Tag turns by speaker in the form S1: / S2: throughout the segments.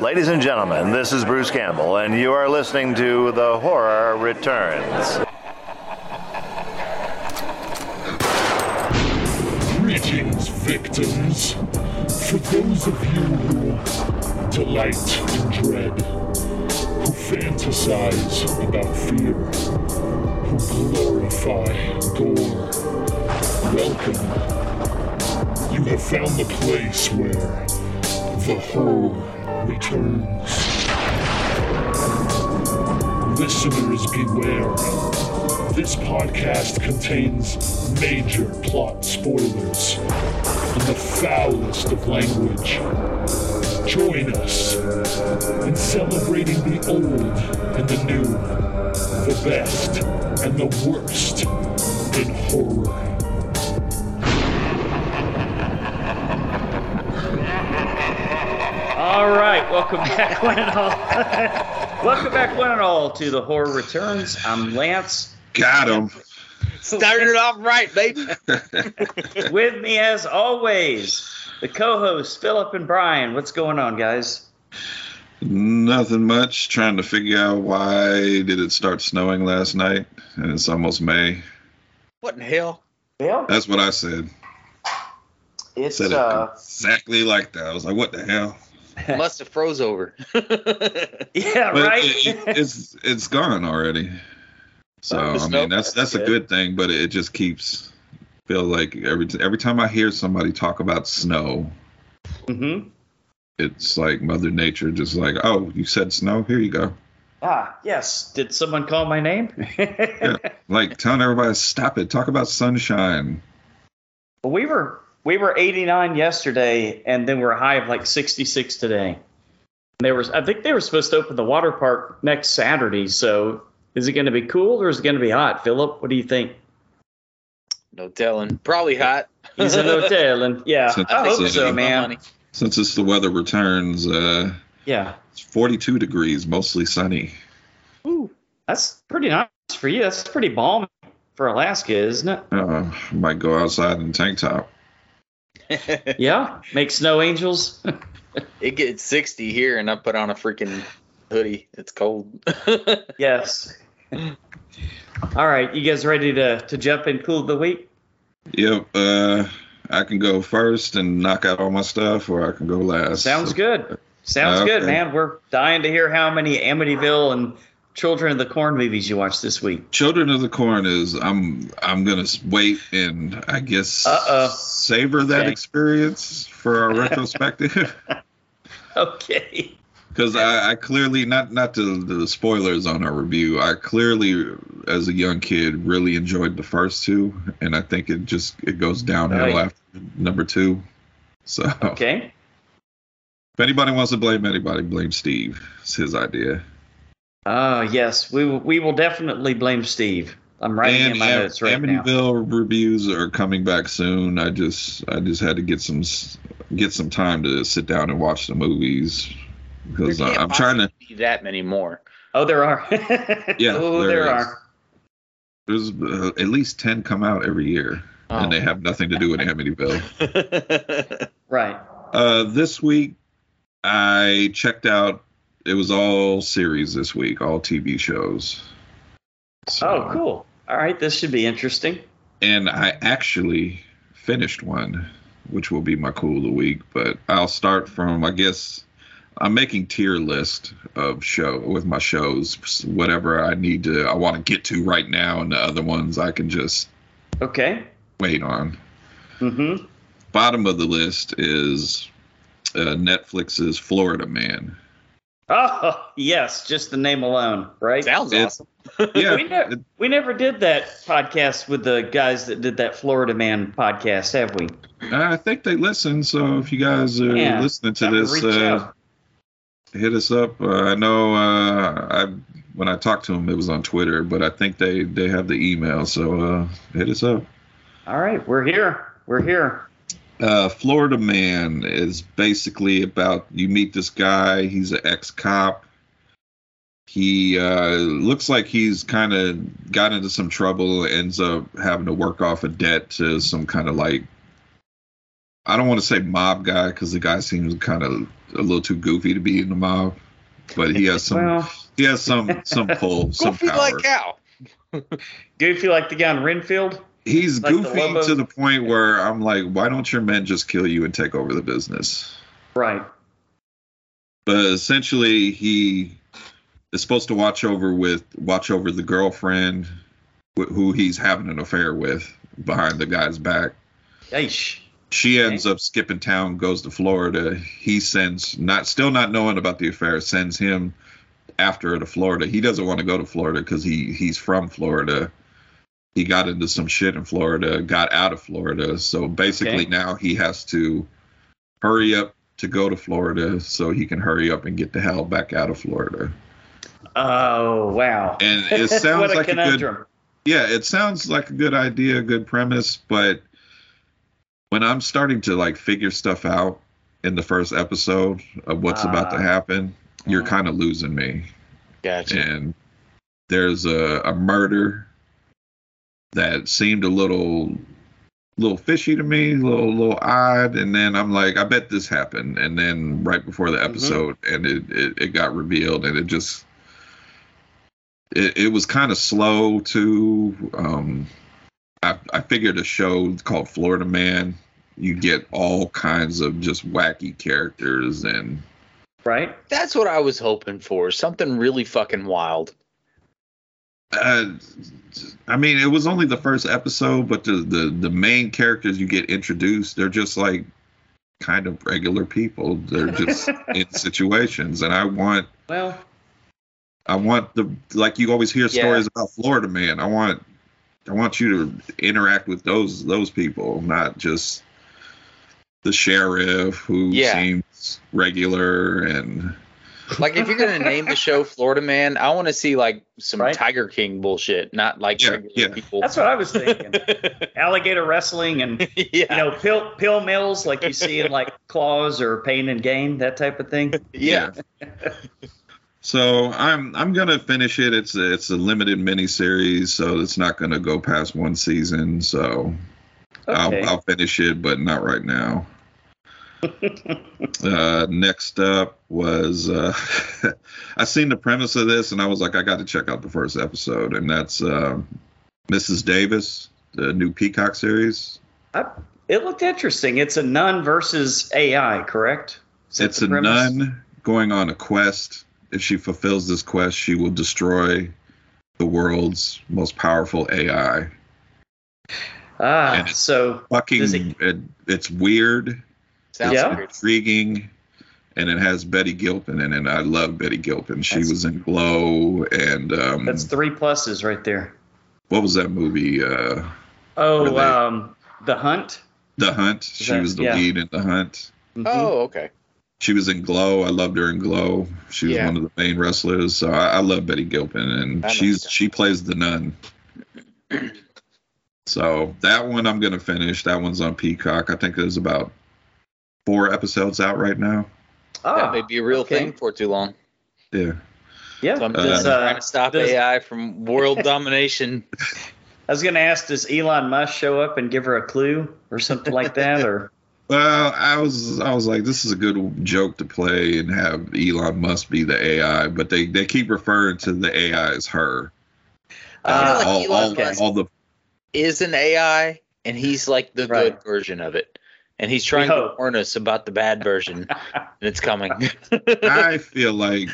S1: Ladies and gentlemen, this is Bruce Campbell, and you are listening to The Horror Returns.
S2: Greetings, victims. For those of you who delight in dread, who fantasize about fear, who glorify gore, welcome. You have found the place where the horror returns. Listeners, beware. This podcast contains major plot spoilers and the foulest of language. Join us in celebrating the old and the new, the best and the worst in horror.
S3: All right, welcome back, one and all. welcome back, one and all, to the horror returns. I'm Lance.
S4: Got him.
S5: Started it off right, baby.
S3: With me, as always, the co-hosts Philip and Brian. What's going on, guys?
S4: Nothing much. Trying to figure out why did it start snowing last night, and it's almost May.
S5: What in hell?
S3: Well,
S4: That's what I said.
S3: it's uh,
S4: Said it exactly like that. I was like, "What the hell?"
S5: Must have froze over.
S3: yeah,
S4: But
S3: right.
S4: it- it- it's it's gone already. So
S5: Oh, the
S4: I
S5: snow-
S4: mean, that's that's a
S5: that's
S4: good thing, but it just keeps feel like every every time I hear somebody talk about snow,
S3: hmm
S4: it's like Mother Nature just like, "Oh, you said snow? Here you go."
S3: Ah, yes. Did someone call my name?
S4: Like telling everybody, "Stop it! Talk about sunshine."
S3: Well, we were we were 89 yesterday, and then we're a high of like 66 today. And there was I think they were supposed to open the water park next Saturday. So is it going to be cool or is it going to be hot, Philip? What do you think?
S5: No telling. Probably hot.
S3: He's in the hotel, and yeah,
S4: Since
S3: I hope
S4: it's
S3: so,
S4: a-
S3: man.
S4: Since it's the weather returns, uh,
S3: Yeah,
S4: It's 42 degrees, mostly sunny.
S3: that's pretty nice for you. That's pretty balmy for Alaska, isn't it?
S4: Uh, I might go outside in a tank top.
S5: it
S3: Yeah, make snow angels.
S5: gets 60 here, and I put on a freaking hoodie. It's cold.
S3: yes. All right, you guys ready to to jump in cool of the week?
S4: Yep. Uh, I can go first and knock out all my stuff, or I can go last.
S3: Sounds good. Sounds good,
S4: Okay.
S3: man. We're dying to hear how many Amityville and Children of the Corn movies you watched this week.
S4: Children of the Corn is I'm I'm gonna s- wait and I guess
S3: Uh-oh.
S4: savor that
S3: Okay.
S4: experience for our retrospective
S3: Okay.
S4: because I, I clearly not not to the spoilers on our review I clearly as a young kid really enjoyed the first two and I think it just it goes downhill
S3: Right.
S4: after number two so
S3: Okay.
S4: If anybody wants to blame anybody, blame Steve. It's his idea.
S3: Ah, yes. We will, we will definitely blame Steve. I'm writing in my
S4: Am-
S3: notes right now.
S4: Amityville reviews are coming back soon. I just I just had to get some s- get some time to sit down and watch the movies because
S5: There can't
S4: I'm trying to.
S5: possibly be that many more.
S3: Oh, there are.
S4: Yeah,
S3: oh, there,
S4: there is.
S3: are.
S4: There's uh, at least ten come out every year, and they have nothing to do with Amityville.
S3: Right.
S4: Uh, this week, I checked out. It was all series this week, all TV shows.
S3: Oh,
S4: So-
S3: cool. All right. This should be interesting.
S4: and I actually finished one, which will be my cool of the week. But I'll start from I guess I'm making tier list of show with my shows, whatever I need to I want to get to right now, and the other ones I can just
S3: Okay.
S4: wait on.
S3: Mm-hmm.
S4: Bottom of the list is uh, Netflix's Florida Man.
S3: Oh, yes. Just the name alone, right?
S5: Sounds
S4: It-
S5: awesome.
S4: Yeah,
S3: we, ne-
S4: it-
S3: we never did that podcast with the guys that did that Florida Man podcast, have we?
S4: I think they listen. So if you guys are
S3: Yeah,
S4: listening to
S3: Have to
S4: this,
S3: reach
S4: uh,
S3: out.
S4: hit us up. Uh, I know uh, I when I talked to them, it was on Twitter, but I think they they have the email, so uh, hit us up.
S3: All right, we're here. We're here.
S4: Uh, Florida Man is basically about you meet this guy. He's an ex cop. He uh, looks like he's kind of got into some trouble, ends up having to work off a debt to some kind of like I don't want to say mob guy because the guy seems kind of a little too goofy to be in the mob, but he has some
S3: Well,
S4: he has some some pull, some
S5: Goofy
S4: power.
S5: like cow.
S3: goofy like the guy in Renfield.
S4: He's
S3: like the
S4: goofy
S3: Lobo.
S4: to the point where I'm like, why don't your men just kill you and take over the business?
S3: Right.
S4: but essentially he is supposed to watch over with watch over the girlfriend wh- who he's having an affair with behind the guy's back
S3: Yeesh.
S4: she ends up skipping town goes to florida he sends not still not knowing about the affair sends him after her to florida he doesn't want to go to florida because he he's from florida he got into some shit in florida got out of florida so basically
S3: Okay.
S4: now he has to hurry up to go to florida so he can hurry up and get the hell back out of florida
S3: Oh wow.
S4: and it
S3: what
S4: sounds
S3: a
S4: like a good
S3: conundrum.
S4: yeah, it sounds like a good idea, a good premise, but when I'm starting to like figure stuff out in the first episode of what's about to
S3: Ah.
S4: happen, you're
S5: Mhm.
S4: kind of losing me.
S5: Gotcha.
S4: And there's a, a murder that seemed a little little fishy to me, a little little odd, and then I'm like, I bet this happened. And then right before the episode and it, it, it got revealed and it just it, it was kind of slow too. Um, I, I figured a show called Florida Man, you get all kinds of just wacky characters and
S3: Right.
S5: That's what I was hoping for. Something really fucking wild.
S4: uh, I mean, it was only the first episode, but the, the the main characters you get introduced, they're just like kind of regular people. They're just in situations, and I want
S3: Well,
S4: I want the like you always hear
S5: Yeah.
S4: stories about Florida man. I want I want you to interact with those those people, not just the sheriff who
S5: Yeah.
S4: seems regular and
S5: Like if you're gonna name the show Florida Man, I want to see like some
S3: Right.
S5: Tiger King bullshit, not like
S4: Yeah,
S5: regular
S4: yeah.
S5: people.
S3: that's what I was thinking. Alligator wrestling and
S5: yeah,
S3: you know pill pill mills like you see in like Claws or Pain and Gain that type of thing.
S5: yeah,
S4: So I'm I'm gonna finish it. It's a, it's a limited miniseries, so it's not gonna go past one season. So Oh,
S3: Okay.
S4: I'll, I'll finish it, but not right now. uh, next up was uh, I seen the premise of this, and I was like, I got to check out the first episode, and that's uh, Mrs. Davis, the new Peacock series.
S3: I- it looked interesting. It's a nun versus AI, correct? Is that
S4: it's
S3: the
S4: a
S3: premise?
S4: nun going on a quest. If she fulfills this quest, she will destroy the world's most powerful AI.
S3: Ah,
S4: and it's-
S3: so
S4: Fucking,
S3: Does it-
S4: it, it's weird,
S5: sounds
S3: Yeah.
S5: weird.
S4: intriguing, and it has Betty Gilpin in it. and I love Betty Gilpin. She
S3: That's-
S4: was in Glow, and um,
S3: that's three pluses right there.
S4: what was that movie? Uh,
S3: Oh,
S4: Really?
S3: um, the hunt.
S4: the Hunt. She
S3: that-
S4: was the
S3: yeah.
S4: lead in The Hunt.
S3: Mhm.
S5: Oh, okay.
S4: She was in Glow. I loved her in Glow. She was
S5: Yeah.
S4: one of the main wrestlers. So I, I love Betty Gilpin, and
S5: I know
S4: she's
S5: you do.
S4: she plays the nun. so that one I'm gonna finish. That one's on Peacock. I think there's about four episodes out right now.
S3: Ah,
S5: that may be a real
S3: okay.
S5: thing for too long.
S4: Yeah,
S3: yeah.
S5: So I'm
S4: Uh,
S5: just trying to stop
S3: does-
S5: AI from world domination.
S3: I was gonna ask, does Elon Musk show up and give her a clue or something like that, or
S4: Well, I was I was like, this is a good joke to play and have Elon Musk be the AI, but they, they keep referring to the AI as her.
S3: Ah,
S4: Uh, all,
S5: Elon
S4: all,
S5: Musk.
S4: all the
S5: Is an AI, and he's like the
S3: Right.
S5: good version of it, and he's trying to
S3: hope.
S5: warn us about the bad version, and it's coming.
S4: I feel like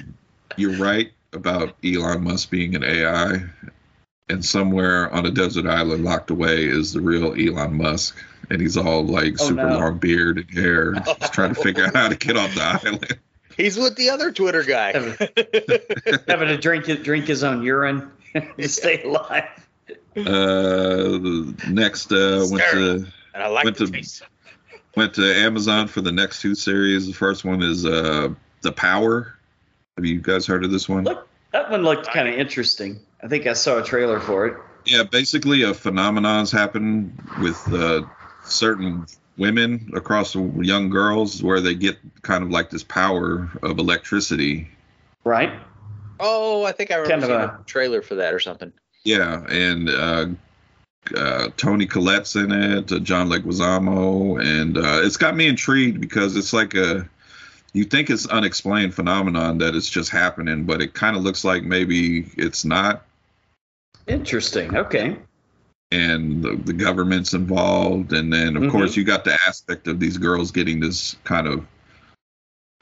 S4: you're right about Elon Musk being an AI, and somewhere on a desert island locked away is the real Elon Musk, and he's all like
S3: Oh,
S4: super
S3: no.
S4: long beard and hair, just trying to figure out how to get off the island.
S5: he's with the other Twitter guy.
S3: having to drink it, drink his own urine to stay alive?
S4: Uh, next, uh, went to
S5: and I like
S4: Went
S5: the
S4: to-
S5: taste.
S4: went to Amazon for the next two series. The first one is uh, The Power. Have you guys heard of this one?
S3: Look. That one looked kind of interesting. I think I saw a trailer for it.
S4: Yeah, basically a phenomenon's happened with uh, certain women across the young girls where they get kind of like this power of electricity.
S3: Right?
S5: Oh, I think I remember
S3: Kind of
S5: seeing
S3: a-
S5: a trailer for that or something.
S4: Yeah, and uh, uh, Tony Collette's in it, uh, John Leguizamo, and uh, it's got me intrigued because it's like a you think it's unexplained phenomenon that it's just happening, but it kind of looks like maybe it's not,
S3: Interesting. Okay.
S4: and the, the government's involved, and then of
S5: Mm-hmm.
S3: Mhm.
S4: course you got the aspect of these girls getting this kind of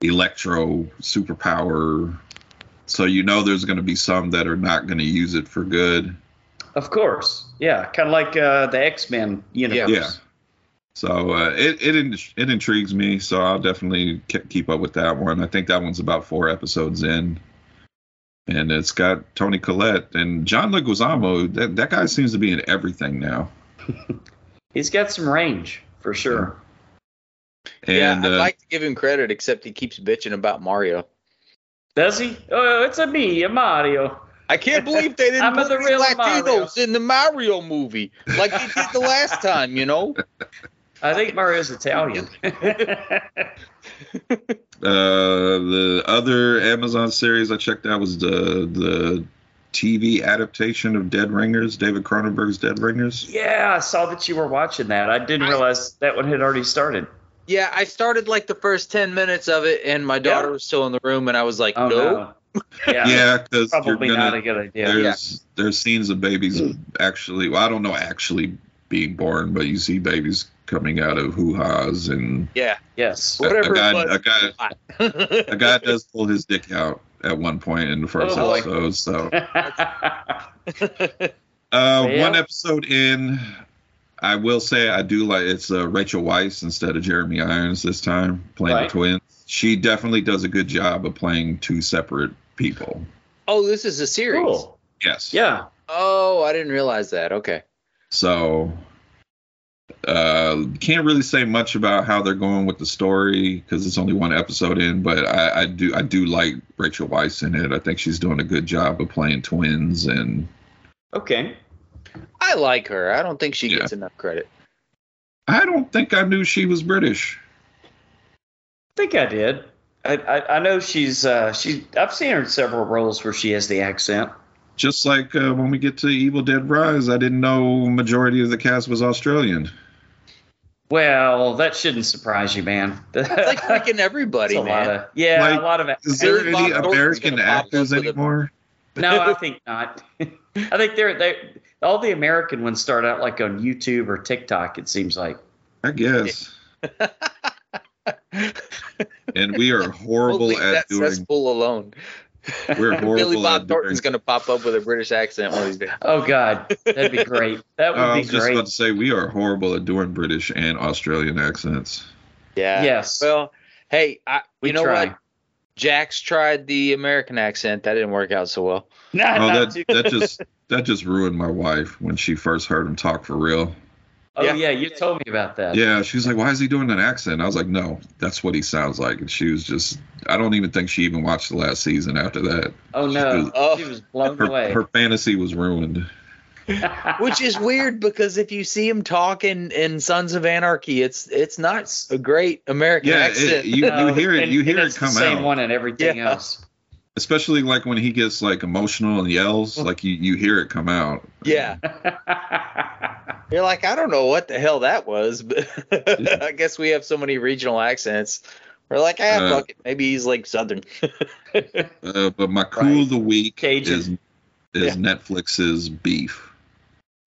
S4: electro superpower, so you know there's going to be some that are not going to use it for good.
S3: Of course. Yeah. Kind of like uh, the X Men universe.
S4: Yeah. So uh, it it in, it intrigues me. So I'll definitely ke- keep up with that one. I think that one's about four episodes in, and it's got Tony Collette and John Leguizamo. That that guy seems to be in everything now.
S3: He's got some range for sure.
S4: And
S5: yeah, I'd
S4: uh,
S5: like to give him credit, except he keeps bitching about Mario.
S3: Does he? Oh, it's a me, a Mario.
S5: I can't believe they didn't
S3: I'm
S5: put
S3: the
S5: any
S3: real
S5: Latinos
S3: Mario.
S5: in the Mario movie like they did the last time. You know,
S3: I think Mario's Italian.
S4: uh, the other Amazon series I checked out was the the TV adaptation of Dead Ringers, David Cronenberg's Dead Ringers.
S3: yeah, I saw that you were watching that. I didn't
S5: I-
S3: realize that one had already started.
S5: Yeah, I started like the first 10 minutes of it, and my daughter was still in the room, and I was like,
S3: Oh
S5: no.
S3: no. Yeah.
S4: Yeah, because you're
S3: Probably
S4: gonna
S3: not a good idea.
S5: yeah.
S4: there's there's scenes of babies actually well, I don't know actually being born, but you see babies coming out of hoo ha's and
S5: Yeah,
S3: Yes.
S4: a-
S5: Whatever
S4: a guy
S5: it was.
S4: a guy a guy does pull his dick out at one point in the first
S3: Oh, boy.
S4: episode. So
S3: yeah.
S4: uh,
S3: Yeah.
S4: one episode in I will say I do like it's uh, Rachel Weisz instead of Jeremy Irons this time playing
S3: Right.
S4: the twins. She definitely does a good job of playing two separate people.
S5: oh, this is a series.
S3: Cool.
S4: Yes.
S3: Yeah.
S5: Oh, I didn't realize that. Okay.
S4: So uh can't really say much about how they're going with the story because it's only one episode in, but I, I do I do like Rachel Weisz in it. I think she's doing a good job of playing twins and
S3: Okay.
S5: I like her. I don't think she
S4: Yeah.
S5: gets enough credit.
S4: I don't think I knew she was British.
S3: I think I did. I, I, I know she's uh, she. I've seen her in several roles where she has the accent.
S4: Just like uh, when we get to Evil Dead Rise, I didn't know majority of the cast was Australian.
S3: Well, that shouldn't surprise you, man.
S5: It's like freaking
S3: That's
S5: everybody,
S3: a
S5: man.
S3: lot of yeah,
S4: Like,
S3: a lot of.
S4: Is
S5: Hey,
S4: there
S5: Bob
S4: any
S5: Thornton's
S4: American
S5: gonna pop up
S4: actors
S5: with a-
S4: anymore?
S3: No, I think not. I think they're they all the American ones start out like on YouTube or TikTok. It seems like.
S4: I guess. and we are
S5: We'll
S4: horrible
S5: leave
S4: at
S5: that
S4: doing.
S5: cesspool alone.
S4: We're horrible
S5: Billy
S4: at
S5: Bob
S4: doing
S5: Thornton's going to pop up with a British accent one of these days.
S3: Oh God, that'd be great. That would
S4: I
S3: be
S4: was Oh, just
S3: great.
S4: about to say we are horrible at doing British and Australian accents.
S5: Yeah.
S3: Yes.
S5: Well, hey, I,
S3: we
S5: you know
S3: try.
S5: what? Jax tried the American accent. That didn't work out so well.
S3: Nah,
S4: Oh,
S3: not
S4: that
S3: too-
S4: that just that just ruined my wife when she first heard him talk for real.
S3: oh
S5: yeah.
S3: yeah. you told me about that.
S4: Yeah, she's like, "Why is he doing an accent?" I was like, "No, that's what he sounds like." And she was just, I don't even think she even watched the last season after that.
S3: Oh no,
S5: Oh.
S3: she was blown
S4: Her,
S3: away.
S4: her fantasy was ruined.
S5: Which is weird because if you see him talking in Sons of Anarchy, it's it's not a great American
S4: Yeah, it,
S5: accent.
S4: you you
S3: No,
S4: hear it,
S3: Oh, and-
S4: you
S3: and
S4: hear it
S3: it's
S4: come
S3: the same
S4: out,
S3: one and everything
S5: Yeah.
S3: else.
S4: especially like when he gets like emotional and yells,
S3: Mm-hmm.
S4: like you you hear it come out.
S5: yeah. You're like, I don't know what the hell that was, but I guess we have so many regional accents. We're like, ah,
S4: Uh,
S5: fuck it. Maybe he's like Southern.
S4: Uh, but my cool
S3: Right.
S4: of the week
S3: Cajun.
S4: is is Netflix's Beef.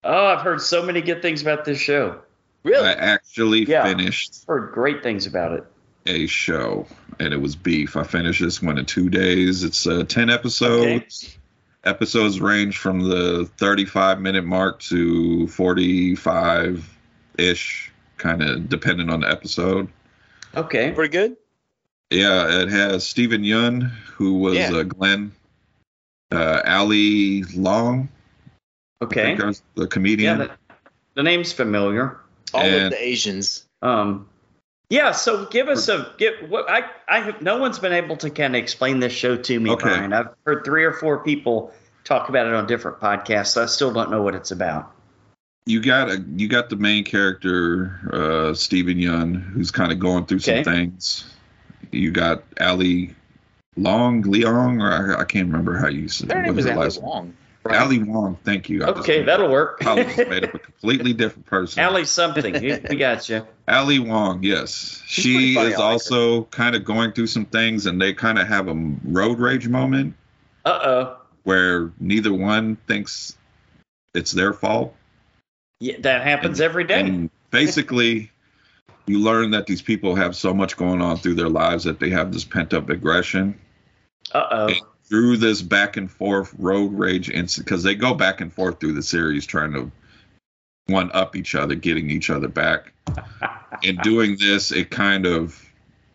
S3: oh, I've heard so many good things about this show.
S5: really?
S4: I actually
S3: Yeah.
S4: finished
S3: Heard great things about it.
S4: a show, and it was beef. I finished this one in two days. It's uh, ten episodes. Episodes range from the thirty-five minute mark to forty-five ish, kind of depending on the episode.
S3: Okay.
S5: Pretty good?
S4: Yeah, it has Stephen Yun, who was
S5: Yeah.
S4: uh, Glenn, uh, Ali Long, I
S3: Okay.
S4: think was the
S3: Yeah,
S4: comedian.
S3: the, the name's familiar.
S5: All of
S4: And-
S5: the Asians.
S3: Um, yeah. So give us a give. What I I have no one's been able to kind of explain this show to me,
S4: Okay.
S3: Brian. I've heard three or four people talk about it on different podcasts. I still don't know what it's about.
S4: you got a you got the main character uh Stephen Yun who's kind of going through
S3: Okay.
S4: some things. You got Ali Long Leong or I, I can't remember how you said
S5: Their name
S4: what
S5: is
S4: her
S5: Alice
S4: last-
S5: Wong.
S4: Right. Ali Wong, thank you. I just
S3: Okay,
S4: made
S3: that'll
S4: up-
S3: work.
S4: I just made up a completely different person.
S3: Allie something. You- we got you.
S4: Ali Wong, yes.
S5: She's
S4: she
S5: pretty funny,
S4: is
S5: I like her.
S4: also kind of going through some things, and they kind of have a road rage moment
S3: Uh oh.
S4: where neither one thinks it's their fault.
S3: Yeah, that happens every day.
S4: And basically, you learn that these people have so much going on through their lives that they have this pent up aggression.
S3: uh oh.
S4: Through this back and forth road rage incident, because they go back and forth through the series trying to one up each other, getting each other back. In doing this, it kind of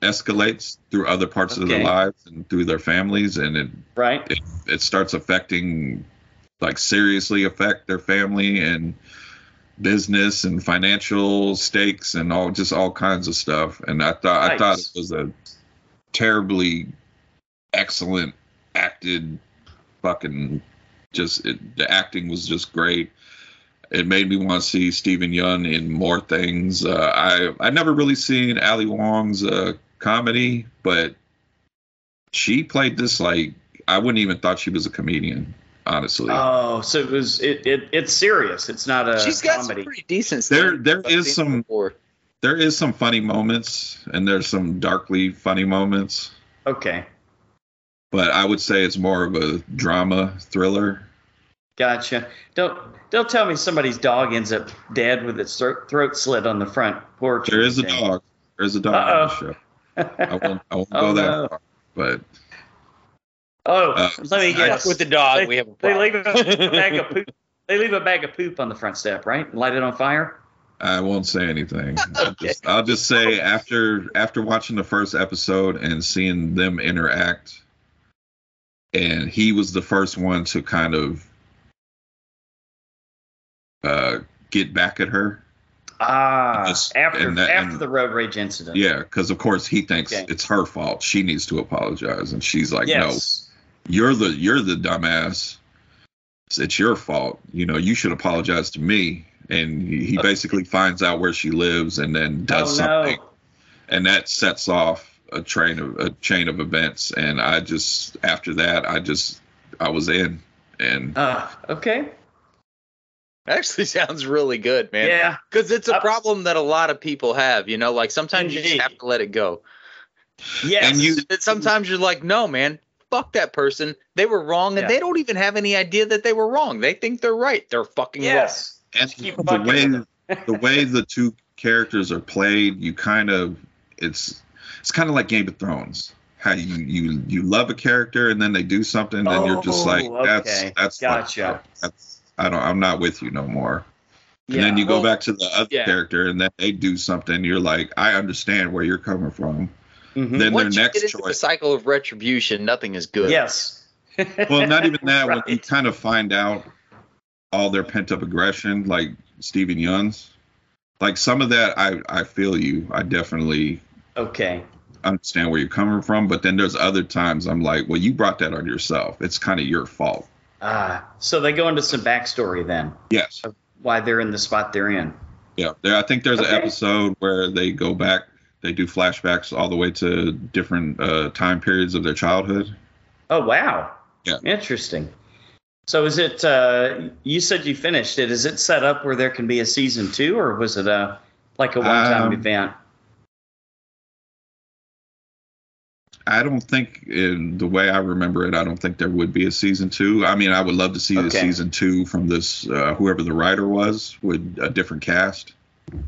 S4: escalates through other parts of their
S3: Okay.
S4: lives and through their families, and it
S3: Right.
S4: it starts affecting like seriously affect their family and business and financial stakes and all just all kinds of stuff and i thought i thought it
S3: Nice.
S4: was a terribly excellent acted fucking just it, the acting was just great it made me want to see Stephen Yun in more things. Uh, I I never really seen Ali Wong's uh, comedy, but she played this like I wouldn't even thought she was a comedian, honestly.
S3: Oh, so it was. It, it it's serious. It's not a
S5: She's got
S3: comedy.
S5: some pretty decent stuff.
S4: There- there
S5: I've
S4: is
S5: seen
S4: some-
S5: before.
S4: there is some funny moments, and there's some darkly funny moments,
S3: okay.
S4: but I would say it's more of a drama thriller.
S3: Gotcha. Don't don't tell me somebody's dog ends up dead with its throat, throat slit on the front porch.
S4: There is a
S3: Dang.
S4: dog. There is a dog on the show. I won't, I won't
S3: Oh,
S4: go that
S3: no.
S4: far, but
S3: Oh,
S4: Uh,
S3: let me
S5: Fuck
S3: guess.
S5: with the dog, we have a
S3: They
S5: problem.
S3: leave a bag of poop. They leave a bag of poop on the front step, right? Light it on fire.
S4: I won't say anything. I'll, just, I'll just say after after watching the first episode and seeing them interact, and he was the first one to kind of uh, get back at her.
S3: Ah,
S4: Just-
S3: after
S4: and that-
S3: after
S4: and-
S3: the road rage incident.
S4: Yeah, because of course he thinks
S3: Okay.
S4: it's her fault. She needs to apologize, and she's like,
S3: yes.
S4: "No, you're the you're the dumbass. It's, it's your fault. You know, you should apologize to me." And he, he basically finds out where she lives, and then does
S3: oh,
S4: something.
S3: No.
S4: and that sets off a train of a chain of events and i just after that i just i was in and
S3: Ah, okay.
S5: Actually, sounds really good, man.
S3: Yeah.
S5: Because it's a
S3: Uh,
S5: problem that a lot of people have, you know. Like sometimes you
S3: Indeed.
S5: just have to let it go.
S3: Yes.
S4: And you-
S5: But sometimes you're like, no, man, fuck that person. They were wrong, and
S3: Yeah.
S5: they don't even have any idea that they were wrong. They think they're right. They're fucking
S3: yes.
S4: and
S3: keep
S4: the
S3: fucking with them.
S4: way the way the two characters are played you kind of it's it's kind of like game of thrones how you you you love a character and then they do something and you're just
S3: Oh,
S4: like that's
S3: okay.
S4: that's
S3: Gotcha.
S4: that's, i don't i'm not with you no more
S3: yeah.
S4: and then you go
S5: well,
S4: back to the other
S5: yeah.
S4: character and then they do something you're like i understand where you're coming from
S3: Mhm.
S4: then
S5: wrong.
S4: their
S5: Once you
S4: next
S5: get into the
S4: choice
S5: cycle of retribution, nothing is good.
S3: Yes.
S4: well, not even that. When you
S3: Right.
S4: kind of find out all their pent up aggression, like Stephen Young's, like some of that, I I feel you. I definitely
S3: Okay.
S4: understand where you're coming from. But then there's other times I'm like, well, you brought that on yourself. It's kind of your fault.
S3: Ah, so they go into some backstory then,
S4: Yes.
S3: Oh. why they're in the spot they're in.
S4: Yeah. There. I think there's an
S3: Okay.
S4: episode where they go back. They do flashbacks all the way to different uh, time periods of their childhood.
S3: Oh wow.
S4: Yeah.
S3: Interesting. So is it? Uh, you said you finished it. Is it set up where there can be a season two, or was it a like a one-time
S4: Um,
S3: event?
S4: I don't think, in the way I remember it, I don't think there would be a season two. I mean, I would love to see the
S3: Okay.
S4: season two from this uh, whoever the writer was with a different cast.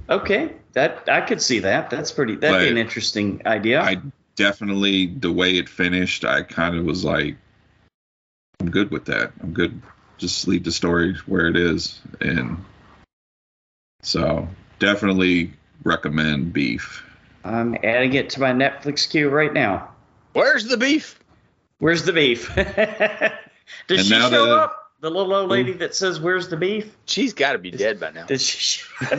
S3: Okay, that I could see that. That's pretty. That'd be
S4: Right.
S3: an interesting idea.
S4: I definitely, the way it finished, I kind of was like, I'm good with that. I'm good. Just leave the story where it is, and so definitely recommend Beef.
S3: I'm adding it to my Netflix queue right now.
S5: Where's the beef?
S3: Where's the beef? Does
S4: And
S3: she
S4: now
S3: show
S4: the- Mm.
S3: up? The little old lady that says, "Where's the beef?"
S5: She's got to be dead by now.
S3: Did she? she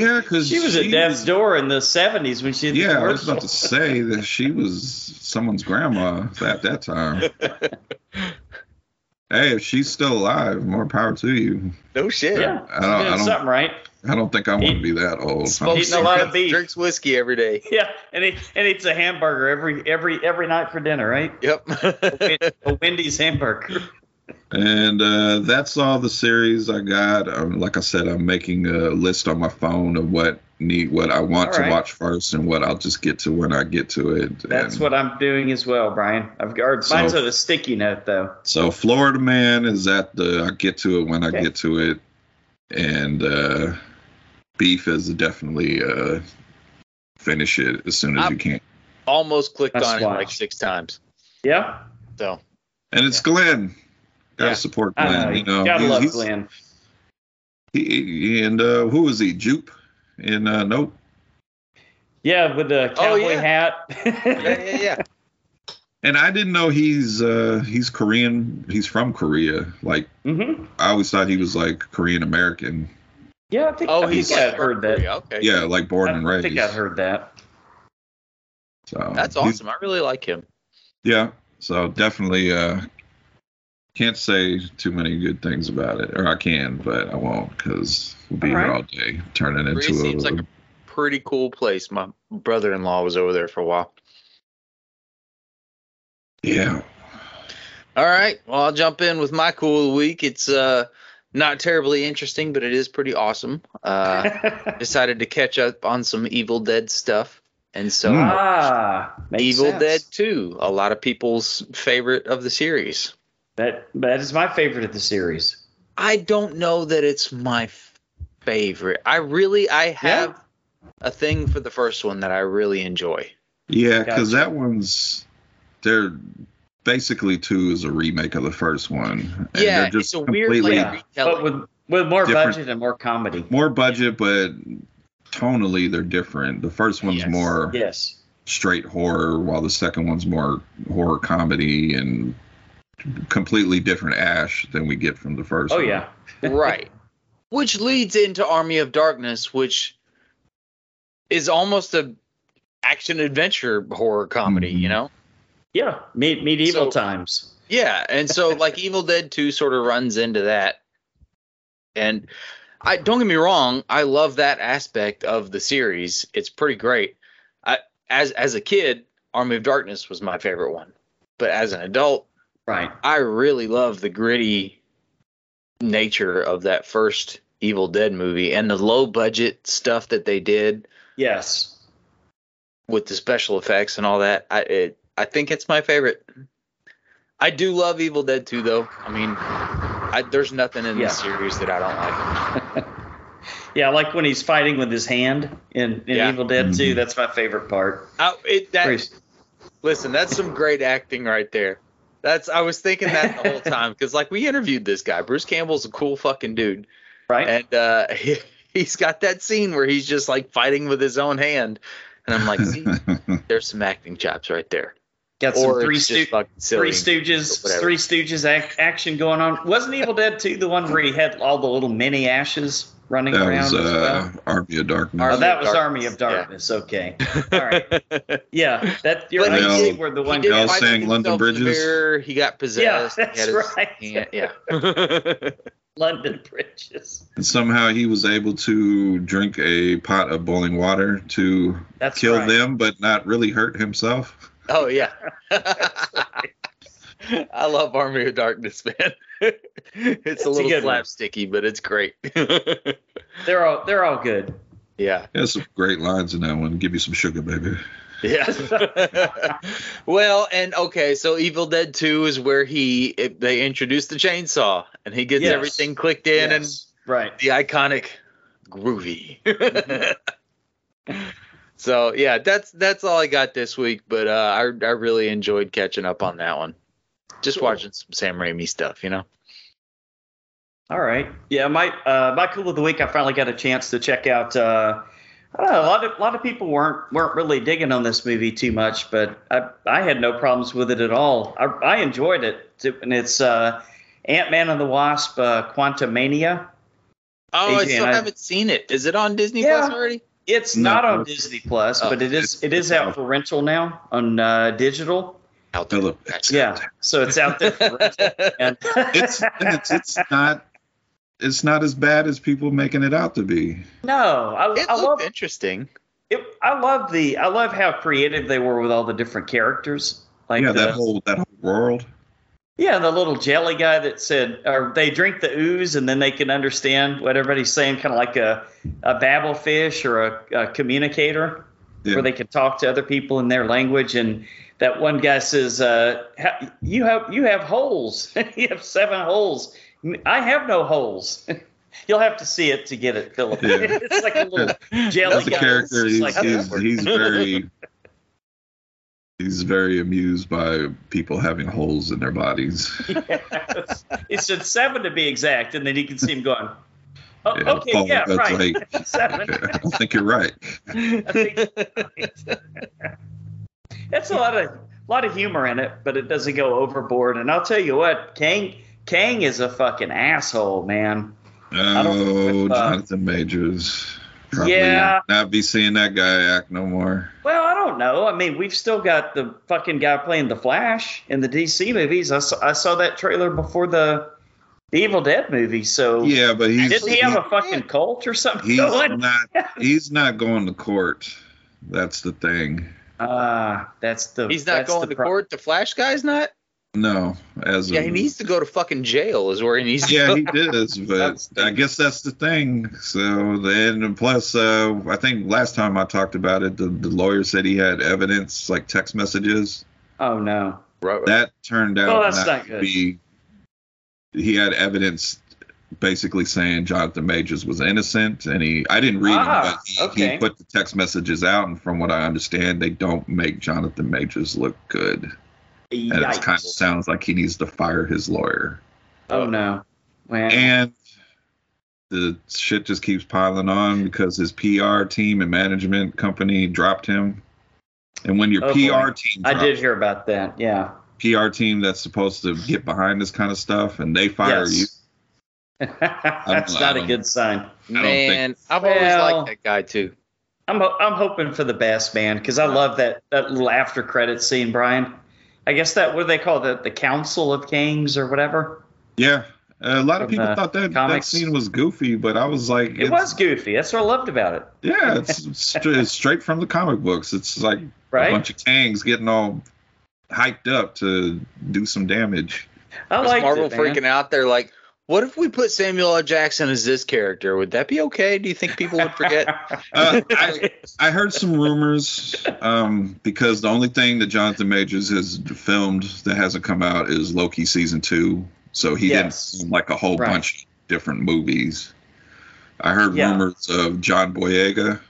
S4: Yeah, because
S3: She was at death's door in the seventies when she did
S4: Yeah,
S3: the
S4: I was
S3: commercial.
S4: about to say that she was someone's grandma at that time. hey, if she's still alive, more power to you.
S5: No shit.
S3: Yeah,
S4: I don't- I
S3: doing
S4: don't-
S3: something right.
S4: I don't think I want to be that old.
S5: Smokes
S3: Eating a lot of
S5: cigarettes,
S3: beef.
S5: Drinks whiskey every day.
S3: Yeah, and he and eats a hamburger every every every night for dinner, right?
S5: Yep.
S3: A Wendy's hamburger.
S4: And uh, that's all the series I got. Um, like I said, I'm making a list on my phone of what need what I want
S3: All
S4: to
S3: right.
S4: watch first and what I'll just get to when I get to it.
S3: That's
S4: And
S3: what I'm doing as well, Brian. I've got
S4: So-
S3: mine's on a sticky note though.
S4: So Florida Man is at the I get to it when I
S3: Okay.
S4: get to it, and uh, Beef is definitely uh, finish it as soon as
S5: I'm-
S4: you can.
S5: Almost clicked
S3: That's
S5: on it
S3: why.
S5: like six times.
S3: Yeah,
S5: So
S4: And it's Glenn. Gotta
S5: Yeah.
S4: support
S3: I
S4: Glenn.
S3: know.
S4: you know,
S3: gotta
S4: he-
S3: love
S4: he's-
S3: Glenn.
S4: he- he- and uh, who was he? Jupe in uh, Nope.
S3: Yeah, with the cowboy
S5: Oh, yeah. yeah,
S3: hat.
S5: yeah, yeah.
S4: And I didn't know he's uh, he's Korean. He's from Korea. Like
S3: hmm
S4: I always thought he was like Korean American.
S3: Yeah, I think,
S5: Oh,
S3: I think
S5: he's
S3: I've heard that.
S5: Okay,
S4: Yeah, like born and
S3: I
S4: raised.
S3: think I've heard that.
S4: So
S5: that's
S4: he's-
S5: awesome. I really like him.
S4: Yeah. So definitely uh can't say too many good things about it. Or I can, but I won't because we'll be
S3: All
S4: here
S3: right.
S4: all day. Turning
S5: Korea
S4: into a,
S5: seems like a pretty cool place. My brother-in-law was over there for a while.
S4: Yeah.
S5: All right. Well, I'll jump in with my cool of the week. It's uh not terribly interesting, but it is pretty awesome. Uh decided to catch up on some Evil Dead stuff. And so
S4: Hmm.
S3: ah, makes
S5: Evil
S3: sense.
S5: Dead 2, a lot of people's favorite of the series.
S3: That that is my favorite of the series.
S5: I don't know that it's my f- favorite. I really I have a thing for the first one that I really enjoy.
S4: Yeah, because
S3: Gotcha.
S4: that one's they're basically two is a remake of the first one. And
S5: yeah,
S4: they're just
S5: it's a weird
S4: completely
S5: like
S3: Yeah.
S5: retelling.
S3: but with with more
S4: Different-
S3: budget and more comedy.
S4: more budget, but tonally they're different. The first one's
S5: Yes.
S4: more
S3: Yes.
S4: straight horror, while the second one's more horror comedy and completely different ash than we get from the first.
S3: Oh
S4: one.
S3: yeah.
S5: right. Which leads into Army of Darkness, which is almost a action adventure horror comedy, you
S4: Mhm.
S5: know?
S3: Yeah. Me- medieval
S5: So-
S3: times.
S5: Yeah, and so like Evil Dead 2 sort of runs into that. And I don't get me wrong, I love that aspect of the series. It's pretty great. I as as a kid, Army of Darkness was my favorite one. But as an adult,
S3: Right.
S5: I really love the gritty nature of that first Evil Dead movie and the low budget stuff that they did
S3: Yes.
S5: with the special effects and all that. I it, I think it's my favorite. I do love Evil Dead 2 though. I mean, I, there's nothing in this series that I don't like.
S3: Yeah, like when he's fighting with his hand in, in
S5: Yeah.
S3: Evil Dead 2.
S5: Mm-hmm.
S4: Mhm.
S3: That's my favorite part.
S5: I, it, that,
S3: Where he's-
S5: Listen, that's some great acting right there. That's I was thinking that the whole time because like we interviewed this guy. Bruce Campbell's a cool fucking dude,
S3: right?
S5: and uh, he, he's got that scene where he's just like fighting with his own hand, and I'm like, see, there's some acting chops right there.
S3: Got some
S5: Or
S3: three,
S5: it's
S3: stu-
S5: just fucking silly.
S3: three Stooges,
S5: whatever.
S3: three Stooges ac- action going on. Wasn't Evil Dead 2 the one where he had all the little mini ashes running
S4: that
S3: around
S4: was
S3: as well?
S4: uh, Army of Darkness.
S5: Army
S3: oh, that
S5: of
S3: was
S5: Darkness,
S3: Army of
S5: yeah.
S3: Darkness. Okay. All right. Yeah, that you're
S5: But
S3: right.
S4: he
S3: You
S4: did-
S3: were the
S5: He
S3: one.
S5: did
S4: Y'all
S5: fight
S4: sang
S5: himself
S4: London
S5: in the
S4: Bridges?
S5: mirror, He got
S3: Yeah,
S5: possessed. he
S3: that's
S5: had his
S3: right.
S5: hand- yeah.
S3: London Bridges.
S4: and somehow he was able to drink a pot of boiling water to
S3: That's
S4: kill
S3: right.
S4: them, but not really hurt himself.
S5: oh yeah. I love Army of Darkness, man. it's a
S3: a
S5: little
S3: good one.
S5: slapsticky, but it's great.
S3: They're all they're all good.
S5: yeah.
S4: There's some great lines in that one. Give you some sugar, baby.
S5: Yeah. well, and okay, so Evil Dead 2 is where he it, they introduced the chainsaw and he gets
S3: Yes.
S5: everything clicked in and
S3: Yes, right.
S5: the iconic groovy. Mm-hmm. so yeah, that's that's all I got this week, but uh, I I really enjoyed catching up on that one. Just watching some Sam Raimi stuff, you know.
S3: All right. Yeah, my uh, my cool of the week. I finally got a chance to check out. Uh, I don't know. A lot of lot of people weren't weren't really digging on this movie too much, but I I had no problems with it at all. I, I enjoyed it, and it's uh, Ant Man and the Wasp: uh, Quantumania.
S5: Oh, I
S3: AJ,
S5: still
S3: I-
S5: haven't seen it. Is it on Disney
S3: Yeah.
S5: Plus already?
S3: It's
S4: No.
S3: not on Disney Plus,
S5: Oh.
S3: but it is it is out for rental now on uh, digital.
S5: Out
S4: Hello.
S3: Yeah, so it's out there for rental. And
S4: It's it's, it's not it's not as bad as people making it out to be.
S3: no, I,
S5: It
S3: I
S5: looked
S3: love
S5: interesting.
S3: it. I love the I love how creative they were with all the different characters. Like
S4: yeah,
S3: the-
S4: that whole that whole world.
S3: Yeah, the little jelly guy that said, or they drink the ooze and then they can understand what everybody's saying, kind of like a, a babble fish or a, a communicator
S4: Yeah.
S3: where they can talk to other people in their language. And that one guy says, uh, "Ha- "You have you have holes. you have seven holes. I have no holes." You'll have to see it to get it, Philip.
S4: Yeah.
S3: it's like a little jelly
S4: As a
S3: guy.
S4: character,
S3: It's
S4: he's,
S3: like-
S4: he's, he's very he's very amused by people having holes in their bodies.
S3: Yes. It said seven to be exact, and then you can see him going. Oh,
S4: Yeah,
S3: okay,
S4: Paul,
S3: yeah,
S4: that's
S3: right.
S4: like-
S3: seven.
S4: I think you're right.
S3: I think- that's a lot of lot of humor in it, but it doesn't go overboard. And I'll tell you what, Kang Kang is a fucking asshole, man.
S4: Oh,
S3: if, uh,
S4: Jonathan Majors. Probably
S3: Yeah.
S4: not be seeing that guy act no more.
S3: Well, I don't know. I mean, we've still got the fucking guy playing the Flash in the DC movies. I saw, I saw that trailer before the, the Evil Dead movie. So
S4: Yeah, but he's
S3: didn't he have a fucking cult or something
S4: he's
S3: going?
S4: not he's not going to court. That's the thing.
S3: Ah, that's the.
S5: He's not
S3: that's
S5: going
S3: the
S5: to
S3: pro-
S5: court. The Flash guy's not.
S4: No, as
S5: Yeah,
S4: of-
S5: he needs to go to fucking jail. Is where he needs to
S4: Mm-hmm. yeah,
S5: go.
S4: he does, but
S3: That's-
S4: I guess that's the thing. So then, and plus, uh, I think last time I talked about it, the, the lawyer said he had evidence, like text messages.
S3: Oh no.
S5: Right.
S4: That turned out
S3: Well, Oh, that's
S4: not,
S3: not
S4: to
S3: good.
S4: be. He had evidence, basically saying Jonathan Majors was innocent, and he. I didn't read
S3: Ah,
S4: him, but he,
S3: okay.
S4: he put the text messages out, and from what I understand, they don't make Jonathan Majors look good, and it kind of
S3: Yikes.
S4: sounds like he needs to fire his lawyer.
S3: Oh no. Well,
S4: and the shit just keeps piling on because his PR team and management company dropped him. And when your
S3: Oh, boy.
S4: PR team,
S3: I
S4: drops-
S3: did hear about that. Yeah.
S4: PR team that's supposed to get behind this kind of stuff, and they fire you.
S3: Yes. That's
S4: I
S3: not a
S4: don't-
S3: good sign.
S4: don't think-
S5: Man, I've always
S3: Well-
S5: liked that guy too.
S3: I'm ho- I'm hoping for the best, man, because I love that that little after credit scene, Brian. I guess that what do they call that? The Council of Kings or whatever.
S4: Yeah, a lot of
S3: From
S4: people
S3: the
S4: thought that
S3: comics.
S4: that scene was goofy, but I was like,
S3: It was goofy. That's what I loved about it.
S4: Yeah, it's, it's str- it's straight from the comic books. It's like a
S3: Right.
S4: bunch of kangs getting all hyped up to do some damage.
S3: I
S5: Was
S3: like
S5: Marvel
S3: it, man.
S5: freaking out? They're like, what if we put Samuel L. Jackson as this character? Would that be okay? Do you think people would forget?
S4: Uh, I- I heard some rumors um, because the only thing that Jonathan Majors has filmed that hasn't come out is Loki season two. So he
S3: Yes.
S4: didn't film like a whole
S3: Right.
S4: bunch of different movies. I heard
S3: Yeah.
S4: rumors of John Boyega.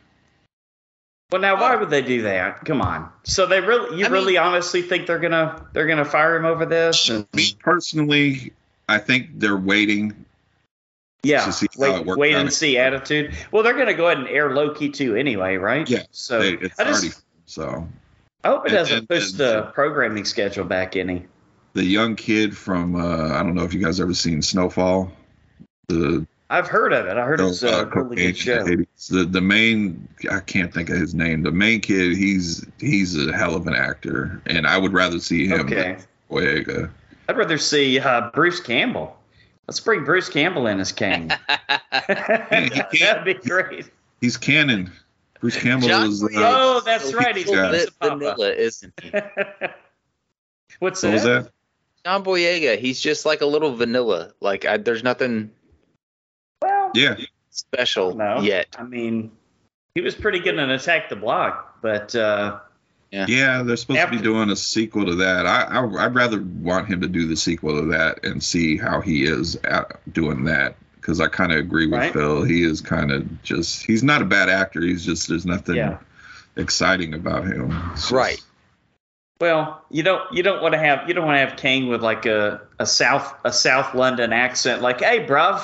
S3: Well, now why would they do that? Come on. Oh. So they really, you
S5: I mean-
S3: really honestly think they're gonna they're gonna fire him over this? And,
S4: Me personally, I think they're waiting.
S3: yeah.
S4: To see how
S3: wait
S4: it works
S3: wait
S4: out.
S3: and see attitude. Well, they're gonna go ahead and air Loki too anyway, right?
S4: Yeah.
S3: So
S4: They- it's
S3: Oh. I just
S4: already so.
S3: I hope it
S4: and-
S3: doesn't
S4: and-
S3: push
S4: and-
S3: the programming schedule back any.
S4: The young kid from uh, I don't know if you guys ever seen Snowfall. The
S3: I've heard of it. I heard it's uh, a really
S4: uh, cocaine
S3: good show.
S4: babies. The the main I can't think of his name. The main kid, he's he's a hell of an actor, and I would rather see him
S3: Okay.
S4: than Boyega.
S3: I'd rather see uh, Bruce Campbell. Let's bring Bruce Campbell in as King. That'd be great.
S4: He's canon. Bruce Campbell
S5: John
S4: is. Uh,
S3: Oh, that's right. He's
S5: He's
S4: Yeah.
S3: Pizza
S5: lit
S3: Papa.
S5: vanilla, isn't he?
S3: What's
S4: what was
S3: that?
S4: that?
S5: John Boyega, he's just like a little vanilla. Like I, there's nothing
S3: Well,
S4: Yeah,
S5: special
S3: No.
S5: yet.
S3: I mean, he was pretty good in Attack the Block, but uh,
S4: yeah. They're supposed to
S3: After-
S4: be doing a sequel to that. I, I I'd rather want him to do the sequel to that and see how he is at doing that. Because I kind of agree with
S3: Right.
S4: Phil. He is kind of just. He's not a bad actor. He's just there's nothing
S3: Yeah.
S4: exciting about him. It's just-
S5: Right.
S3: well, you don't you don't want to have you don't want to have Kane with like a, a south a South London accent, like, "Hey, bruv,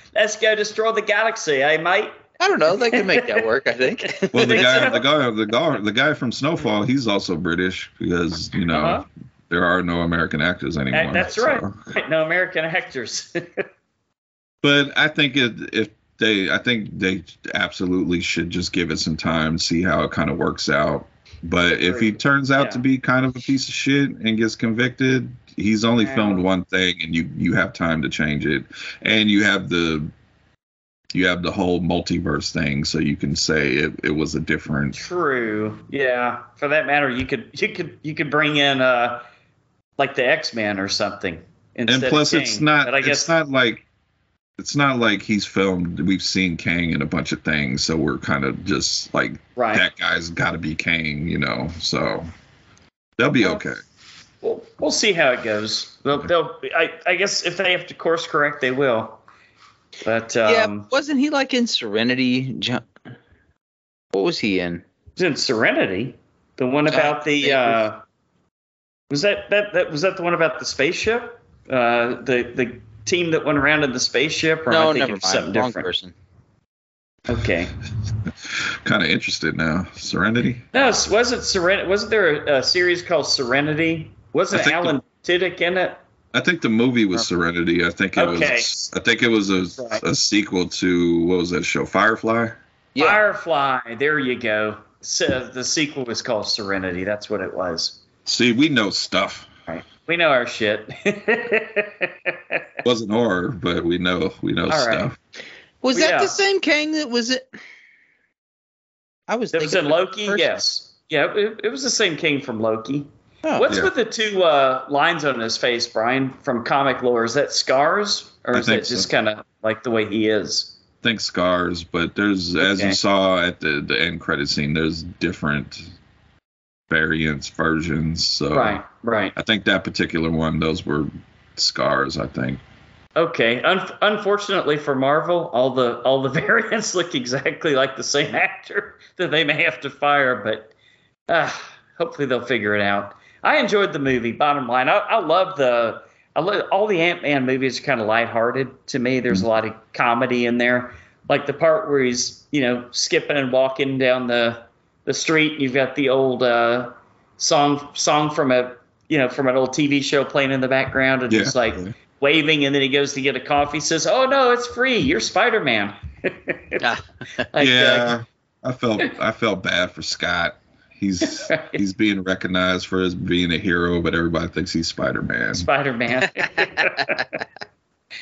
S3: let's go destroy the galaxy, eh, mate."
S5: I don't know. They could make that work. I think.
S4: Well, the guy, the guy, the guy, the guy from Snowfall, he's also British because you know
S3: Uh-huh.
S4: there are no American actors anymore.
S3: that's
S4: so.
S3: right. No American actors.
S4: But I think it, if they, I think they absolutely should just give it some time, see how it kind of works out. But if he
S3: Agreed.
S4: turns out
S3: Yeah.
S4: to be kind of a piece of shit and gets convicted, he's only
S3: Yeah.
S4: filmed one thing, and you you have time to change it, and you have the you have the whole multiverse thing, so you can say it, it was a different
S3: True. Yeah. For that matter, you could you could you could bring in uh like the X Men or something.
S4: and
S3: instead of
S4: plus, it's
S3: King.
S4: not.
S3: But I
S4: it's
S3: guess
S4: not like. It's not like he's filmed. We've seen Kang in a bunch of things, so we're kind of just like
S3: right.
S4: that guy's got to be Kang, you know. So they'll be okay.
S3: We'll, we'll see how it goes. They'll, they'll I, I guess if they have to course correct, they will. But um,
S5: yeah, wasn't he like in Serenity? Jo- What was he in?
S3: It's in Serenity, the one about the uh, was that, that that was that the one about the spaceship, uh, the the team that went around in the spaceship, or am I
S5: No,
S3: thinking
S5: never mind.
S3: of something
S5: Wrong
S3: different?
S5: person.
S3: Okay,
S4: Kind of interested now. Serenity.
S3: no, s- was it Serenity? Wasn't there a, a series called Serenity?
S4: I
S3: Wasn't
S4: think
S3: Alan Tiddick in it?
S4: I think the movie was Serenity. I think it
S3: Uh, Okay.
S4: was. I think it was a,
S3: Right.
S4: a sequel to what was that show, Firefly?
S5: Yeah.
S3: Firefly. There you go. So the sequel was called Serenity. That's what it was.
S4: See, we know stuff.
S3: Right. We know our shit.
S4: wasn't horror, but we know we know
S3: right.
S4: stuff.
S5: Was
S3: Well,
S5: that
S3: yeah.
S5: the same Kang that was it? I was
S3: That
S5: thinking
S3: was in
S5: of a
S3: Loki.
S5: person.
S3: Yes. Yeah. It, it was the same king from Loki.
S5: Oh.
S3: What's
S4: Yeah.
S3: with the two uh, lines on his face, Brian, from comic lore? Is that scars, or
S4: I
S3: is
S4: think
S3: that just
S4: so.
S3: kind of like the way he is?
S4: Think scars, but there's as you
S3: Okay.
S4: saw at the the end credit scene, there's different variants, versions. So
S3: Right. Right.
S4: I think that particular one, those were scars. I think.
S3: Okay. Un- unfortunately for Marvel, all the all the variants look exactly like the same actor that they may have to fire, but uh, hopefully they'll figure it out. I enjoyed the movie. Bottom line, I, I love the I love, all the Ant Man movies are kind of lighthearted to me.
S4: Mm-hmm.
S3: There's a lot of comedy in there, like the part where he's you know skipping and walking down the the street. You've got the old uh, song song from a you know from an old TV show playing in the background, and
S4: Yeah.
S3: he's like waving, and then he goes to get a coffee. Says, "Oh no, it's free. You're uh, Spider Man."
S5: Ah.
S4: yeah, I felt I felt bad for Scott. He's
S3: Right.
S4: he's being recognized for his being a hero, but everybody thinks he's Spider Man.
S3: Spider Man.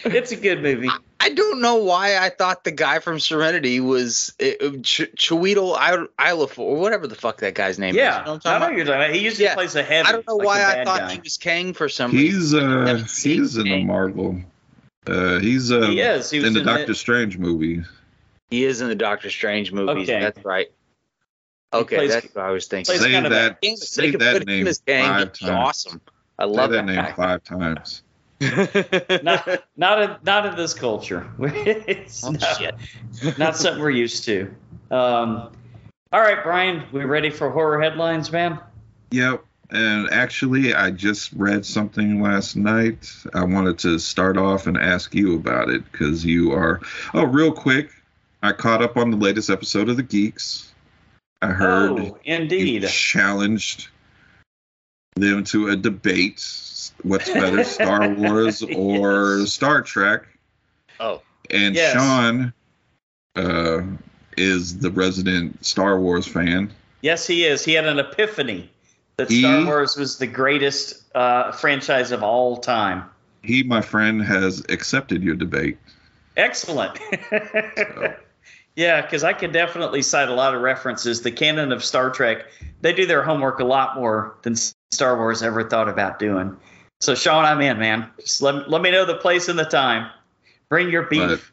S3: it's a good movie.
S5: I don't know why I thought the guy from Serenity was uh, uh, Ch- Chiwetel I- Ilifor or whatever the fuck that guy's name is.
S3: Yeah,
S5: You know what I'm
S3: I
S5: talking
S3: know
S5: about?
S3: you're talking. About. He usually
S5: Yeah.
S3: plays a heavy.
S5: I don't know
S3: like the
S5: why I
S3: bad
S5: thought
S3: guy.
S5: he was Kang for some reason.
S4: He's uh
S5: Haven't seen
S4: he's in the
S5: Kang.
S4: Marvel. Uh, he's uh
S3: He is. He was
S4: in the
S3: in
S4: Doctor
S3: it.
S4: Strange movie.
S5: He is in the Doctor Strange movies.
S3: Okay.
S5: That's right. Okay,
S3: plays-
S5: that's what I was thinking.
S3: plays
S4: Say
S3: kind of a-
S4: that
S5: Kang-
S4: say
S5: they could
S4: that
S5: put him
S4: name
S5: as Kang.
S4: five
S5: He'd be
S4: times.
S5: Awesome. I
S4: Say
S5: love
S4: that name
S5: guy.
S4: five times.
S3: not not in, not in this culture. it's
S5: Oh,
S3: not,
S5: shit.
S3: not something we're used to. Um, all right, Brian, we ready for horror headlines, man?
S4: Yep. And actually, I just read something last night. I wanted to start off and ask you about it because you are. Oh, real quick, I caught up on the latest episode of The Geeks. I heard
S3: Oh,
S4: you
S3: indeed.
S4: challenged them to a debate what's better, Star Wars or
S3: Yes.
S4: Star Trek.
S5: Oh.
S4: And
S3: Yes.
S4: Sean uh, is the resident Star Wars fan.
S3: Yes, he is. He had an epiphany that
S4: He-
S3: Star Wars was the greatest uh, franchise of all time.
S4: He, my friend, has accepted your debate.
S3: Excellent. yeah, because I can definitely cite a lot of references. The canon of Star Trek, they do their homework a lot more than S- Star Wars ever thought about doing. So, Sean, I'm in, man. Just let, let me know the place and the time. Bring your beef.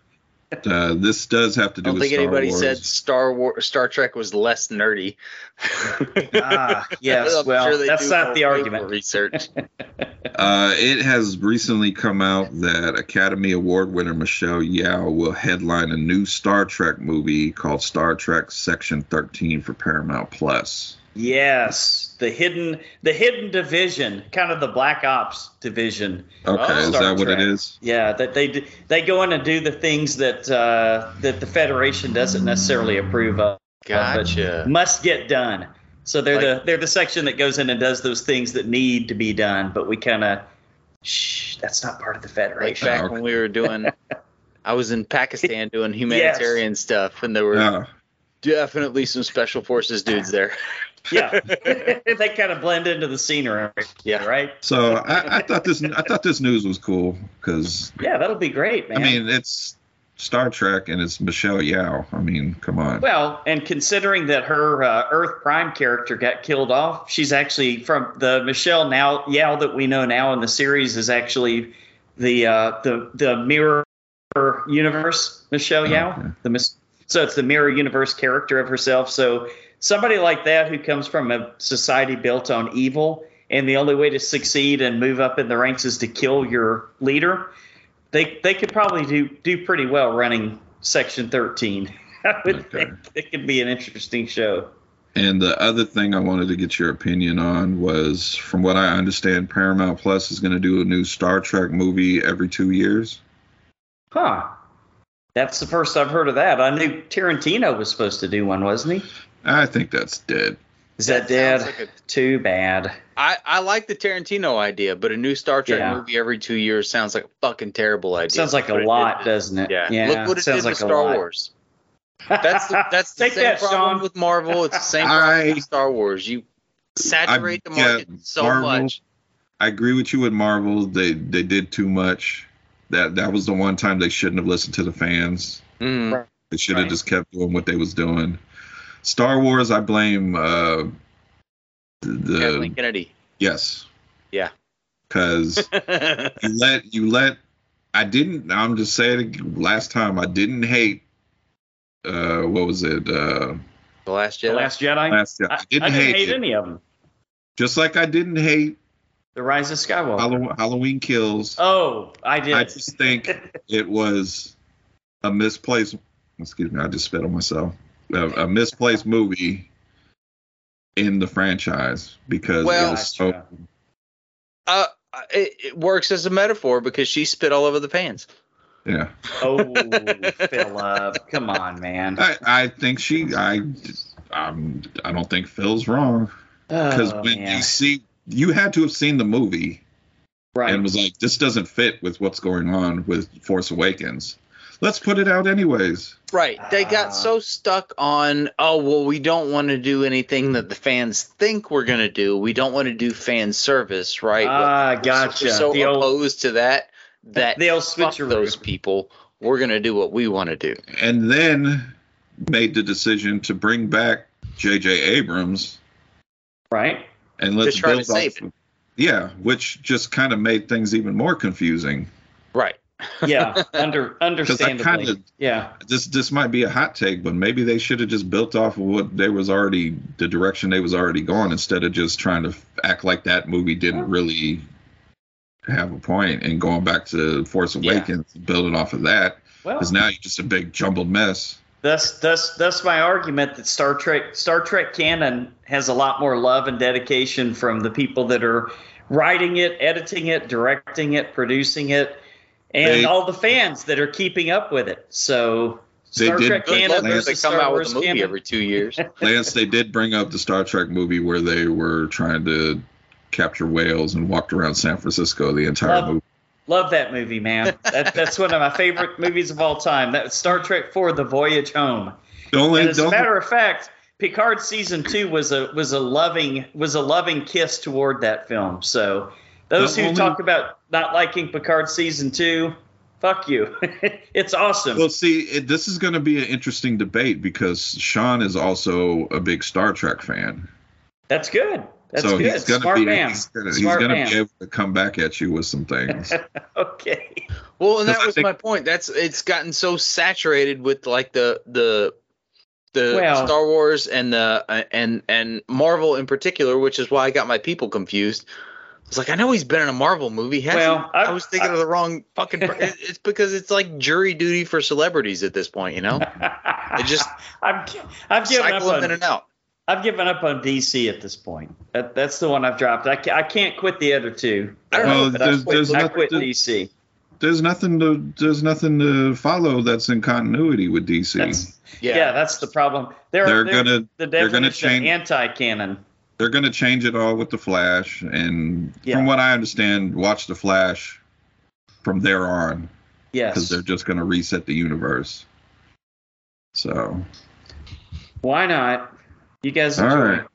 S4: But uh, this does have to do
S5: I don't
S4: with
S5: think
S4: Star
S5: anybody
S4: Wars.
S5: said Star War Star Trek was less nerdy.
S3: ah, yes.
S5: I'm
S3: Well,
S5: sure they
S3: that's
S5: do
S3: not the
S5: more
S3: argument.
S5: Research.
S4: Uh, it has recently come out that Academy Award winner Michelle Yao will headline a new Star Trek movie called Star Trek Section 13 for Paramount Plus.
S3: Yes, the hidden, the hidden division, kind of the Black Ops division.
S4: Okay,
S5: Oh,
S4: is
S3: Star
S4: that what
S3: Trek.
S4: it is?
S3: Yeah, that they d- they go in and do the things that uh, that the Federation doesn't necessarily approve of,
S5: Gotcha.
S3: must get done. So they're the they're the section that goes in and does those things that need to be done, but we kind of shh, that's not part of the
S5: Like
S3: Federation.
S5: back when we were doing, I was in Pakistan doing humanitarian stuff, and there were
S4: Yeah.
S5: definitely some special forces dudes there.
S3: yeah, they kind of blend into the scenery.
S5: Yeah.
S3: right.
S4: So I, I thought this I thought this news was cool because
S3: Yeah, that'll be great, man.
S4: I mean it's Star Trek and it's Michelle Yao. I mean, come on.
S3: Well, and considering that her uh, Earth Prime character got killed off, she's actually from the Michelle now Yao that we know now in the series is actually the uh, the the mirror universe Michelle Yao.
S4: Okay.
S3: The mis- so it's the mirror universe character of herself. So somebody like that who comes from a society built on evil, and the only way to succeed and move up in the ranks is to kill your leader. They they could probably do do pretty well running Section Thirteen. I would
S4: Okay.
S3: think it could be an interesting show.
S4: And the other thing I wanted to get your opinion on was from what I understand, Paramount Plus is going to do a new Star Trek movie every two years.
S3: Huh. That's the first I've heard of that. I knew Tarantino was supposed to do one, wasn't he?
S4: I think that's dead.
S3: Is that,
S5: Sounds
S3: dead?
S5: like a-
S3: Too bad.
S5: I I like the Tarantino idea, but a new Star Trek
S3: Yeah.
S5: movie every two years sounds like a fucking terrible idea.
S3: Sounds like a
S5: But it-
S3: lot,
S5: it-
S3: doesn't it?
S5: Yeah. Look what it
S3: sounds
S5: did
S3: like
S5: to
S3: a
S5: Star
S3: lot.
S5: Wars. That's the, that's the
S3: Take
S5: same
S3: that,
S5: problem
S3: Sean.
S5: with Marvel. It's the same
S4: All
S5: problem
S4: right.
S5: with Star Wars. You saturate
S4: I
S5: the market
S4: get
S5: so
S4: Marvel.
S5: much.
S4: I agree with you with Marvel. They they did too much. That that was the one time they shouldn't have listened to the fans.
S5: Mm.
S4: They should have
S3: Right.
S4: just kept doing what they was doing. Star Wars, I blame uh, the
S5: Kathleen Kennedy.
S4: yes,
S5: Yeah.
S4: because you let you let I didn't I'm just saying it last time I didn't hate uh what was it uh
S5: The Last Jedi.
S3: The Last Jedi.
S4: last
S3: I,
S4: I didn't
S3: I
S4: hate, it.
S3: any of them.
S4: just like I didn't hate
S3: The Rise of Skywalker.
S4: Halloween, Halloween Kills
S3: Oh, I did.
S4: I just think it was a misplaced excuse me I just spit on myself a, a misplaced movie in the franchise because
S5: Well-
S4: it was so
S3: Gotcha.
S5: uh, it, it works as a metaphor because she spit all over the pants.
S4: yeah
S3: oh, Philip, come on, man.
S4: I, I think she I I'm, I don't think Phil's wrong because
S3: oh,
S4: when
S3: man.
S4: you see you had to have seen the movie
S3: right,
S4: and was like this doesn't fit with what's going on with force awakens let's put it out anyways
S5: Right. They
S3: Ah.
S5: got so stuck on, oh, well, we don't want to do anything that the fans think we're going to do. We don't want to do fan service, right?
S3: ah, gotcha.
S5: We're so
S3: the old,
S5: opposed to that that
S3: the old
S5: fuck
S3: switcheroo.
S5: those people. We're going to do what we want to do.
S4: and then made the decision to bring back jj abrams
S3: right.
S4: and let's
S5: try to
S4: build
S5: save
S4: off- yeah which just kind of made things even more confusing
S5: Right.
S3: Yeah, under understandably.
S4: kinda-
S3: yeah,
S4: this this might be a hot take, but maybe they should have just built off of what they was already the direction they was already going instead of just trying to act like that movie didn't really have a point and going back to Force
S5: Yeah.
S4: Awakens and building off of that
S3: well,
S4: because now you're just a big jumbled mess.
S3: That's that's that's my argument that Star Trek Star Trek canon has a lot more love and dedication from the people that are writing it, editing it, directing it, producing it, and
S4: They-
S3: all the fans that are keeping up with it. So
S4: They
S3: Star
S4: did
S3: Trek
S4: good
S3: canon
S5: Good luck if they
S3: versus
S5: come
S3: Star
S5: out
S3: Wars
S5: with a movie
S3: canon.
S5: every two years.
S4: Lance, they did bring up the Star Trek movie where they were trying to capture whales and walked around San Francisco the entire
S3: Love-
S4: movie.
S3: Love that movie, man. That, that's one of my favorite movies of all time. That was Star Trek Four: The Voyage Home.
S4: Don't
S3: And
S4: let
S3: as a
S4: don't
S3: matter of fact, Picard season two was a was a loving was a loving kiss toward that film. So those
S4: The
S3: who
S4: only-
S3: talk about not liking Picard season two, fuck you. it's awesome.
S4: Well, see, it, this is going to be an interesting debate because Sean is also a big Star Trek fan.
S3: That's good. That's
S4: so
S3: good.
S4: he's going to
S3: Smart
S4: be
S3: man.
S4: he's gonna, he's
S3: Smart
S4: gonna
S3: man.
S4: be able to come back at you with some things.
S3: Okay.
S5: Well, and that
S4: Because I
S5: was
S4: think-
S5: my point. That's it's gotten so saturated with like the the the
S3: Well-
S5: Star Wars and the uh, and and Marvel in particular, which is why I got my people confused. I was like, I know he's been in a Marvel movie. Hasn't
S3: Well,
S5: he? I,
S3: I-
S5: was thinking of the wrong fucking. per- it- it's because it's like jury duty for celebrities at this point, you know.
S3: I
S5: just-
S3: I'm I've given up
S5: Cycle
S3: on
S5: them in and out.
S3: I've given up on DC at this point. That, that's the one I've dropped. I, ca- I can't quit the other two.
S5: I don't
S4: know.
S3: But
S4: There's-
S3: I quit,
S4: there's
S3: I
S4: not-
S3: quit
S4: there-
S3: DC.
S4: there's nothing to there's nothing to follow that's in continuity with DC.
S3: That's,
S5: Yeah.
S3: yeah. that's the problem. There
S4: they're
S3: are there-
S4: gonna
S3: the
S4: they're gonna
S3: definition
S4: change-
S3: anti canon.
S4: they're gonna change it all with the Flash, and
S3: Yeah.
S4: from what I understand, watch the Flash from there on because
S3: Yes.
S4: they're just gonna reset the universe. So
S3: Why not? You guys
S4: All
S3: enjoy.
S4: right.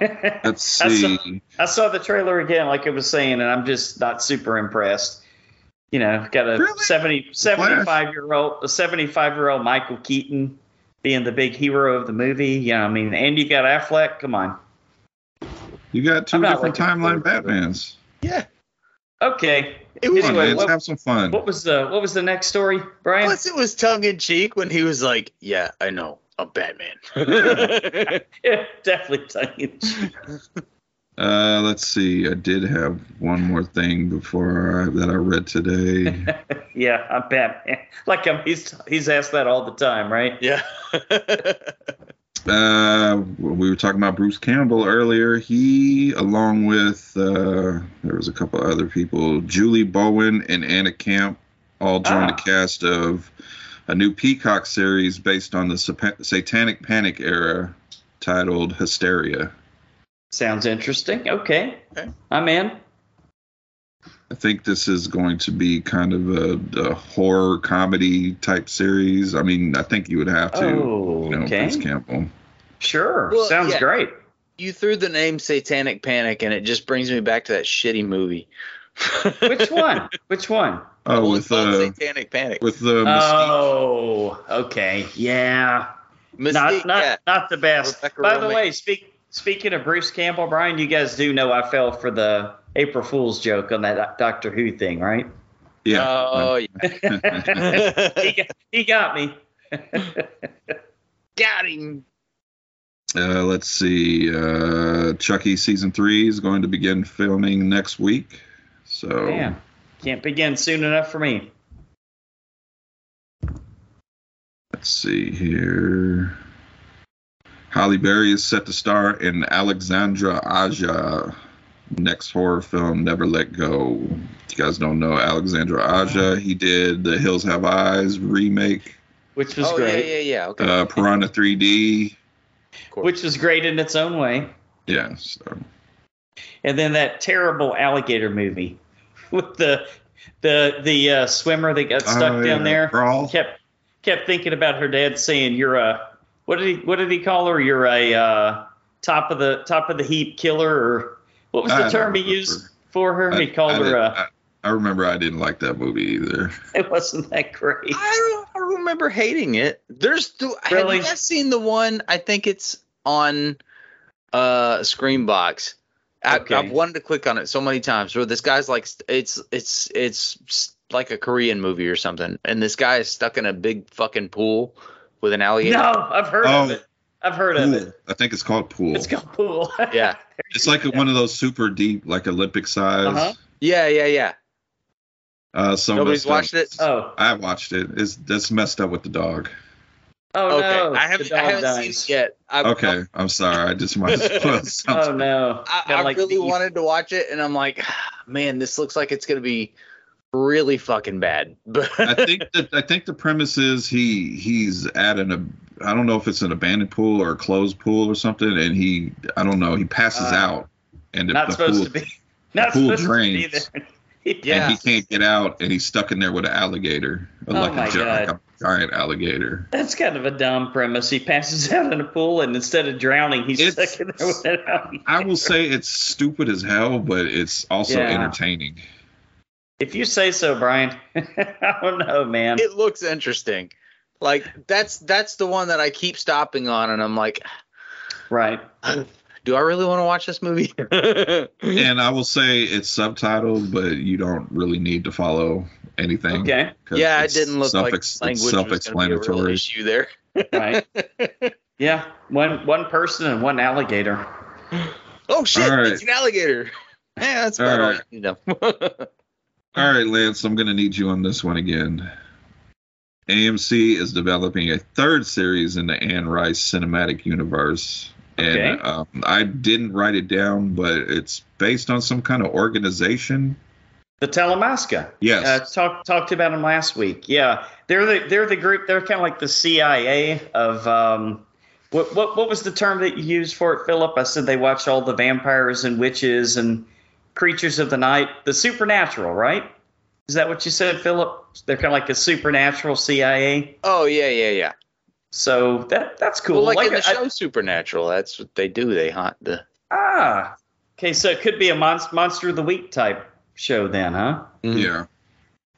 S3: it.
S4: let's
S3: I saw-
S4: see.
S3: I saw the trailer again, like it was saying, and I'm just not super impressed. you know, got a
S4: Really?
S3: 70, 75 year old, a 75 year old Michael Keaton being the big hero of the movie. Yeah, I mean, and you got Affleck. Come on.
S4: You got two
S3: I'm not
S4: different
S3: looking
S4: timeline
S3: forward to it.
S4: Batmans.
S5: Yeah.
S3: Okay.
S5: It was
S4: Come on,
S3: Anyway,
S4: man,
S3: what-
S4: let's have some fun.
S3: What was the what was the next story, Brian?
S5: Plus, it was tongue in cheek when he was like, "Yeah, I know, I'm Batman."
S3: Yeah, definitely tongue in cheek.
S4: Uh, let's see. I did have one more thing before I, that I read today.
S3: Yeah, I'm Batman. Like I'm, he's he's asked that all the time, right?
S5: yeah.
S4: uh, we were talking about Bruce Campbell earlier. He, along with uh, there was a couple other people, Julie Bowen and Anna Camp, all joined
S3: Ah.
S4: the cast of a new Peacock series based on the Sapa- Satanic Panic era, titled Hysteria.
S3: Sounds interesting. Okay.
S5: Okay.
S3: I'm in.
S4: I think this is going to be kind of a, a horror comedy type series. I mean, I think you would have to.
S3: Oh,
S4: you know,
S3: okay.
S4: Bruce Campbell.
S3: Sure.
S5: Well,
S3: Sounds
S5: yeah.
S3: great.
S5: you threw the name Satanic Panic, and it just brings me back to that shitty movie.
S3: Which one? Which one?
S4: Oh,
S5: Well,
S4: with
S5: it's called
S4: the
S5: Satanic Panic.
S4: with uh, the
S3: Oh, okay. Yeah.
S5: Mystique,
S3: not not
S5: yeah.
S3: not the best.
S5: Rebecca
S3: By the
S5: Romaine.
S3: way, speak speaking of Bruce Campbell, Brian, you guys do know I fell for the April Fool's joke on that Doctor Who thing, right?
S4: mystique. Yeah.
S5: Oh,
S3: he,
S5: yeah.
S3: got, he got me.
S5: Got him.
S4: Uh, let's see. Uh, Chucky season three is going to begin filming next week. So
S3: Damn. Can't begin soon enough for me.
S4: let's see here. Holly Berry is set to star in Alexandra Aja next horror film Never Let Go. If you guys don't know Alexandra
S3: Oh.
S4: Aja, he did The Hills Have Eyes remake,
S3: Which was
S5: Oh, yeah,
S3: great.
S5: yeah, yeah. Okay.
S4: uh, Piranha 3D.
S5: of course.
S3: Which was great in its own way.
S4: Yeah, so
S3: And then that terrible alligator movie with the the the uh, swimmer that got stuck
S4: Oh,
S3: down
S4: yeah.
S3: there.
S4: Crawl.
S3: kept kept thinking about her dad saying you're a what did he what did he call her you're a uh, top of the top of the heap killer or what was
S4: I
S3: the
S4: don't
S3: term he
S4: remember.
S3: used for her
S4: I-
S3: he called
S4: I
S3: her
S4: did-
S3: uh,
S4: I- I remember I didn't like that movie either.
S3: it wasn't that great
S5: I don't I remember hating it. There's th-
S3: Really?
S5: have you guys seen the one? I think it's on uh Screenbox. I,
S3: Okay.
S5: I've wanted to click on it so many times. Where this guy's like, st- it's it's it's s- like a Korean movie or something, and this guy is stuck in a big fucking pool with an alligator.
S3: no I've heard of
S4: Oh.
S3: it I've heard of
S4: Pool.
S3: it
S4: I think it's called Pool.
S3: it's called pool
S5: Yeah,
S4: It's like one of those super deep, like Olympic size.
S3: Uh-huh.
S4: uh
S5: yeah, yeah, yeah.
S4: some messed
S5: Nobody's
S4: up-
S5: watched it?
S3: oh
S4: I watched it. It's that's messed up with the dog.
S3: oh
S5: okay,
S3: no
S5: I
S3: The
S5: haven't, I
S3: dog
S5: haven't
S3: dies.
S5: seen it yet. I,
S4: Okay, I'm sorry. I just might as well.
S3: oh no
S5: I,
S3: Got,
S5: I
S3: like,
S5: really
S3: the-
S5: wanted to watch it, and I'm like, man, this looks like it's gonna be really fucking bad. But
S4: I think that I think the premise is he he's at an ab- I don't know if it's an abandoned pool or a closed pool or something, and he I don't know he passes
S3: Uh,
S4: out and if
S3: not
S4: the
S3: supposed
S4: pool,
S3: to be not
S4: pool
S3: supposed
S4: drains.
S3: to be there
S5: Yeah.
S4: and he can't get out and he's stuck in there with an alligator,
S3: Oh
S4: like
S3: my
S4: a gi-
S3: God.
S4: like a giant alligator.
S3: That's kind of a dumb premise. He passes out in a pool, and instead of drowning, he's
S4: It's-
S3: stuck in there with an alligator.
S4: I will say it's stupid as hell, but it's also
S3: Yeah.
S4: entertaining.
S3: If you say so, Brian. I don't know, man.
S5: it looks interesting. Like that's that's the one that I keep stopping on, and I'm like,
S3: right.
S5: do I really want to watch this movie?
S4: And I will say it's subtitled, but you don't really need to follow anything.
S3: Okay.
S4: 'cause
S5: yeah, it
S4: it's
S5: didn't look like
S4: self-ex- it's
S5: language was going to be a real issue there.
S3: Right. yeah. One one person and one alligator.
S5: Oh shit,
S4: All right.
S5: it's an alligator. Yeah, that's about
S4: All
S5: all,
S4: right.
S5: you know.
S4: All right, Lance, I'm going to need you on this one again. AMC is developing a third series in the Anne Rice cinematic universe. And
S3: Okay.
S4: um, I didn't write it down, but it's based on some kind of organization.
S3: The Talamasca.
S4: Yes.
S3: Uh, talked talked about them last week. Yeah. They're the they're the group. They're kind of like the CIA of um. What, what what was the term that you used for it, Philip? I said they watch all the vampires and witches and creatures of the night, the supernatural, right? Is that what you said, Philip? They're kind of like a supernatural CIA.
S5: oh yeah, yeah, yeah.
S3: So that that's cool.
S5: Well, like, in the
S3: I-
S5: show Supernatural, that's what they do. They hunt the
S3: Ah,
S5: Mm-hmm.
S3: okay. So it could be a monst- monster of the week type show then, huh?
S4: Yeah.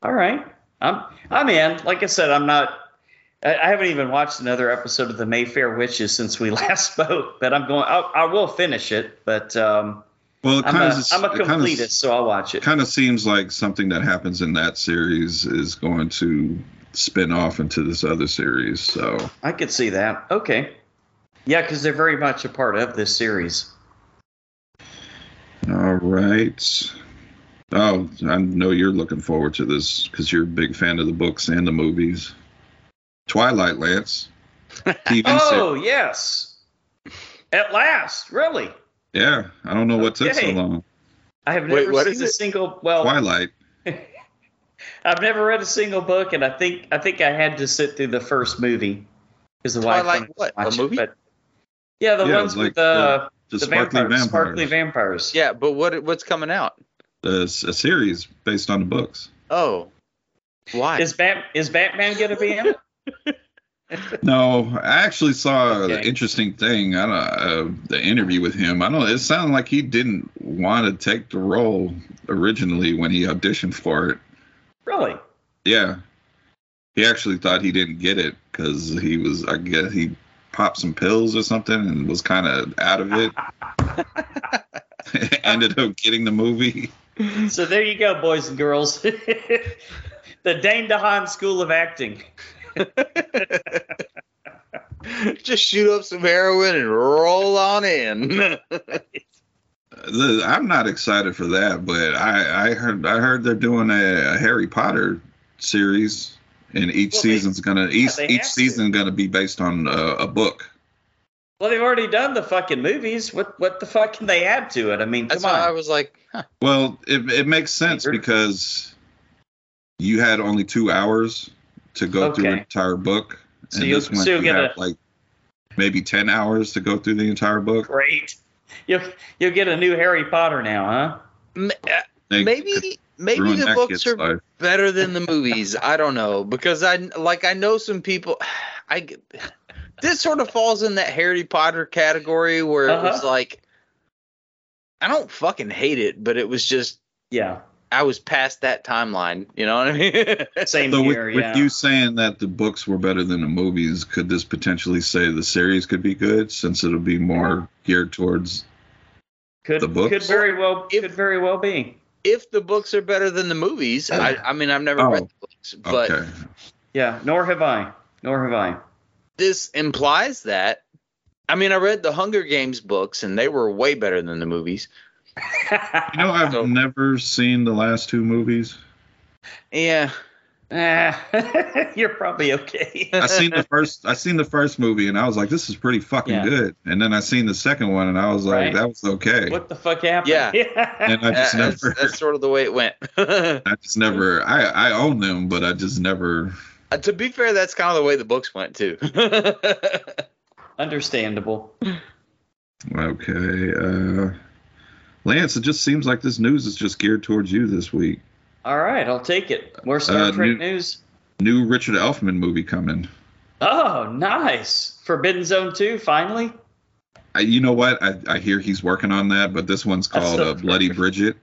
S3: All right. I'm I'm in. Like I said, I'm not. I, I haven't even watched another episode of the Mayfair Witches since we last spoke. But I'm going. I, I will finish it. But um,
S4: Well, it
S3: I'm,
S4: kind
S3: a,
S4: of
S3: I'm a completist, so I'll watch it.
S4: kind of seems like something that happens in that series is going to spin off into this other series. So
S3: I could see that. Okay. Yeah, because they're very much a part of this series.
S4: All right. Oh, I know you're looking forward to this because you're a big fan of the books and the movies. Twilight, Lance. TV
S3: Oh
S4: series.
S3: yes. At last, really.
S4: Yeah, I don't know what took so
S3: Okay.
S4: long.
S3: I have
S5: Wait,
S3: never
S5: what
S3: seen
S5: is
S3: a
S5: it?
S3: single. Well,
S4: Twilight.
S3: I've never read a single book, and I think I think I had to sit through the first movie. Is the wife
S5: Twilight
S3: wanted to
S5: what, a
S3: watch it,
S5: movie?
S3: but- yeah, the
S4: Yeah,
S3: ones
S4: like
S3: with the,
S4: The,
S3: the,
S4: Sparkly
S3: vampires,
S4: Vampires.
S3: sparkly vampires.
S5: Yeah, but what what's coming out?
S4: The s- a series based on the books.
S5: Oh, why?
S3: Is Bat is Batman gonna be in it?
S4: No, I actually saw an
S3: Okay.
S4: interesting thing. I don't, uh, the interview with him. I don't. It sounded like he didn't want to take the role originally when he auditioned for it.
S3: Really?
S4: Yeah. He actually thought he didn't get it because he was, I guess, he popped some pills or something and was kind of out of it. Ended up getting the movie.
S3: So there you go, boys and girls. the Dane DeHaan School of Acting.
S5: Just shoot up some heroin and roll on in.
S4: The, I'm not excited for that, but I, I heard I heard they're doing a, a Harry Potter series, and each
S3: Well, they-
S4: season's gonna each
S3: they
S4: each
S3: have to.
S4: season gonna be based on a, a book.
S3: Well, they've already done the fucking movies. What what the fuck can they add to it? I mean, come
S5: That's why I
S3: on.
S5: was like, huh,
S4: Well, it it makes sense
S3: Weird.
S4: because you had only two hours to go through an
S3: Okay.
S4: entire book,
S3: So you- so you'll get a-
S4: like maybe ten hours to go through the entire book.
S3: Great. You'll you'll get a new Harry Potter now, huh?
S5: m- uh,
S4: They could
S5: maybe maybe
S4: ruin
S5: the
S4: that
S5: books
S4: kid's
S5: are
S4: life.
S5: better than the movies. I don't know because I like I know some people. I g- this sort of falls in that Harry Potter category where it was
S3: Uh-huh.
S5: like I don't fucking hate it, but it was just
S3: Yeah.
S5: I was past that timeline. You know what I mean?
S3: Same
S4: So with,
S3: here.
S4: with
S3: yeah.
S4: you saying that the books were better than the movies, could this potentially say the series could be good since it'll be more geared towards?
S3: could
S4: the books?
S3: could very well
S5: If-
S3: could very well be.
S5: if the books are better than the movies, I, I mean I've never
S4: Oh.
S5: read the books, but
S4: Okay,
S3: Yeah. Nor have I. Nor have I.
S5: this implies that. I mean, I read the Hunger Games books, and they were way better than the movies.
S4: you know I've
S5: So-
S4: never seen the last two movies.
S5: Yeah,
S3: Ah, You're probably okay.
S4: I seen the first I seen the first movie and I was like, this is pretty fucking
S3: Yeah.
S4: good. And then I seen the second one and I was
S3: Right.
S4: like, that was okay.
S3: what the fuck happened?
S5: Yeah.
S4: And I just
S5: that's,
S4: never
S5: that's sort of the way it went. Uh,
S4: I just never I, I own them, but I just never
S5: Uh, to be fair, that's kind of the way the books went too.
S3: Understandable.
S4: okay. Uh Lance, it just seems like this news is just geared towards you this week.
S3: All right, I'll take it. More Star
S4: Uh,
S3: Trek
S4: new-
S3: news.
S4: New Richard Elfman movie coming.
S3: Oh, nice. Forbidden Zone 2, finally.
S4: I, you know what? I, I hear he's working on that, but this one's
S3: That's
S4: called
S3: so
S4: uh, Bloody Bridget.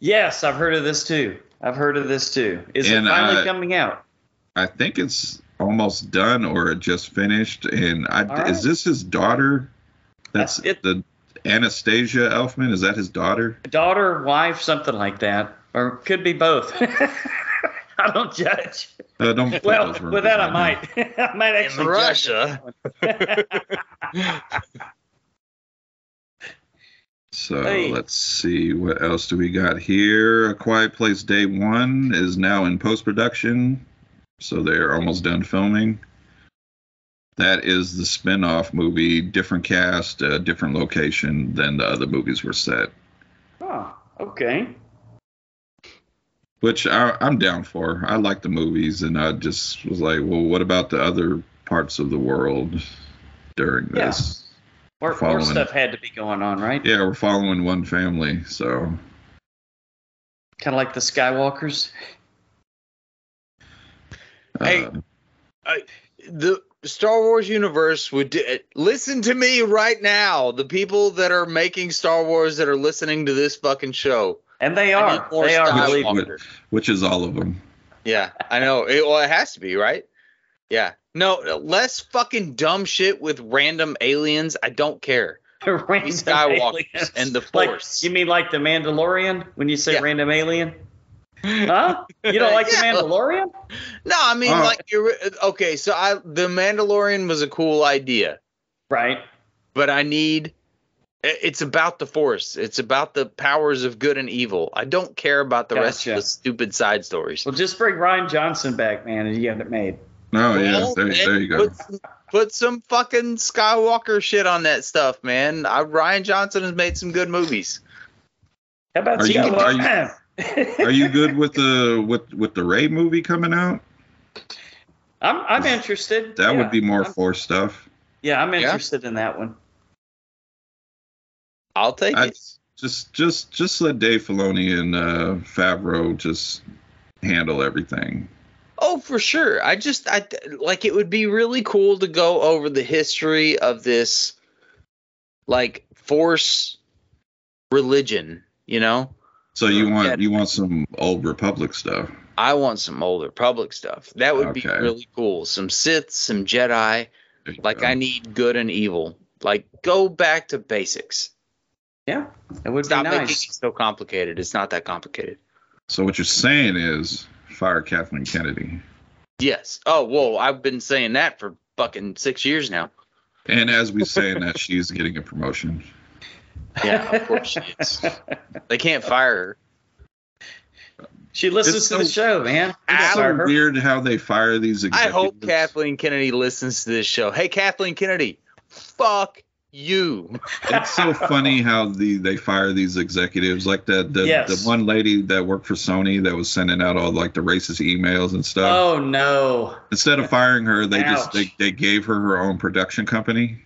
S3: Yes, I've heard of this too. I've heard of this too. Is
S4: And,
S3: it finally
S4: uh,
S3: coming out?
S4: I think it's almost done or it just finished. And I,
S3: All
S4: is
S3: right.
S4: this his daughter? That's
S3: That's it.
S4: the Anastasia Elfman. Is that his daughter?
S3: Daughter, wife, something like that. Or could be both. I don't judge.
S4: Uh, don't put
S3: Well,
S4: those
S3: with that, I
S4: rumors
S3: might. I might
S5: In
S3: actually. judge.
S5: Russia,
S4: So
S3: Hey.
S4: let's see what else do we got here. A Quiet Place Day One is now in post production, so they're almost done filming. That is the spin off movie, different cast, uh, different location than the other movies were set,
S3: Oh, okay.
S4: which I, I'm down for. I like the movies, and I just was like, well, what about the other parts of the world during
S3: Yeah.
S4: this?
S3: More, more
S4: Following.
S3: stuff had to be going on, right?
S4: Yeah, we're following one family, so
S3: Kind of like the Skywalkers.
S4: uh,
S5: Hey, the Star Wars universe would do, listen to me right now. The people that are making Star Wars that are listening to this fucking show,
S3: And they
S5: I need
S3: are.
S5: more
S3: They are.
S5: Skywalker.
S3: Believe me.
S4: which is all of them.
S5: Yeah, I know. It, well, it has to be, right? Yeah. No, less fucking dumb shit with random aliens. I don't care.
S3: Random
S5: Skywalkers
S3: aliens.
S5: and the
S3: Like,
S5: Force.
S3: you mean like the Mandalorian when you say
S5: Yeah.
S3: random alien? Huh? You don't like
S5: Yeah.
S3: the Mandalorian?
S5: No, I mean
S3: Oh.
S4: All right.
S5: like you're okay. So I, the Mandalorian was a cool idea,
S3: Right.
S5: but I need. i- It's about the Force. It's about the powers of good and evil. I don't care about the rest of
S3: Gotcha.
S5: the stupid side stories.
S3: Well, just bring Ryan Johnson back, man, and you have it made.
S4: Oh yeah,
S5: Well,
S4: there,
S5: then
S4: there you go.
S5: Put some, put some fucking Skywalker shit on that stuff, man. I, Ryan Johnson has made some good movies.
S3: How about
S4: Are you-
S3: Skywalker?
S4: Are you good with the with with the Ray movie coming out?
S3: I'm I'm interested.
S4: That
S3: Yeah.
S4: would be more
S3: I'm-
S4: force stuff.
S3: Yeah, I'm
S5: Yeah.
S3: interested in that one.
S5: I'll take
S4: I
S5: it.
S4: just just just let Dave Filoni and uh, Favreau just handle everything.
S5: Oh, for sure. I just I like it would be really cool to go over the history of this like force religion, you know?
S4: So you want
S5: Yeah.
S4: you want some old Republic stuff?
S5: I want some older public stuff. That would be
S4: Okay.
S5: really cool. Some Sith, some Jedi.
S4: There you
S5: Like
S4: go.
S5: I need good and evil. Like go back to basics.
S3: Yeah, that would
S5: Stop
S3: be
S5: making
S3: nice.
S5: it so complicated. It's not that complicated.
S4: So what you're saying is fire Kathleen Kennedy.
S5: Yes. Oh, whoa, I've been saying that for fucking six years now.
S4: And as we say in that, she's getting a promotion.
S5: Yeah, of course she is. They can't fire her.
S3: She listens
S4: It's
S3: to the
S4: so-
S3: show, man. We don't fire
S4: It's so
S3: her.
S4: weird how they fire these
S5: I
S4: executives.
S5: hope Kathleen Kennedy listens to this show. Hey, Kathleen Kennedy, fuck you.
S4: It's so funny how the they fire these executives. Like the the,
S3: Yes.
S4: the one lady that worked for Sony that was sending out all like the racist emails and stuff.
S3: Oh no!
S4: Instead of firing her, they just
S3: Ouch.
S4: they, they gave her her own production company.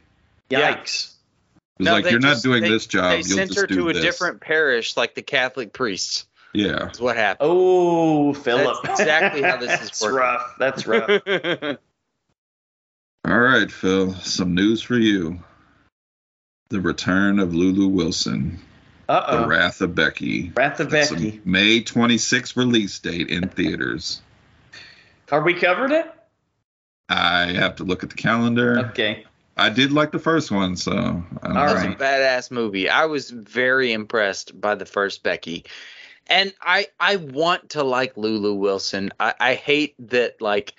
S5: Yeah.
S3: Yikes!
S4: It was
S5: No,
S4: like
S5: they
S4: you're
S5: just-
S4: not doing
S5: they-
S4: this job.
S5: they
S4: You'll
S5: sent
S4: just
S5: her
S4: do
S5: to a
S4: this.
S5: different parish like the Catholic priests.
S4: Yeah.
S5: Is what happened.
S3: Oh, Philip.
S5: That's exactly how this is
S3: That's
S5: working.
S3: rough. That's rough.
S4: All right, Phil. Some news for you. The return of Lulu Wilson.
S3: Uh
S4: The
S3: oh.
S4: Wrath of Becky.
S3: Wrath of
S4: It's a
S3: Becky.
S4: May 26th release date in theaters.
S3: Are we covered it?
S4: I have to look at the calendar.
S3: Okay.
S4: I did like the first one, so uh, I don't
S3: All
S4: know.
S5: That's
S3: right.
S5: a badass movie. I was very impressed by the first Becky. And I I want to like Lulu Wilson. I, I hate that like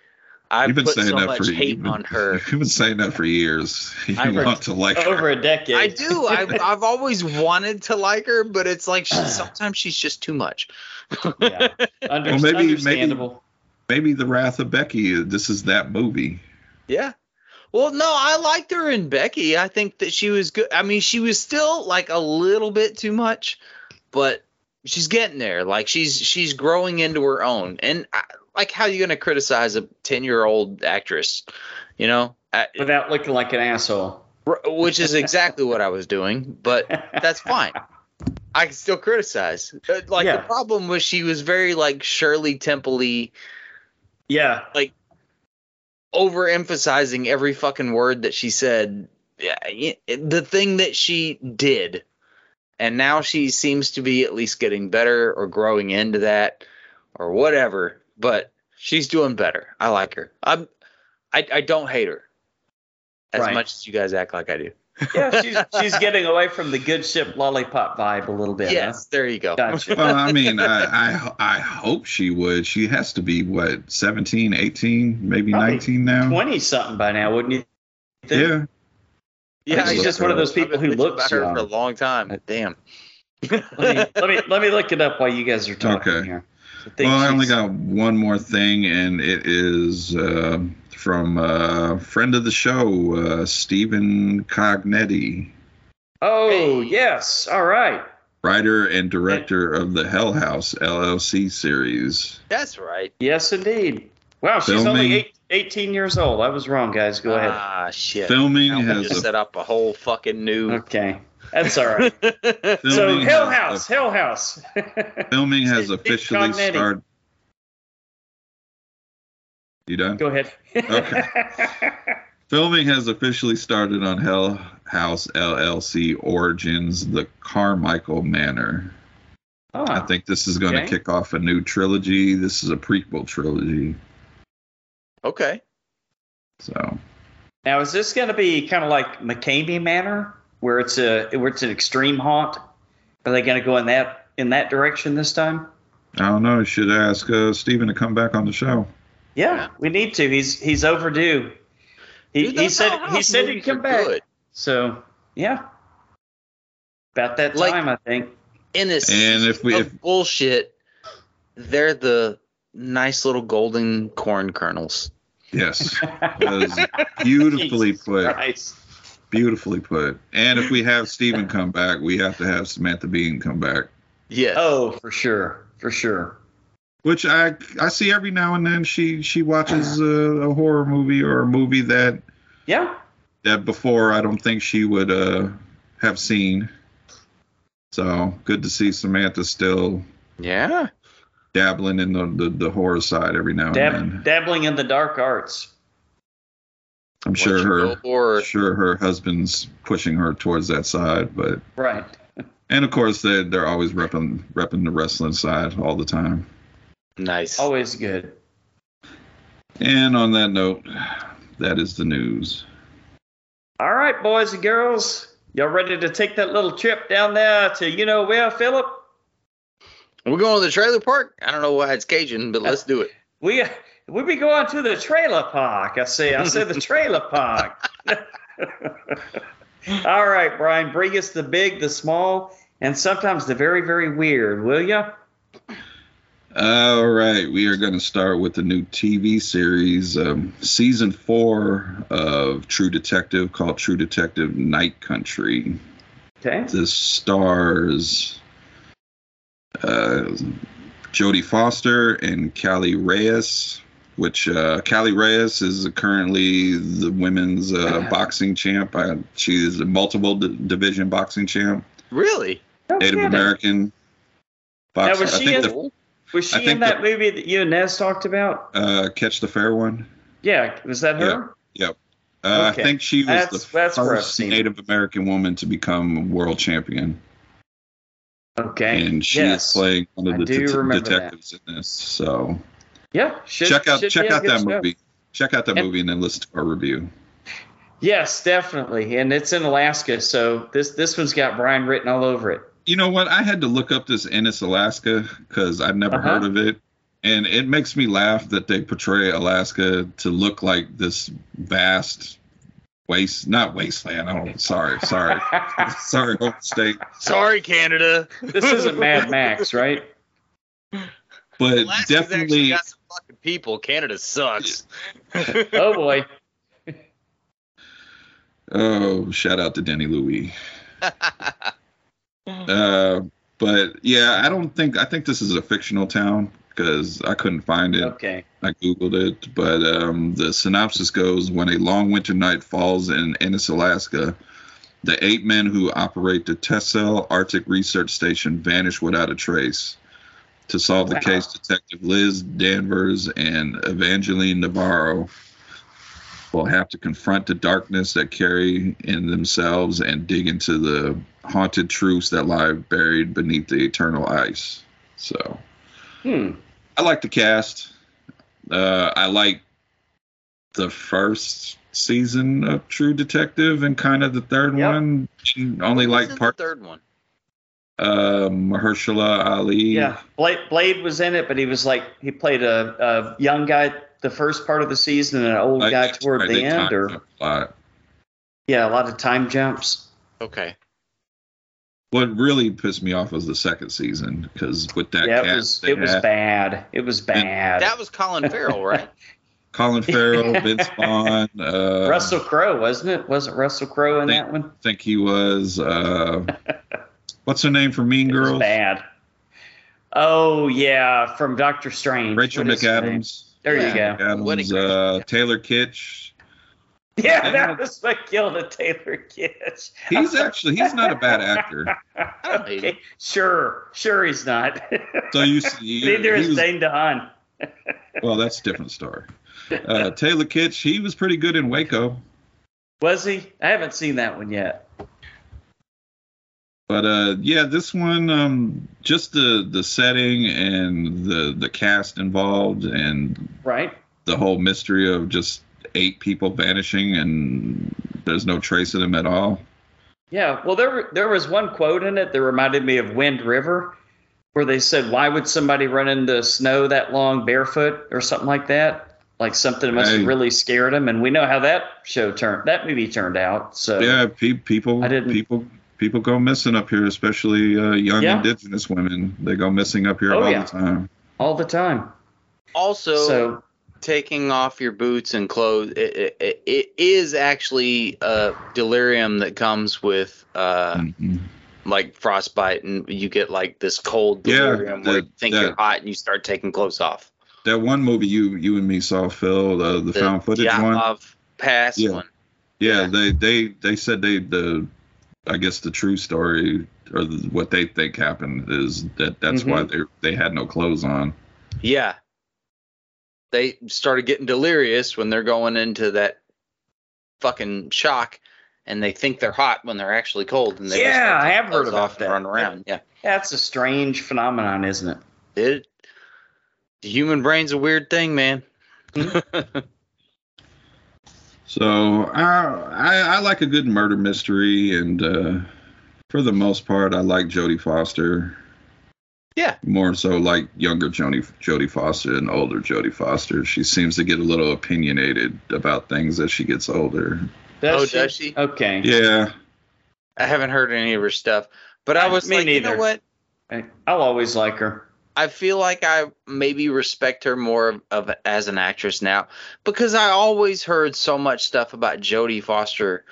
S5: I've
S4: You've been
S5: put
S4: saying
S5: so
S4: that
S5: much
S4: for
S5: hate
S4: you've been-
S5: on her.
S4: You've been saying that for years. You
S5: I've heard-
S4: want to like her.
S3: Over a decade.
S5: I do. I've I've always wanted to like her, but it's like she, sometimes she's just too much.
S3: yeah. Under-
S4: Well, maybe- maybe-
S3: understandable.
S4: Maybe the Wrath of Becky. uh, This is that movie.
S5: Yeah. Well, no, I liked her in Becky. I think that she was good. I mean, she was still like a little bit too much, but she's getting there. Like she's she's growing into her own. And I, like, how you gonna criticize a ten year old actress? You know, I,
S3: without looking like an asshole.
S5: r- which is exactly what I was doing, but that's fine. I can still criticize. But, Like
S3: Yeah.
S5: the problem was she was very like Shirley Temple-y,
S3: yeah.
S5: overemphasizing every fucking word that she said, yeah, y- the thing that she did. And now she seems to be at least getting better or growing into that or whatever, but she's doing better. I like her. I'm I, I don't hate her as
S3: Right.
S5: much as you guys act like I do.
S3: Yeah. She's she's getting away from the good ship lollipop vibe a little bit. huh?
S5: yes, there you go.
S3: Gotcha.
S4: Well, I mean, I, I I hope she would. She has to be what 17, 18, maybe
S3: Probably
S4: 19 now.
S3: Twenty something by now, wouldn't you? think?
S4: Yeah.
S3: Yeah,
S4: she's
S3: just one of those
S5: I've
S3: people
S5: been
S3: who
S5: bitching
S3: looks
S5: about her
S3: young.
S5: for a long time. Damn.
S3: let me let me let me look it up while you guys are talking
S4: Okay.
S3: here. I think
S4: Well, I only
S3: she's-
S4: got one more thing, and it is uh, from uh, friend of the show, uh, Stephen Cognetti,
S3: Oh
S5: Hey.
S3: yes, all right.
S4: writer and director of the Hell House LLC series.
S5: That's right.
S3: Yes, indeed. Wow, she's
S4: Filming.
S3: only eight, 18 years old. I was wrong, guys. Go ahead.
S5: Ah shit.
S4: Filming
S5: Now we
S4: has
S5: just
S4: a
S5: set up a whole fucking new
S3: Okay, that's all right. so
S4: filming
S3: Hill
S4: has a-
S3: House, Hill House.
S4: filming has
S3: Stephen
S4: officially
S3: Cognetti.
S4: started. You done?
S3: Go ahead.
S4: Filming has officially started on Hell House LLC Origins: The Carmichael Manor.
S3: Oh,
S4: I think this is going to
S3: Okay.
S4: kick off a new trilogy. This is a prequel trilogy.
S5: Okay.
S4: So
S3: Now, is this going to be kind of like McCamey Manor, where it's a where it's an extreme haunt? Are they going to go in that in that direction this time?
S4: I don't know. You should ask uh, Steven to come back on the show.
S3: Yeah,
S5: Yeah.
S3: we need to. He's he's overdue. He,
S5: Dude,
S3: he
S5: those
S3: said
S5: Dollhouse
S3: he said he'd
S5: movies
S3: come
S5: are
S3: back.
S5: good.
S3: So yeah, about that
S5: Like-
S3: time I think.
S5: In this
S4: And if we-
S5: of
S4: if-
S5: bullshit, they're the nice little golden corn kernels.
S4: Yes. That is beautifully
S3: Jesus
S4: put.
S3: Christ.
S4: Beautifully put. And if we have Steven come back, we have to have Samantha Bean come back,
S5: Yes.
S3: Oh, for sure, for sure.
S4: which I I see every now and then. She she watches uh, a horror movie or a movie that
S3: Yeah,
S4: that before I don't think she would uh, have seen. So good to see Samantha still
S5: Yeah.
S4: dabbling in the, the, the horror side every now and
S3: Dab,
S4: then.
S3: dabbling in the dark arts.
S4: I'm sure her
S5: Or
S4: sure her husband's pushing her towards that side, but
S3: Right.
S4: and of course they they're always repping repping the wrestling side all the time.
S5: nice.
S3: Always good.
S4: And on that note, that is the news.
S3: All right, boys and girls, y'all ready to take that little trip down there to you know where, Philip?
S5: We're going to the trailer park. I don't know why it's Cajun, but let's do it.
S3: We we be going to the trailer park. I say, I said the trailer park. All right, Brian, bring us the big, the small, and sometimes the very, very weird, will you?
S4: All right, we are going to start with the new TV series, um, season four of True Detective, called True Detective Night Country.
S3: Okay.
S4: This stars uh, Jodie Foster and Callie Reyes, which uh, Callie Reyes is currently the women's uh, boxing champ. Uh, she is a multiple d- division boxing champ,
S5: Really?
S4: Native
S3: Okay.
S4: American. boxer.
S3: Oh, was
S4: I
S3: she
S4: think
S3: in-
S4: the,
S3: Was
S4: I
S3: she in
S4: think
S3: that
S4: the-
S3: movie that you and Nez talked about?
S4: uh, Catch the Fair one.
S3: Yeah, was that
S4: Yeah.
S3: her?
S4: Uh,
S3: Okay.
S4: I think she was
S3: That's-
S4: the
S3: that's where I've
S4: first
S3: seen it.
S4: Native American woman to become world champion,
S3: Okay.
S4: and she
S3: yes.
S4: is playing one of
S3: I
S4: the
S3: do
S4: det-
S3: remember that.
S4: detectives in this. So
S3: Yeah. should-
S4: check out
S3: should be
S4: check
S3: a
S4: out
S3: good
S4: that
S3: show.
S4: movie. Check out that
S3: And-
S4: movie and then listen to our review.
S3: Yes, definitely. And it's in Alaska, so this this one's got Brian written all over it.
S4: You know what? I had to look up this Ennis, Alaska, because I'd never
S3: Uh-huh.
S4: heard of it, and it makes me laugh that they portray Alaska to look like this vast waste, not wasteland. Oh, sorry, sorry, sorry, home state.
S5: Sorry, Canada.
S3: this isn't Mad Max, right?
S4: But
S5: Alaska's actually
S4: definitely,
S5: got some fucking people. Canada sucks.
S3: Oh boy.
S4: oh, shout out to Denny Louie. Uh, but yeah, I don't think I think this is a fictional town because I couldn't find it.
S3: Okay.
S4: I googled it, but um, the synopsis goes: When a long winter night falls in Ennis, Alaska, the eight men who operate the Tessel Arctic Research Station vanish without a trace. To solve the
S3: Wow.
S4: case, Detective Liz Danvers and Evangeline Navarro will have to confront the darkness that carry in themselves and dig into the haunted truths that lie buried beneath the eternal ice. So.
S3: Hmm.
S4: I like the cast. Uh, I like the first season of True Detective and kind of the third
S3: Yep.
S4: one. Didn't Only
S5: This
S4: like
S5: is
S4: part
S5: the third one.
S4: um, Mahershala Ali.
S3: Yeah. Blade, Blade was in it, but he was like he played a, a young guy the first part of the season and an old
S4: Like,
S3: guy toward
S4: right,
S3: the
S4: they
S3: end,
S4: timed
S3: or
S4: it a lot.
S3: yeah, a lot of time jumps.
S5: Okay.
S4: What really pissed me off was the second season because with that
S3: yeah, it
S4: cast,
S3: was
S4: they
S3: it was
S4: had
S3: bad. It was bad.
S5: That was Colin Farrell, right?
S4: Colin Farrell, Vince Vaughn. Uh,
S3: Russell Crowe, wasn't it? Wasn't Russell Crowe in
S4: They-
S3: that one?
S4: I think he was. Uh, what's her name for Mean
S3: It was
S4: Girls?
S3: bad. Oh yeah, from Doctor Strange.
S4: Rachel
S3: What is her name?
S4: McAdams.
S3: There
S5: Yeah.
S3: you go.
S5: What
S4: Adams,
S5: a-
S4: uh, Taylor Kitsch.
S3: Yeah,
S4: Yeah.
S3: that was what killed a Taylor Kitsch.
S4: He's actually he's not a bad actor.
S5: don't hate
S3: okay, sure, sure he's not.
S4: So you see,
S3: Neither
S4: he
S3: is
S4: was-
S3: Dane DeHaan.
S4: well, that's a different story. Uh, Taylor Kitsch, he was pretty good in Waco.
S3: Was he? I haven't seen that one yet.
S4: But uh, yeah, this one, um, just the the setting and the the cast involved and
S3: Right?
S4: the whole mystery of just eight people vanishing and there's no trace of them at all.
S3: Yeah. Well, there there was one quote in it that reminded me of Wind River, where they said, "Why would somebody run into snow that long barefoot or something like that? Like something must have
S4: Right.
S3: really scared them." And we know how that show turned, that movie turned out. So
S4: yeah, pe- people,
S3: I didn't-
S4: people, people go missing up here, especially uh, young
S3: Yeah.
S4: indigenous women. They go missing up here
S3: Oh,
S4: all
S3: yeah.
S4: the time.
S3: all the time.
S5: Also,
S3: So
S5: taking off your boots and clothes it, it, it is actually a delirium that comes with uh,
S4: Mhm.
S5: like frostbite and you get like this cold
S4: Yeah,
S5: delirium where
S4: that-
S5: you think
S4: that-
S5: you're hot and you start taking clothes off
S4: That one movie you you and me saw, Phil, the, the, found footage one.
S5: Yaakov pass
S4: Yeah.
S5: one
S4: yeah,
S5: yeah.
S4: they they they said they the, I guess the true story or the, what they think happened is that that's why they they had no clothes on.
S5: yeah they started getting delirious when they're going into that fucking shock and they think they're hot when they're actually cold and they just
S3: Yeah,
S5: start
S3: I
S5: taking
S3: have heard
S5: clothes
S3: about
S5: off
S3: that.
S5: and run around yeah
S3: that's a strange phenomenon, isn't it?
S5: it the human brain's a weird thing man
S4: So I, I I like a good murder mystery, and uh, for the most part, I like Jodie Foster.
S5: Yeah.
S4: More so like younger Jodie Jodie Foster and older Jodie Foster. She seems to get a little opinionated about things as she gets older.
S5: oh does she
S3: Okay.
S4: Yeah.
S5: I haven't heard any of her stuff. But I
S3: I-
S5: was
S3: me
S5: like, you
S3: neither.
S5: know what?
S3: I'll always like her.
S5: I feel like I maybe respect her more of, of as an actress now because I always heard so much stuff about Jodie Foster,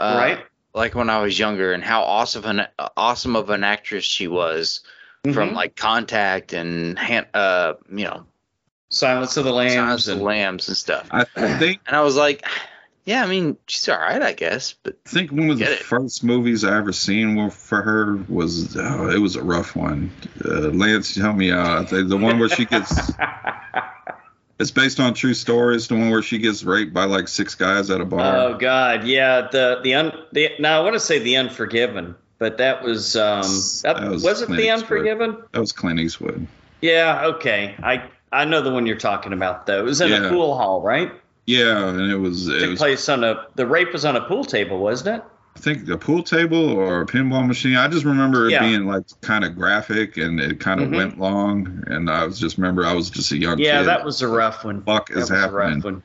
S5: uh,
S3: right?
S5: Like when I was younger, and how awesome an awesome of an actress she was from
S3: Mhm.
S5: like Contact and Han- uh, you know
S3: Silence of the Lambs
S5: Silence of
S3: and
S5: the Lambs and stuff.
S4: I think
S5: And I was like, yeah, I mean she's all right, I guess, but
S4: think one of the
S5: Get it.
S4: first movies I ever seen were- for her was uh, it was a rough one. Uh, Lance, help me out. The, the one where she gets it's based on true story. It's the one where she gets raped by like six guys at a bar.
S3: Oh God, yeah. The the un the now I want to say the Unforgiven, but that was um that,
S4: That was
S3: was, it
S4: Clint
S3: the
S4: Eastwood.
S3: Unforgiven?
S4: That was Clint Eastwood.
S3: Yeah, okay. I I know the one you're talking about though. It was in
S4: Yeah.
S3: a pool hall, right?
S4: Yeah, and it was it
S3: Took
S4: was
S3: place on a the rape was on a pool table, wasn't it?
S4: I think a pool table or a pinball machine. I just remember it
S3: Yeah.
S4: being like kind of graphic and it kind of
S3: Mhm.
S4: went long. And I was just remember I was just a young
S3: Yeah,
S4: kid.
S3: that was a rough one.
S4: fuck
S3: That
S4: is
S3: was a rough
S4: happening.
S3: one.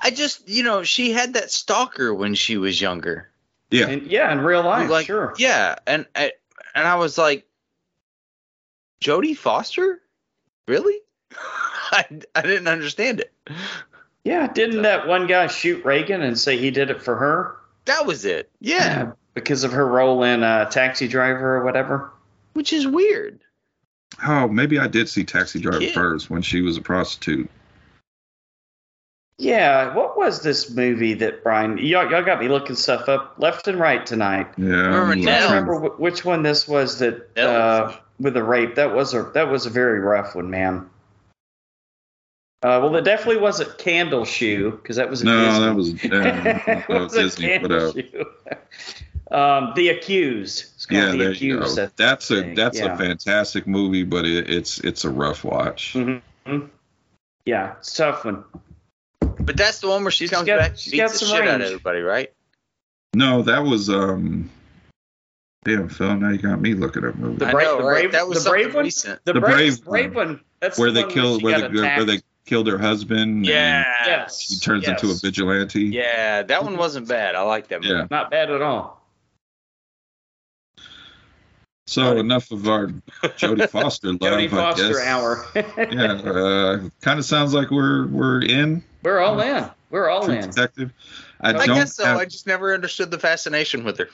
S5: I just you know she had that stalker when she was younger.
S4: Yeah,
S3: And yeah, in real life,
S5: like,
S3: sure.
S5: Yeah, and I, and I was like, Jodie Foster, really? I, I didn't understand it.
S3: Yeah, didn't that one guy shoot Reagan and say he did it for her?
S5: That was it. Yeah,
S3: Because of her role in uh, Taxi Driver or whatever.
S5: which is weird.
S4: oh maybe I did see Taxi Driver
S5: Yeah.
S4: first when she was a prostitute.
S3: Yeah, what was this movie that Brian? Y'all, y'all got me looking stuff up left and right tonight.
S4: Yeah,
S5: Remember
S4: I'm
S3: I don't
S5: now-
S4: laughing.
S3: remember wh- which one this was that
S5: That
S3: uh, with the rape. That was a that was a very rough one, man. Uh, well, it definitely wasn't Candle Shoe because that was a
S4: No,
S3: Disney.
S4: that was, yeah, that was
S3: Wasn't
S4: Disney uh, put
S3: Candle
S4: out.
S3: Shoe. um, the Accused. It's called
S4: Yeah,
S3: The
S4: there you
S3: Accused.
S4: go.
S3: I
S4: That's a
S3: think.
S4: that's
S3: yeah.
S4: a fantastic movie, but it, it's it's a rough watch.
S3: Mm. mm-hmm. Yeah, it's a tough one.
S5: But that's the one where she
S3: She's
S5: comes
S3: got-
S5: back,
S3: she's
S5: she
S3: got
S5: beats the
S3: some
S5: shit out of
S3: range.
S5: everybody, right?
S4: No, that was um. Damn, Phil, now you got me looking at movies.
S3: The
S5: I
S3: Brave-
S5: know,
S3: the
S5: right?
S3: Brave-
S5: that was
S3: the Brave
S5: something
S3: one?
S5: recent.
S3: The,
S4: The
S3: brave,
S4: Brave
S3: brave one. That's
S4: where
S3: the
S4: they
S3: one
S4: killed
S3: she
S4: where they
S3: got
S4: where they
S3: attacked.
S4: killed her husband. and
S5: Yeah.
S3: Yes.
S4: she turns into a
S3: Yes.
S4: vigilante.
S5: Yeah, that one wasn't bad. I like that movie.
S4: Yeah.
S3: Not bad at all.
S4: So enough of our Jodie Foster love.
S3: Jodie
S4: I
S3: Foster
S4: guess.
S3: hour.
S4: yeah. Uh, kind of sounds like we're we're in
S3: We're all in. We're all
S4: True
S3: in.
S4: Detective. I,
S5: I
S4: don't
S5: guess so.
S4: have-
S5: I just never understood the fascination with her.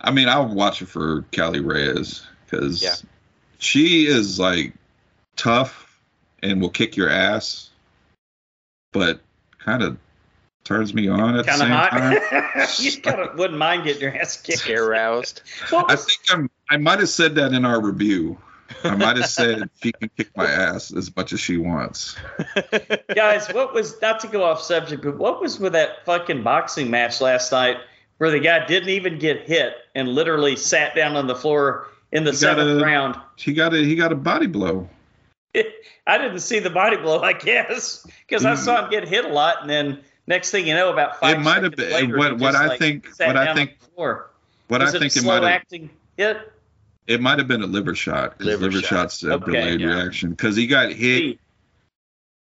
S4: I mean, I'll watch it for Cali Reyes because
S5: Yeah.
S4: she is like tough and will kick your ass, but kind of turns me on at the
S3: Kind of
S4: same time.
S3: hot. you kind of wouldn't mind getting your ass kicked.
S5: Scare roused.
S3: What
S4: I
S3: was,
S4: think I'm, I might have said that in our review. I might have said she can kick my ass as much as she wants.
S3: guys, what was not to go off subject, but what was with that fucking boxing match last night where the guy didn't even get hit and literally sat down on the floor in the
S4: He got
S3: seventh
S4: a-
S3: round.
S4: He got a he got a body blow.
S3: I didn't see the body blow, I guess, because I saw him get hit a lot, and then next thing you know, about five.
S4: It might have
S3: seconds
S4: been-
S3: later,
S4: what-
S3: he
S4: what
S3: just,
S4: I
S3: like,
S4: think-
S3: sat
S4: what I
S3: down on
S4: think-
S3: the floor.
S4: What
S3: Was
S4: I
S3: it
S4: think
S3: a
S4: it might
S3: slow
S4: have
S3: acting hit.
S4: It might have been a liver shot. 'cause
S5: Liver
S4: Liver,
S5: shot.
S4: shots a
S3: Okay,
S4: delayed
S5: yeah.
S4: reaction because he got hit.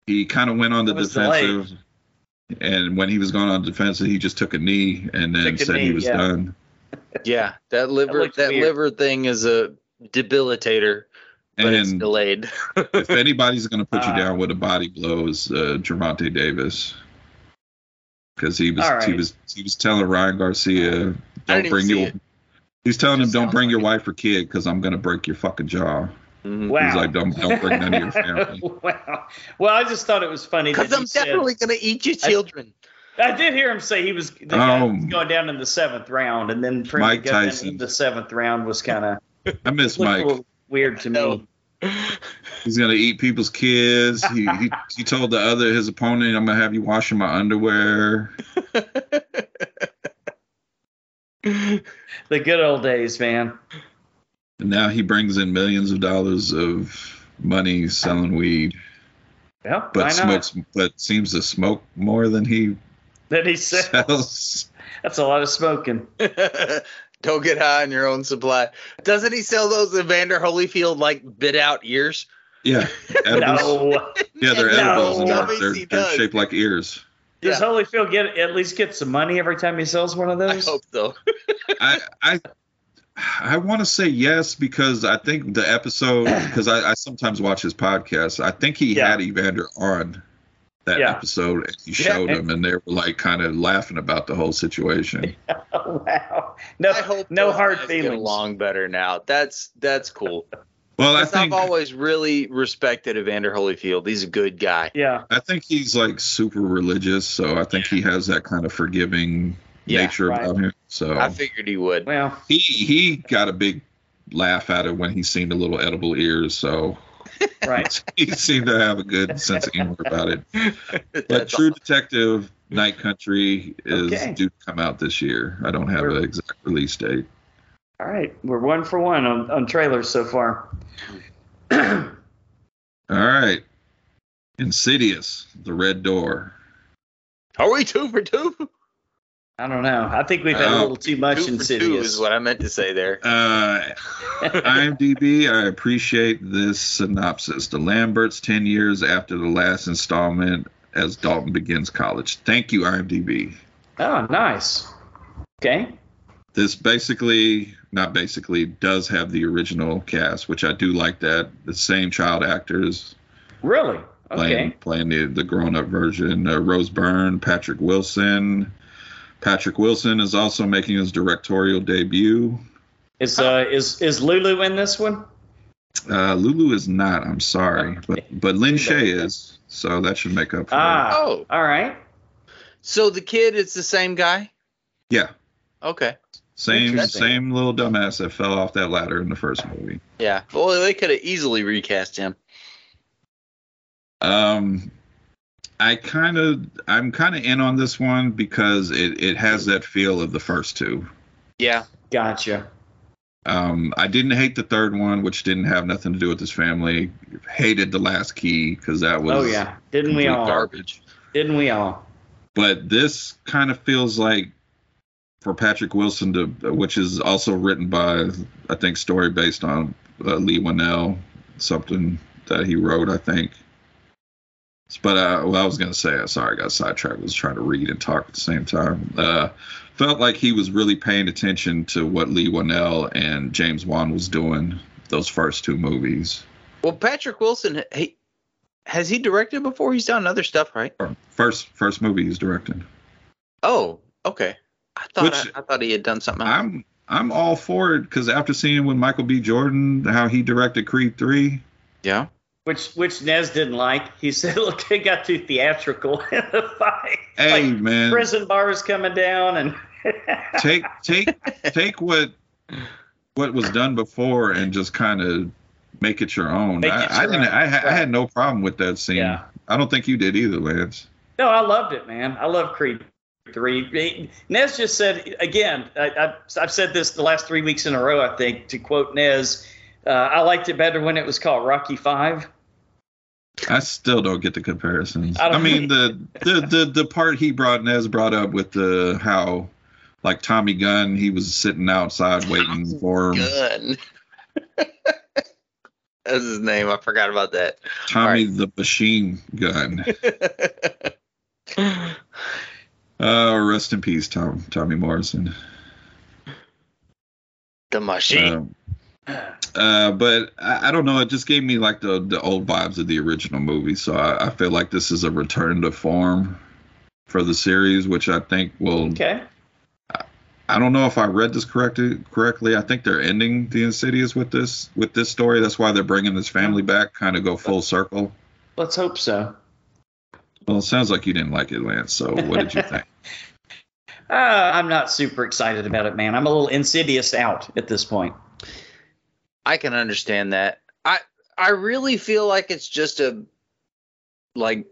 S4: He kind of went on the
S3: It was delayed.
S4: defensive, and when he was going on the defensive, he just took a knee and then
S3: Took a
S4: said he
S3: knee,
S4: was
S3: yeah.
S4: done.
S5: Yeah, that liver that,
S3: looks weird.
S5: liver thing is a debilitator, but it's
S4: And
S5: delayed.
S4: if anybody's going to put
S3: Ah.
S4: you down with a body blow, is uh, Javante Davis because he was
S3: All right.
S4: he was he was telling Ryan Garcia, "Don't
S5: even
S4: bring
S5: see
S4: your."
S5: it.
S4: He's telling him,
S5: Just
S4: "Don't
S5: sounds
S4: bring your
S5: like
S4: wife or kid because I'm going to break your fucking jaw."
S5: Mhm.
S3: Wow.
S4: He's like, "Don't don't bring none of your family."
S3: wow. Well, I just thought it was funny that
S5: Because
S3: he
S5: I'm
S3: said-
S5: definitely gonna eat your
S3: I-
S5: children.
S3: I did hear him say he was, the guy was
S4: Um,
S3: going down in the seventh round, and then for him to
S4: Mike
S3: go down
S4: Tyson.
S3: in the seventh round was kind of
S4: I miss
S3: looked a
S4: Mike.
S3: little weird to
S5: No.
S3: me.
S4: He's gonna eat people's kids. He, he he told the other his opponent, "I'm gonna have you washing my underwear."
S3: The good old days, man.
S4: And now he brings in millions of dollars of money selling weed,
S3: Well, why
S4: but
S3: not?
S4: smokes, but seems to smoke more than he
S3: Then he said,
S4: sells.
S3: "That's a lot of smoking."
S5: Don't get high on your own supply. Doesn't he sell those Evander Holyfield like bit out ears?
S4: Yeah, edibles.
S3: No,
S4: Yeah, they're
S5: No.
S4: edibles. and
S5: Obviously
S4: they're, they're, they're
S5: does.
S4: shaped like ears.
S3: does
S5: Yeah.
S3: Holyfield get at least get some money every time he sells one of
S5: I
S3: those?
S5: hope so.
S4: I I I want to say yes because I think the episode because I, I sometimes watch his podcast. I think he
S3: Yeah.
S4: had Evander on that
S3: Yeah.
S4: episode and he
S5: Yeah.
S4: showed him, and they were like kind of laughing about the whole situation.
S3: Oh, wow. No,
S5: I hope
S3: no
S5: those
S3: hard
S5: guys Get
S3: feelings.
S5: along better now. That's that's cool.
S4: Well, I
S5: Because I've
S4: think
S5: always really respected Evander Holyfield. He's a good guy.
S3: Yeah.
S4: I think he's like super religious, so I think he has that kind of forgiving
S5: Yeah,
S4: nature
S3: right.
S4: about him. So
S5: I figured he would.
S3: Well,
S4: he he got a big laugh at it when he seen the little edible ears. So
S3: right.
S4: he seemed to have a good sense of humor about it. But
S5: That's
S4: True Detective Night Country is
S3: Okay.
S4: due to come out this year. I don't have an exact release date.
S3: All right. We're one for one on, on trailers so far.
S4: All right. Insidious, The Red Door.
S5: Are we two for two?
S3: I don't know. I think we've had a
S4: Oh,
S3: little too much
S5: Uh, two for two is
S3: insidious.
S5: what I meant to say there.
S4: Uh, IMDb, I appreciate this synopsis. The Lamberts, 10 years after the last installment as Dalton begins college. Thank you, IMDb.
S3: Oh, nice. Okay.
S4: This basically, not basically, does have the original cast, which I do like that. The same child actors,
S3: Really?
S4: playing
S3: Okay.
S4: playing the, the grown up version. Uh, Rose Byrne, Patrick Wilson. Patrick Wilson is also making his directorial debut.
S3: Is uh is is Lulu in this one?
S4: Uh, Lulu is not. I'm sorry, but but Lin Shay is. So that should make up for it.
S3: Ah.
S5: Oh,
S3: All right.
S5: so the kid is the same guy?
S4: Yeah,
S5: Okay.
S4: same
S5: Interesting.
S4: same little dumbass that fell off that ladder in the first movie.
S5: Yeah. Well, they could have easily recast him.
S4: Um, I kind of I'm kind of in on this one because it it has that feel of the first two.
S5: Yeah.
S3: Gotcha.
S4: Um, I didn't hate the third one, which didn't have nothing to do with this family. Hated the last key because that was
S3: Oh yeah. Didn't we
S4: complete
S3: all?
S4: garbage.
S3: Didn't we all?
S4: But this kind of feels like for Patrick Wilson to, which is also written by I think story based on uh, Lee Winnell, something that he wrote I think. But uh, well, I was gonna say, uh, sorry, I got sidetracked. was trying to read and talk at the same time. Uh, felt like he was really paying attention to what Lee Winnell and James Wan was doing those first two movies.
S5: Well, Patrick Wilson, he has he directed before? He's done other stuff, right?
S4: Or First, first movie he's directing.
S5: Oh, okay. I thought
S4: Which-
S5: I, I thought he had done something. Else.
S4: I'm I'm all for it because after seeing with Michael B. Jordan how he directed Creed three,
S5: Yeah.
S3: Which which Nez didn't like. He said, "Look, it got too theatrical in the fight.
S4: hey
S3: like,
S4: man,
S3: prison bars coming down and
S4: take take take what what was done before and just kind of make it your own.
S3: Make
S4: I,
S3: it
S4: I
S3: your
S4: didn't.
S3: own,
S4: I, ha- I
S3: right.
S4: had no problem with that scene.
S3: Yeah.
S4: I don't think you did either, Lance.
S3: No, I loved it, man. I love Creed three. Nez just said again. I, have I've said this the last three weeks in a row. I think to quote Nez, uh, I liked it better when it was called Rocky Five.
S4: I still don't get the comparisons.
S3: I
S4: I,
S3: don't-
S4: mean, the, the the the part he brought Nez brought up with the how, like Tommy Gunn, he was sitting outside waiting for him.
S5: Gun. That's his name. I forgot about that.
S4: Tommy the Machine Gun. Uh, rest in peace, Tom Tommy Morrison.
S5: the machine.
S4: Um, uh, but I, I don't know. It just gave me like the the old vibes of the original movie. So I, I feel like this is a return to form for the series, which I think will.
S3: Okay.
S4: I don't know if I read this correctly. Correctly, I think they're ending the Insidious with this with this story. That's why they're bringing this family back, kind of go full circle.
S3: Let's hope so.
S4: Well, it sounds like you didn't like it, Lance. So what did you think?
S3: Uh, I'm not super excited about it, man. I'm a little insidious out at this point.
S5: I can understand that. I I really feel like it's just a like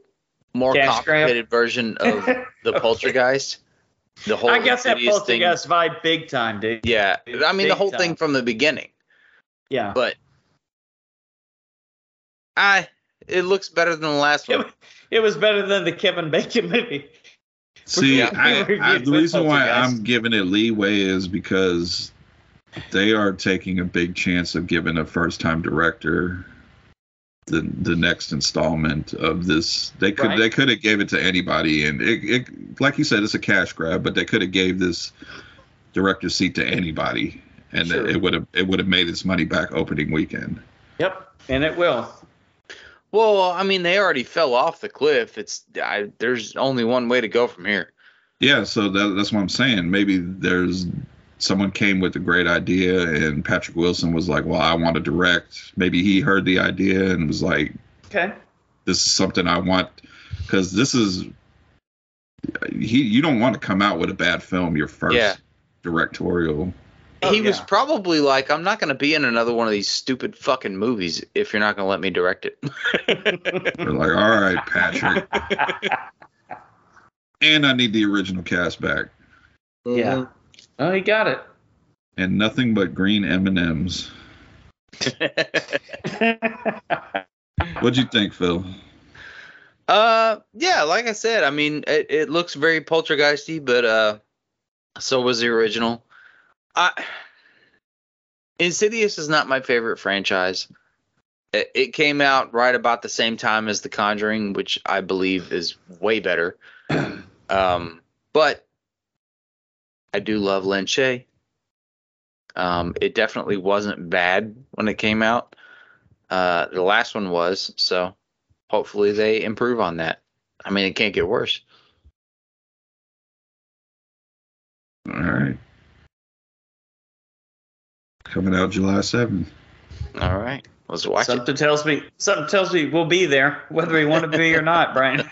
S5: more
S3: Cash grab?
S5: complicated version of the poltergeist. The whole
S3: I got that
S5: Insidious thing.
S3: poltergeist vibe big time, dude.
S5: Yeah, I mean
S3: Big
S5: the whole
S3: time.
S5: thing from the beginning,
S3: Yeah.
S5: but I it looks better than the last
S3: It,
S5: one.
S3: wa- it was better than the Kevin Bacon movie.
S4: See,
S5: Yeah.
S4: I, I, the reason why
S3: Poltergeist.
S4: I'm giving it leeway is because they are taking a big chance of giving a first-time director the the next installment of this. They could
S3: Right.
S4: they could have gave it to anybody, and it, it like you said, it's a cash grab, but they could have gave this director seat to anybody, and
S3: Sure.
S4: it would have it would have made its money back opening weekend.
S3: Yep. And it will.
S5: Well, I mean they already fell off the cliff. It's I, there's only one way to go from here.
S4: Yeah, so that, that's what I'm saying. Maybe there's someone came with a great idea, and Patrick Wilson was like, "Well, I want to direct." Maybe he heard the idea and was like,
S3: Okay.
S4: "This is something I want," because this is he. You don't want to come out with a bad film your first
S5: Yeah.
S4: directorial.
S3: Oh,
S5: he was
S3: yeah.
S5: probably like, I'm not going to be in another one of these stupid fucking movies if you're not going to let me direct it.
S4: They're like, "All right, Patrick," and I need the original cast back,
S3: Yeah. Oh, he got it.
S4: and nothing but green M and M's. What'd you think, Phil?
S5: Uh, yeah, like I said, I mean, it, it looks very poltergeisty, but uh, so was the original. I Insidious is not my favorite franchise. It, it came out right about the same time as The Conjuring, which I believe is way better. um, but I do love Lin Shaye. Um, it definitely wasn't bad when it came out. Uh, the last one was so hopefully they improve on that. I mean, it can't get worse.
S4: All right. Coming out July 7th.
S5: All right, let's watch it.
S3: something tells me something tells me we'll be there, whether we want to be or not, Brian.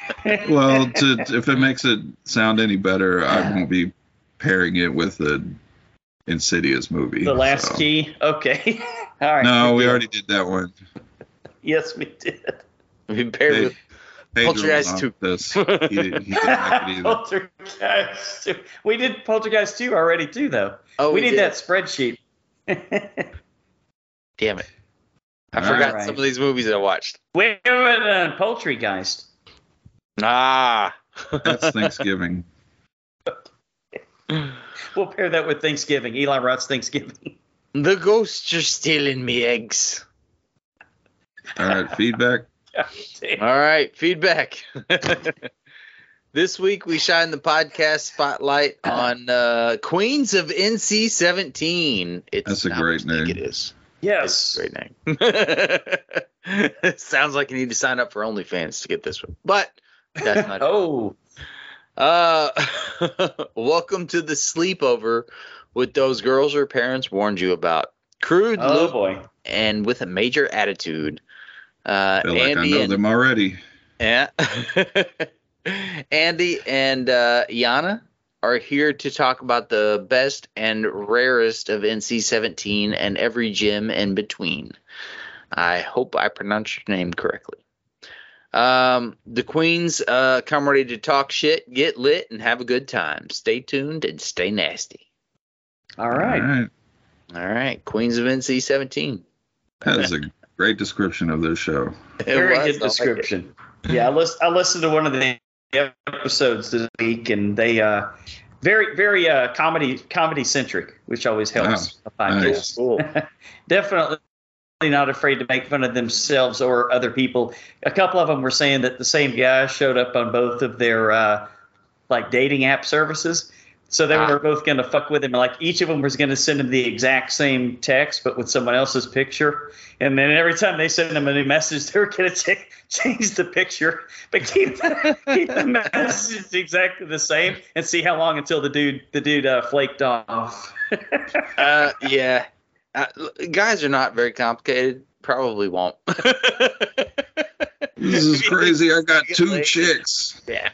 S4: Well, to, if it makes it sound any better, I won't be pairing it with the Insidious movie.
S3: the last
S4: so.
S3: key. Okay. All right.
S4: No, we already did that one.
S3: Yes, we did.
S5: We barely-
S4: Pedro was
S5: Poltergeist
S4: on
S5: two.
S4: This. He, did, he didn't like it either.
S3: Poltergeist 2. We did Poltergeist 2 already, too, though.
S5: oh,
S3: we, need
S5: did.
S3: that spreadsheet.
S5: Damn it! I
S4: All
S5: forgot
S3: right.
S5: some of these movies I watched.
S3: we haven't done Poultrygeist.
S5: Ah,
S4: That's Thanksgiving.
S3: We'll pair that with Thanksgiving. Eli Roth's Thanksgiving.
S5: the ghosts are stealing me eggs.
S4: All right, feedback.
S5: All right, feedback. this week we shine the podcast spotlight on uh, Queens of NC Seventeen. It's
S4: That's a
S5: not
S4: great
S5: what I think
S4: name.
S5: It is.
S3: Yes.
S5: Great name. Sounds like you need to sign up for OnlyFans to get this one, but that's not.
S3: Oh,
S5: Uh, welcome to the sleepover with those girls your parents warned you about. Crude,
S3: oh
S5: look,
S3: boy.
S5: and with a major attitude. Uh,
S4: Feel like I
S5: Andy
S4: know
S5: and,
S4: them already.
S5: yeah. Andy and uh, Yana are here to talk about the best and rarest of NC-17 and every gym in between. I hope I pronounced your name correctly. Um, the Queens uh, come ready to talk shit, get lit, and have a good time. Stay tuned and stay nasty.
S3: All right.
S4: All right.
S5: All right, Queens of NC17.
S4: That is a great description of their show.
S5: It
S3: Very
S5: was, I
S3: good
S5: like it.
S3: description. yeah, I, lis- I listened to one of the episodes this week, and they uh, very very uh, comedy comedy centric, which always helps. a podcast.
S4: nice.
S5: Cool.
S3: Definitely not afraid to make fun of themselves or other people. A couple of them were saying that the same guy showed up on both of their uh, like dating app services. So they
S5: Ah.
S3: were both going to fuck with him. Like each of them was going to send him the exact same text, but with someone else's picture. And then every time they send him a new message, they were going to ch- change the picture, but keep the, keep the message exactly the same, and see how long until the dude the dude uh, flaked off.
S5: Uh, yeah. Uh, l- guys are not very complicated. Probably won't.
S4: This is crazy. I got two chicks.
S5: yeah.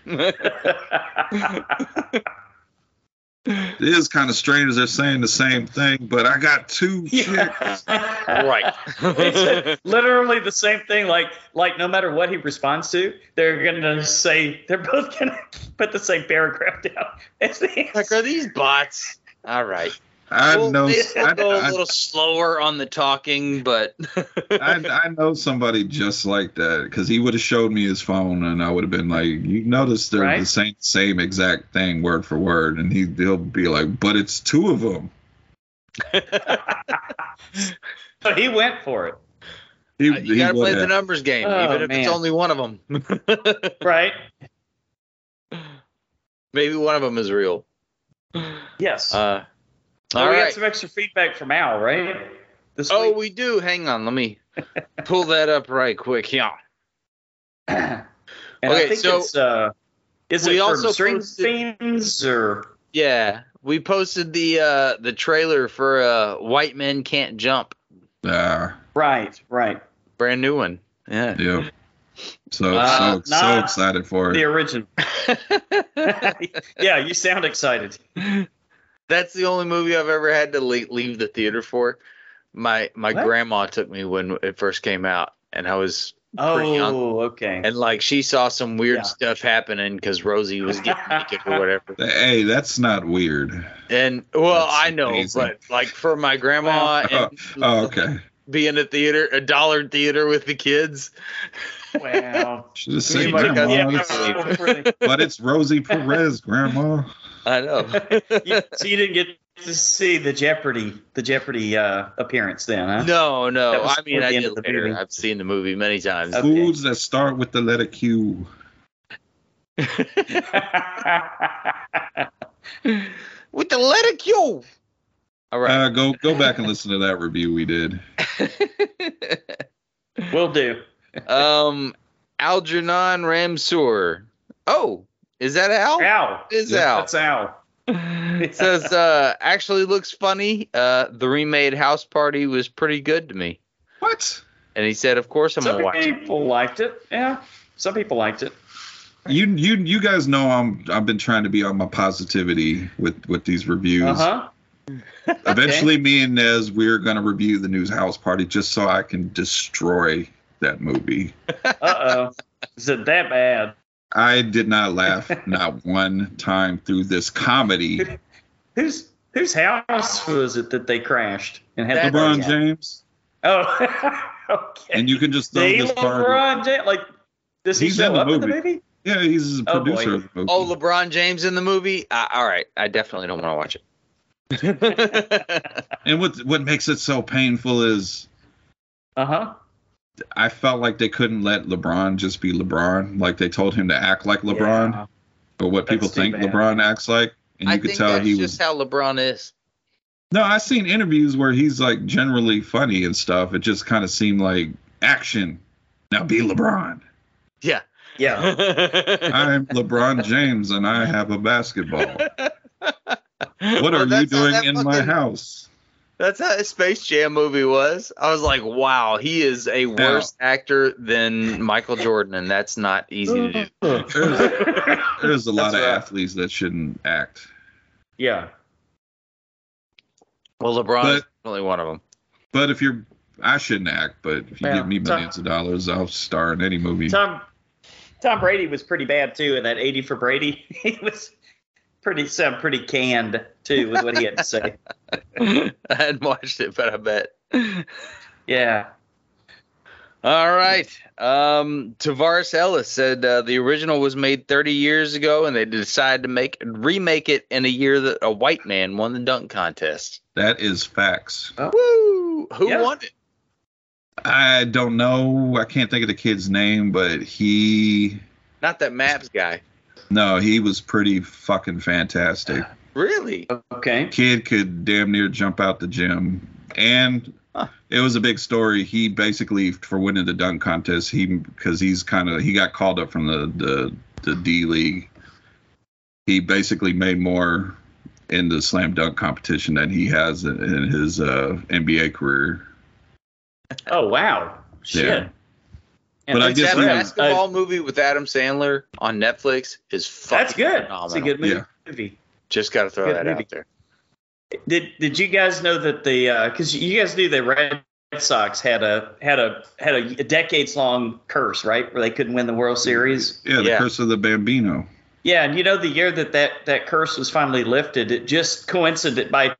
S4: It is kind of strange. They're saying the same thing, but I got two chicks.
S5: right.
S3: It's literally the same thing. Like, like no matter what he responds to, they're gonna say they're both gonna put the same paragraph down as the
S5: like,
S3: answer.
S5: are these bots? All right.
S4: I
S5: We'll-
S4: know.
S5: we'll
S4: I,
S5: go a
S4: I-
S5: little slower on the talking, but
S4: I, I know somebody just like that because he would have showed me his phone and I would have been like, "You notice they're
S3: Right.
S4: the same same exact thing word for word," and he he'll be like, "But it's two of them."
S3: So he went for it,
S4: He,
S5: Uh, you
S4: he
S5: got to play
S4: would
S5: the
S4: have.
S5: numbers game,
S3: Oh,
S5: even if
S3: man.
S5: it's only one of them.
S3: right?
S5: Maybe one of them is real.
S3: Yes.
S5: Uh,
S3: Well,
S5: all
S3: we
S5: right.
S3: got some extra feedback from Al, right? This
S5: Oh,
S3: week.
S5: we do. Hang on. Let me pull that up right quick. Yeah.
S3: and I
S5: okay,
S3: think
S5: so
S3: it's uh, is
S5: we
S3: it
S5: also
S3: from string
S5: posted-
S3: themes or
S5: Yeah, we posted the uh the trailer for uh White Men Can't Jump,
S4: Ah,
S3: right? Right.
S5: brand new one. Yeah.
S4: yep. So
S5: Uh,
S4: so so
S3: nah.
S4: excited for
S3: The
S4: it.
S3: original. yeah, you sound excited.
S5: That's the only movie I've ever had to le- leave the theater for. My my
S3: What?
S5: grandma took me when it first came out and I was Pretty young.
S3: Oh, okay.
S5: and like she saw some weird
S3: Yeah.
S5: stuff happening cuz Rosie was getting naked or whatever.
S4: Hey, that's not weird.
S5: And well,
S4: That's
S5: I know,
S4: amazing.
S5: but like for my grandma
S4: Oh,
S5: and
S4: oh, okay.
S5: being a theater a dollar theater with the kids.
S3: Wow.
S4: Should have
S5: Hey,
S4: said,
S5: You might
S4: "Grandma."
S5: have- yeah.
S4: it's-
S3: yeah.
S4: But it's Rosie Perez, Grandma.
S5: I know.
S3: so you didn't get to see the Jeopardy, the Jeopardy uh, appearance then, huh?
S5: No,
S3: That
S5: no.
S3: was
S5: I mean,
S3: toward
S5: I
S3: the end
S5: did
S3: of the
S5: later.
S3: movie.
S5: I've seen the movie many times.
S3: Okay.
S4: Foods that start with the letter Q.
S5: With the letter Q. All right.
S4: Uh, go go back and listen to that review we did.
S3: Will do.
S5: um, Algernon Ramsour. Oh, is that Al?
S3: Ow.
S5: It is
S4: Yeah,
S5: Al.
S3: That's Al.
S5: It says uh, actually looks funny. Uh, the remade house party was pretty good to me.
S4: What?
S5: And he said, of course I'm
S3: Some
S5: gonna watch it.
S3: people liked it. Yeah. Some people liked it.
S4: You you you guys know I'm I've been trying to be on my positivity with with these reviews.
S3: Uh huh.
S4: Eventually, me and Nez we're gonna review the news house party just so I can destroy that movie.
S3: Uh oh. Is it that bad?
S4: I did not laugh not one time through this comedy.
S3: Whose whose house was it that they crashed and had the
S4: LeBron
S5: That's-
S3: party at?
S4: James,
S3: Oh, okay.
S4: and you can just throw
S3: They
S4: this part.
S3: LeBron James, like, does he
S4: He's
S3: show
S4: in the
S3: up in the
S4: movie.
S3: movie?
S4: Yeah, he's a
S3: Oh, boy.
S4: producer. of the movie.
S5: Oh, LeBron James in the movie? Uh, all right. I definitely don't want to watch it.
S4: and what what makes it so painful is
S3: Uh huh.
S4: I felt like they couldn't let LeBron just be LeBron. Like they told him to act like LeBron or what people
S3: That's too
S4: think
S3: bad.
S4: LeBron acts like. And you
S5: I
S4: could
S5: think
S4: tell
S5: that's
S4: he was.
S5: just how LeBron is.
S4: no, I've seen interviews where he's like generally funny and stuff. It just kind of seemed like action. Now be LeBron.
S5: Yeah.
S3: Yeah.
S4: I'm LeBron James and I have a basketball. What are you doing in my house?
S5: That's how Space Jam movie was. I was like, wow, he is a worse actor than Michael Jordan, and that's not easy to do.
S4: There's, there's a lot
S3: That's
S4: of
S3: right.
S4: athletes that shouldn't act.
S3: yeah.
S5: Well, LeBron is
S4: But-
S5: definitely one of them.
S4: But if you're, I shouldn't act, but if you
S3: Yeah.
S4: give me millions of dollars, I'll star in any movie.
S3: Tom Tom Brady was pretty bad too in that 80 for Brady. He was pretty sound pretty canned too was what he had to say.
S5: I hadn't watched it, but I bet.
S3: Yeah.
S5: All right. Um, Tavares Ellis said uh, the original was made 30 years ago, and they decided to make remake it in a year that a white man won the dunk contest.
S4: That is facts.
S5: Woo! Who
S3: Yeah.
S5: won it?
S4: I don't know. I can't think of the kid's name, but he
S5: Not that Maps guy.
S4: no, he was pretty fucking fantastic.
S5: Really?
S3: Okay.
S4: Kid could damn near jump out the gym, and
S5: Huh.
S4: it was a big story. He basically for winning the dunk contest, he because he's kind of he got called up from the the the D League. He basically made more in the slam dunk competition than he has in, in his uh, NBA career.
S3: Oh wow. Shit.
S4: Yeah. But
S3: And
S4: I
S5: Like,
S4: just
S5: that
S4: learned-
S5: basketball movie with Adam Sandler on Netflix is fucking
S3: that's good.
S5: Phenomenal.
S3: It's a good
S4: Yeah.
S3: movie.
S5: Just got to throw
S3: good
S5: that
S3: movie.
S5: out there.
S3: Did Did you guys know that the because you guys knew the Red Sox had a had a had a, decades long curse right where they couldn't win the World Series.
S4: Yeah, the
S5: Yeah.
S4: curse of the Bambino.
S3: Yeah, and you know the year that that that curse was finally lifted, it just coincident by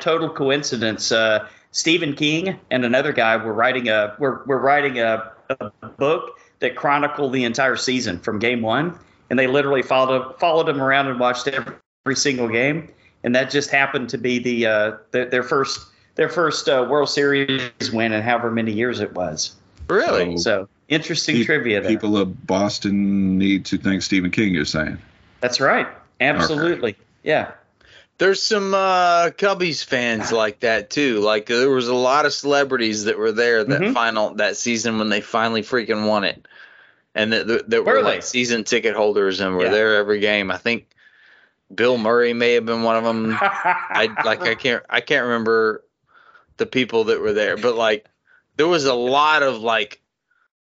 S3: total coincidence. Uh, Stephen King and another guy were writing a were, were writing a, a book that chronicled the entire season from game one, and they literally followed followed him around and watched every, every single game, and that just happened to be the uh, their, their first their first uh, World Series win in however many years it was.
S5: Really?
S4: So
S3: So interesting
S4: Pe-
S3: trivia there.
S4: people of Boston need to thank Stephen King. You're saying
S3: That's right. Absolutely. Yeah.
S5: There's some uh, Cubbies fans like that too. Like there was a lot of celebrities that were there that
S3: Mhm.
S5: final that season when they finally freaking won it, and that that, that were
S3: Really?
S5: like season ticket holders and were
S3: Yeah.
S5: there every game. I think Bill Murray may have been one of them. I
S3: I
S5: like I can't I can't remember the people that were there, but like there was a lot of like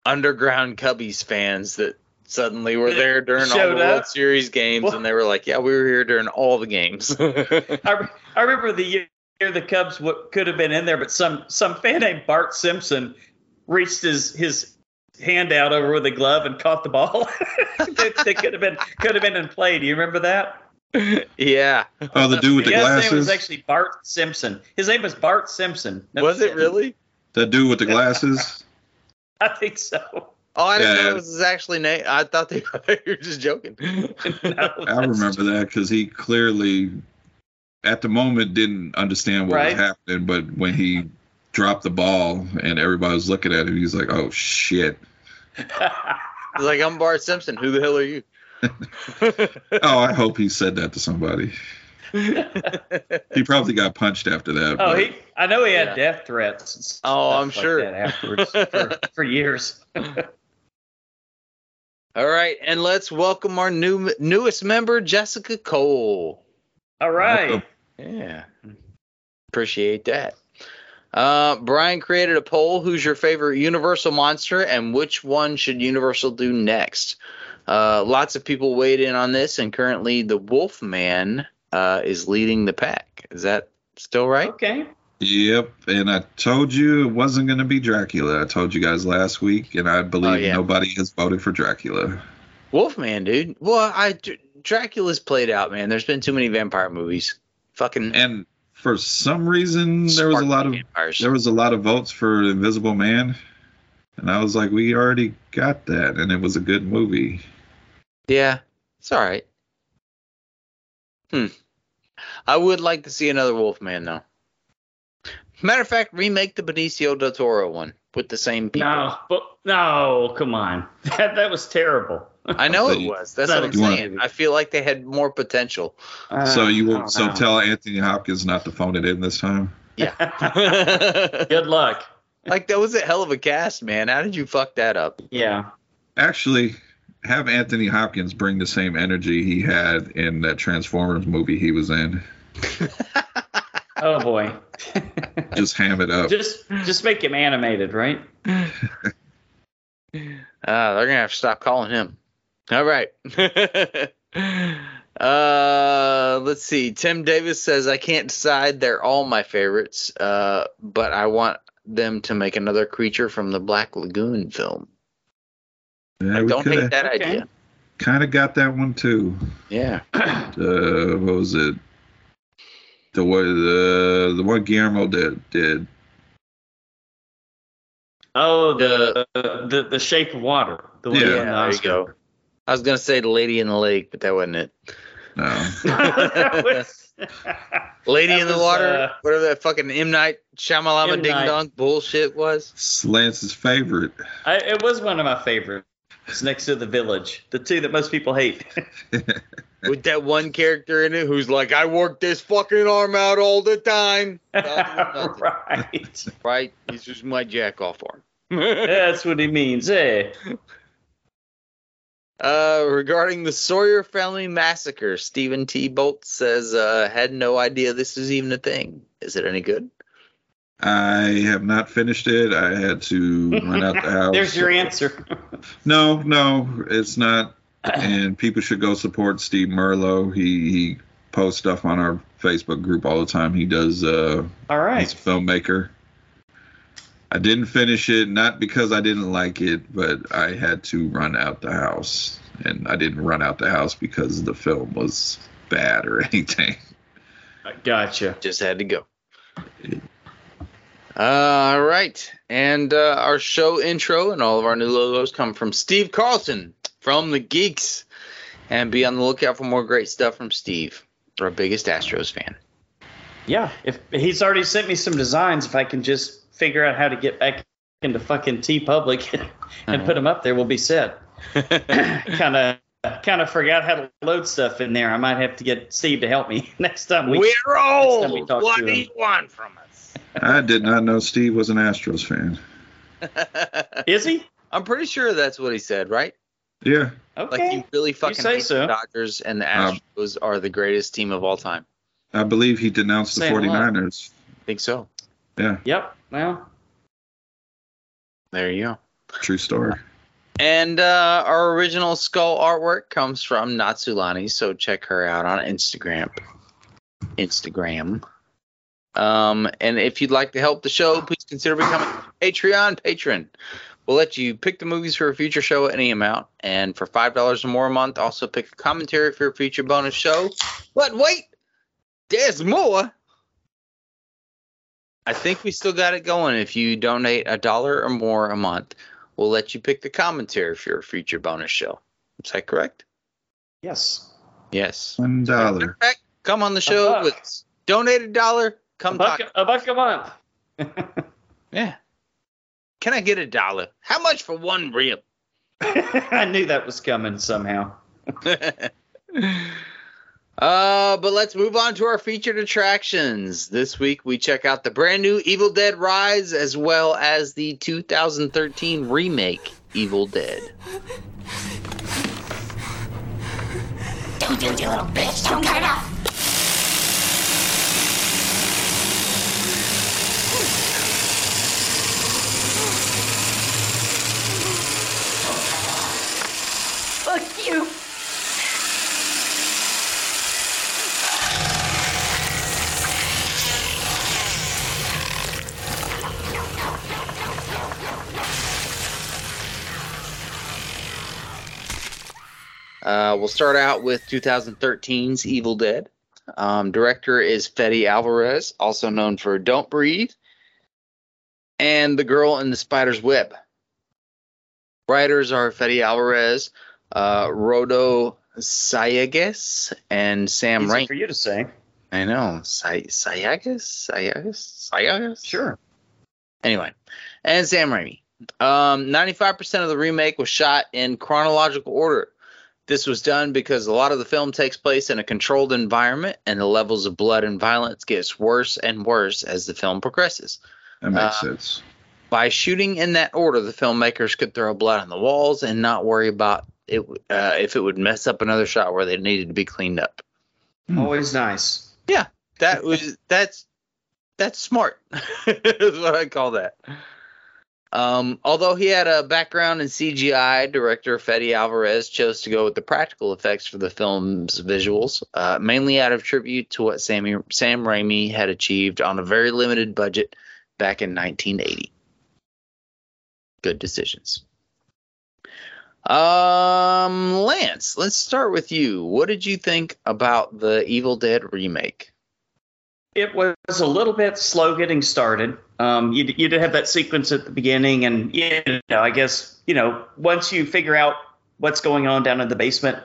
S5: underground Cubbies fans that suddenly were there during all the
S3: Showed
S5: World
S3: up?
S5: Series games,
S3: Well-
S5: and they were like, "Yeah, we were here during all the games."
S3: I, I remember the year the Cubs w- could have been in there, but some some fan named Bart Simpson reached his his hand out over the glove and caught the ball. they, they could have been could have been in play. Do you remember that?
S5: yeah,
S4: Oh, the dude with the
S3: yeah, his name
S4: glasses.
S3: was actually Bart Simpson. His name was Bart Simpson. No
S5: was it
S3: shit.
S5: really?
S4: the dude with the glasses.
S3: I think so.
S5: Oh, I didn't know
S4: Yeah.
S5: it was his actually name. I thought they you were just joking.
S3: No,
S4: I
S3: that's-
S4: remember that because he clearly, at the moment, didn't understand what
S3: Right.
S4: was happening. But when he dropped the ball and everybody was looking at him, he's like, "Oh shit!
S5: It's like I'm Bart Simpson. Who the hell are you?
S4: Oh, I hope he said that to somebody." he probably got punched after that.
S3: oh,
S4: but
S3: he. I know he had
S5: Yeah.
S3: death threats. and stuff
S5: Oh, I'm
S3: like
S5: sure.
S3: that afterwards for, for years.
S5: All right, and let's welcome our new newest member, Jessica Cole.
S3: All right.
S4: Welcome.
S5: Yeah, appreciate that. Uh, Brian created a poll: Who's your favorite Universal monster, and which one should Universal do next? Uh, lots of people weighed in on this, and currently the Wolfman uh, is leading the pack. Is that still right?
S3: Okay.
S4: Yep, and I told you it wasn't going to be Dracula. I told you guys last week, and
S3: Oh,
S4: I believe
S5: yeah.
S4: nobody has voted for Dracula.
S5: Wolfman, dude. Well, I Dr- Dracula's played out, man. There's been too many vampire movies. Fucking
S4: And for some reason, there was a
S5: sparkly
S4: lot of
S5: vampires.
S4: there was a lot of votes for Invisible Man, and I was like, we already got that, and it was a good movie.
S5: Yeah, it's all right. Hmm. I would like to see another Wolfman though. Matter of fact, remake the Benicio del Toro one with the same people.
S3: No, but no, come on. That that was terrible.
S5: I know
S4: But
S5: it
S4: you-
S5: was. That's
S3: Not
S5: what I'm
S4: a good
S5: saying.
S3: movie.
S5: I feel like they had more potential.
S3: Uh,
S4: so you will so
S3: know.
S4: tell Anthony Hopkins not to phone it in this time.
S5: like
S3: Good luck.
S5: that was a hell of a cast, man. How did you fuck that up?
S3: Yeah.
S4: Actually, have Anthony Hopkins bring the same energy he had in that Transformers movie he was in.
S3: Oh boy.
S4: Just ham it up.
S3: just just make him animated, right?
S5: Uh, they're gonna have to stop calling him. All right. uh, let's see. Tim Davis says I can't decide. They're all my favorites, uh, but I want them to make another creature from the Black Lagoon film.
S4: Yeah,
S5: I
S4: we
S5: don't
S4: could
S5: hate
S4: have
S5: that
S3: Okay.
S5: idea.
S4: kind of got that one too.
S5: Yeah.
S4: Uh, what was it? The one the the one Guillermo did did.
S3: Oh, the the the Shape of Water. The one
S4: Yeah.
S3: that
S5: Yeah,
S3: won the
S5: there you
S3: Oscar.
S5: go. I was gonna say the Lady in the Lake, but that wasn't it.
S4: No,
S3: That was-
S5: Lady
S3: That
S5: in the
S3: was,
S5: Water,
S3: uh,
S5: whatever that fucking M Night Shyamalama
S3: M.
S5: Ding
S3: Night.
S5: Dong bullshit was.
S4: it's Lance's favorite.
S3: I, it was one of my favorites. It's next to the village, the two that most people hate.
S5: With that one character in it who's like, I work this fucking arm out all the time. Nothing, nothing.
S3: right.
S5: right? This is my jack off arm.
S3: That's what he means. Hey.
S5: Uh, regarding the Sawyer family massacre, Stephen T. Bolt says, uh, had no idea this was even a thing. Is it any good?
S4: I have not finished it. I had to run out the house.
S3: There's your answer.
S4: No, no, it's not. And people should go support Steve Merlo. He he posts stuff on our Facebook group all the time. He does. Uh,
S3: All
S4: He's
S3: right.
S4: a filmmaker. I didn't finish it, not because I didn't like it, but I had to run out the house, and I didn't run out the house because the film was bad or anything.
S3: Gotcha.
S5: Just had to go. all Uh, right. And uh, our show intro and all of our new logos come from Steve Carlson from The Geeks. And be on the lookout for more great stuff from Steve, our biggest Astros fan.
S3: Yeah. If he's already sent me some designs, if I can just figure out how to get back into fucking T Public and put them up there, we'll be set. kind of. Kind of forgot how to load stuff in there. I might have to get Steve to help me next time. We,
S5: We're
S3: Next time we
S5: old.
S3: talk
S5: What
S3: to
S5: do
S3: him.
S5: you want from us?
S4: I did not know Steve was an Astros fan.
S3: is he?
S5: I'm pretty sure that's what he said, right?
S4: Yeah,
S3: Okay.
S5: Like he really fucking
S3: say
S5: hates
S3: so.
S5: the Dodgers and the
S4: Um,
S5: Astros are the greatest team of all time.
S4: I believe he denounced the
S3: Saying a lot.
S4: 49ers.
S5: think so.
S3: Yep. Well,
S5: There you go.
S4: True story.
S5: And uh, our original skull artwork comes from Natsulani, so check her out on Instagram. Instagram. Um, and if you'd like to help the show, please consider becoming a Patreon patron. We'll let you pick the movies for a future show at any amount, and for five dollars or more a month, also pick a commentary for a future bonus show. But wait, there's more. I think we still got it going. If you donate a dollar or more a month, we'll let you pick the commentary for your future bonus show. Is that correct?
S3: yes.
S5: Yes.
S4: One dollar.
S5: Matter of fact, Come on the show
S3: buck.
S5: with us. Donate a dollar.
S3: A
S5: Come
S3: buck,
S5: talk.
S3: a buck a month.
S5: Yeah. Can I get a dollar? How much for one rib?
S3: I knew that was coming somehow.
S5: Uh, but let's move on to our featured attractions. This week we check out the brand new Evil Dead Rise as well as the 2013 remake Evil Dead.
S6: Don't do it, you little bitch. Don't cut it off. Fuck you.
S5: Uh, we'll start out with 2013's Evil Dead. Um, director is Fede Alvarez, also known for Don't Breathe and The Girl in the Spider's Web. Writers are Fede Alvarez, uh, Rodo Sayagas, and Sam
S3: Easy
S5: Rank.
S3: for you to say.
S5: I know. Say- Sayagas? Sayagas? Sayagas?
S3: Sure.
S5: Anyway, and Sam Raimi. Um, 95% of the remake was shot in chronological order. This was done because a lot of the film takes place in a controlled environment, and the levels of blood and violence gets worse and worse as the film progresses.
S4: That makes
S5: Uh,
S4: sense.
S5: By shooting in that order, the filmmakers could throw blood on the walls and not worry about it uh, if it would mess up another shot where they needed to be cleaned up.
S4: Hmm.
S3: Always nice.
S5: That was that's that's smart. is what I call that. Um, although he had a background in CGI, director Fede Alvarez chose to go with the practical effects for the film's visuals, uh, mainly out of tribute to what Sammy, Sam Raimi had achieved on a very limited budget back in 1980. Good decisions. Um, Lance, let's start with you. What did you think about the Evil Dead remake?
S3: It was a little bit slow getting started. Um, you, you did have that sequence at the beginning, and you know, I guess you know once you figure out what's going on down in the basement,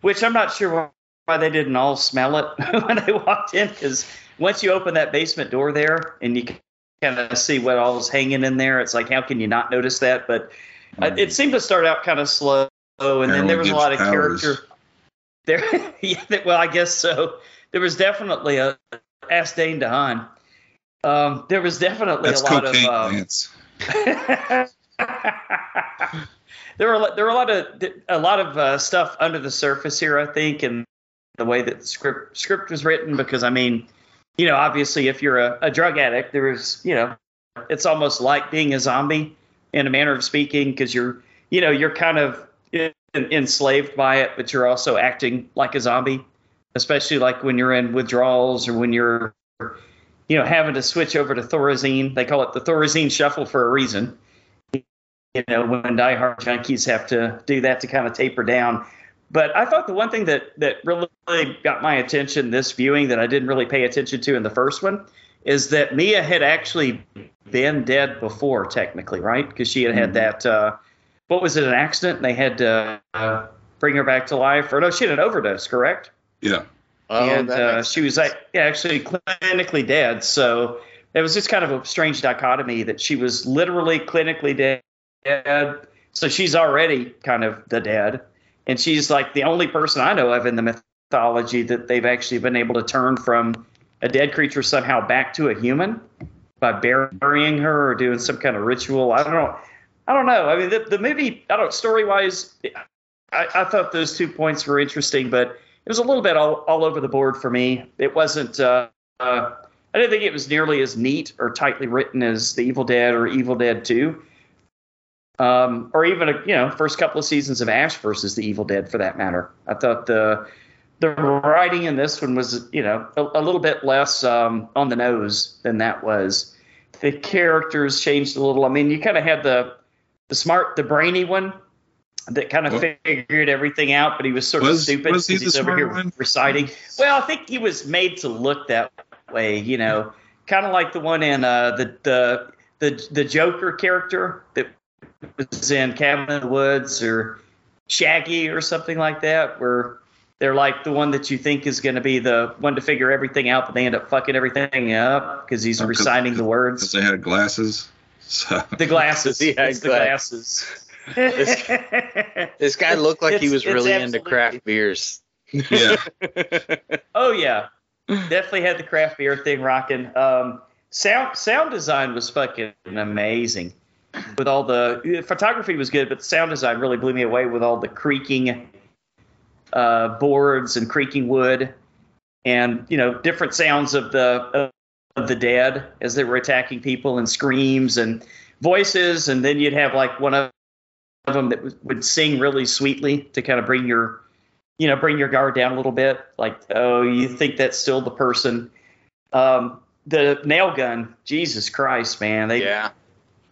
S3: which I'm not sure why they didn't all smell it when they walked in, because once you open that basement door there and you kind of see what all is hanging in there, it's like how can you not notice that? But uh, it seemed to start out kind of slow, and then
S4: Heroin
S3: there was a
S4: Mm-hmm. gives
S3: lot of
S4: powers.
S3: character. There, yeah, that- well, I guess so. There was definitely a ask Dane DeHaan. Um, there was definitely
S4: That's
S3: a lot
S4: cocaine,
S3: of. Um,
S4: Lance.
S3: there were there were a lot of a lot of uh, stuff under the surface here, I think, and the way that the script script was written. Because I mean, you know, obviously, if you're a, a drug addict, there is you know, it's almost like being a zombie in a manner of speaking, because you're you know you're kind of en- enslaved by it, but you're also acting like a zombie, especially like when you're in withdrawals or when you're you know having to switch over to Thorazine. They call it the Thorazine shuffle for a reason you know, when diehard junkies have to do that to kind of taper down. But I thought the one thing that that really got my attention this viewing that I didn't really pay attention to in the first one is that Mia had actually been dead before, technically, right? Because she had had that uh, what was it, an accident? And they had to uh, bring her back to life, or no, she had an overdose, correct?
S4: Yeah.
S3: and
S5: Oh, that
S3: uh,
S5: makes-
S3: she was like, actually clinically dead. So it was just kind of a strange dichotomy that she was literally clinically dead. dead. So she's already kind of the dead. And she's like the only person I know of in the mythology that they've actually been able to turn from a dead creature somehow back to a human by burying her or doing some kind of ritual. I don't know. I don't know. I mean, the, the movie, I don't, story wise, I, I thought those two points were interesting, but it was a little bit all, all over the board for me. It wasn't. Uh, uh, I didn't think it was nearly as neat or tightly written as The Evil Dead or Evil Dead Two, um, or even you know first couple of seasons of Ash versus The Evil Dead for that matter. I thought the the writing in this one was you know a, a little bit less um, on the nose than that was. The characters changed a little. I mean, you kind of had the the smart, the brainy one that kind of
S4: Well-
S3: figured everything out, but he was sort of
S4: Was-
S3: stupid
S4: was he
S3: because he's
S4: the
S3: over
S4: smart
S3: here
S4: one?
S3: reciting. Well, I think he was made to look that way, you know, kind of like the one in uh, the the the the Joker character that was in Cabin in the Woods or Shaggy or something like that, where they're like the one that you think is going to be the one to figure everything out, but they end up fucking everything up because he's
S4: Oh, 'cause-
S3: reciting the
S4: Because
S3: words.
S4: they had glasses. So
S3: The glasses.
S5: Yeah,
S3: it's the glasses.
S5: this guy looked like he
S3: It's-
S5: was
S3: it's
S5: really into
S3: absolutely-
S5: craft beers.
S4: yeah.
S3: Oh yeah, definitely had the craft beer thing rocking. Um, sound sound design was fucking amazing. With all the photography was good, but sound design really blew me away with all the creaking uh, boards and creaking wood, and you know different sounds of the of the dead as they were attacking people and screams and voices, and then you'd have like one of of them that would- would sing really sweetly to kind of bring your you know, bring your guard down a little bit. Like, oh, you think that's still the person? Um, the nail gun, Jesus Christ, man! They
S5: yeah.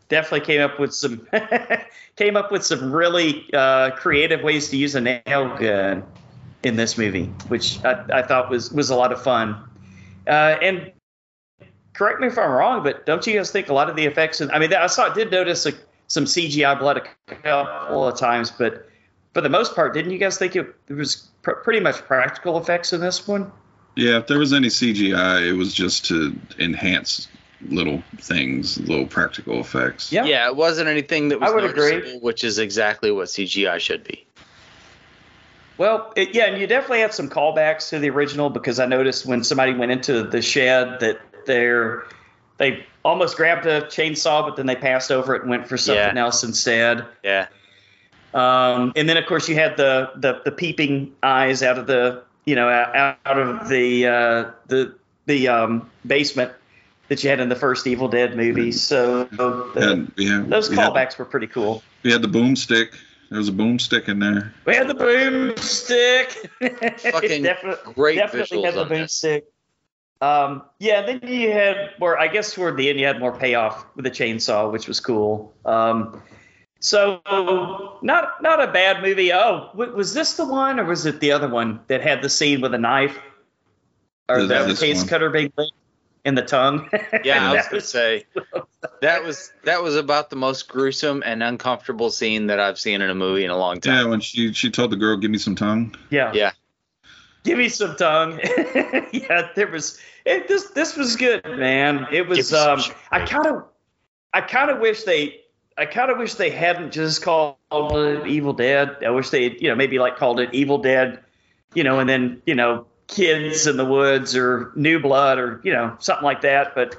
S3: definitely came up with some came up with some really uh, creative ways to use a nail gun in this movie, which I, I thought was was a lot of fun. Uh, and correct me if I'm wrong, but don't you guys think a lot of the effects? And I mean, I saw did notice like some CGI blood a couple of times, but for the most part, didn't you guys think it, it was pr- pretty much practical effects in this one?
S4: Yeah, if there was any CGI, it was just to enhance little things, little practical effects.
S3: Yeah.
S5: yeah, It wasn't anything that was
S3: I would agree.
S5: noticeable, which is exactly what CGI should be.
S3: Well, it, yeah, and you definitely had some callbacks to the original because I noticed when somebody went into the shed that they're they almost grabbed a chainsaw, but then they passed over it and went for something
S5: Yeah.
S3: else instead.
S5: Yeah,
S3: Um, and then, of course, you had the, the the peeping eyes out of the you know out, out of the uh, the the um, basement that you had in the first Evil Dead movie. So the,
S4: And we had,
S3: those
S4: we had-
S3: callbacks were pretty cool.
S4: we had the boomstick. There was a boomstick in there.
S3: We had the boomstick. It
S5: Fucking
S3: defi-
S5: great
S3: definitely
S5: visuals
S3: had the
S5: on this.
S3: boomstick. Um, yeah, then you had more. I guess toward the end you had more payoff with the chainsaw, which was cool. Um, So not not a bad movie. Oh, w- was this the one or was it the other one that had the scene with a knife or
S4: This-
S3: the
S4: this
S3: case
S4: one.
S3: cutter being licked in the tongue?
S5: Yeah, I was
S3: That
S5: gonna say that was that was about the most gruesome and uncomfortable scene that I've seen in a movie in a long
S4: Yeah,
S5: time.
S4: when she she told the girl, "Give me some tongue."
S3: Yeah.
S5: Yeah.
S3: Give me some tongue. yeah, there was it, this. This was good, man. It
S5: Give me
S3: was.
S5: some
S3: Um,
S5: shit.
S3: I kind of, I kind of wish they. I kind of wish they hadn't just called it Evil Dead. I wish they, had, you know, maybe like called it Evil Dead, you know, and then you know, Kids in the Woods or New Blood or you know something like that. But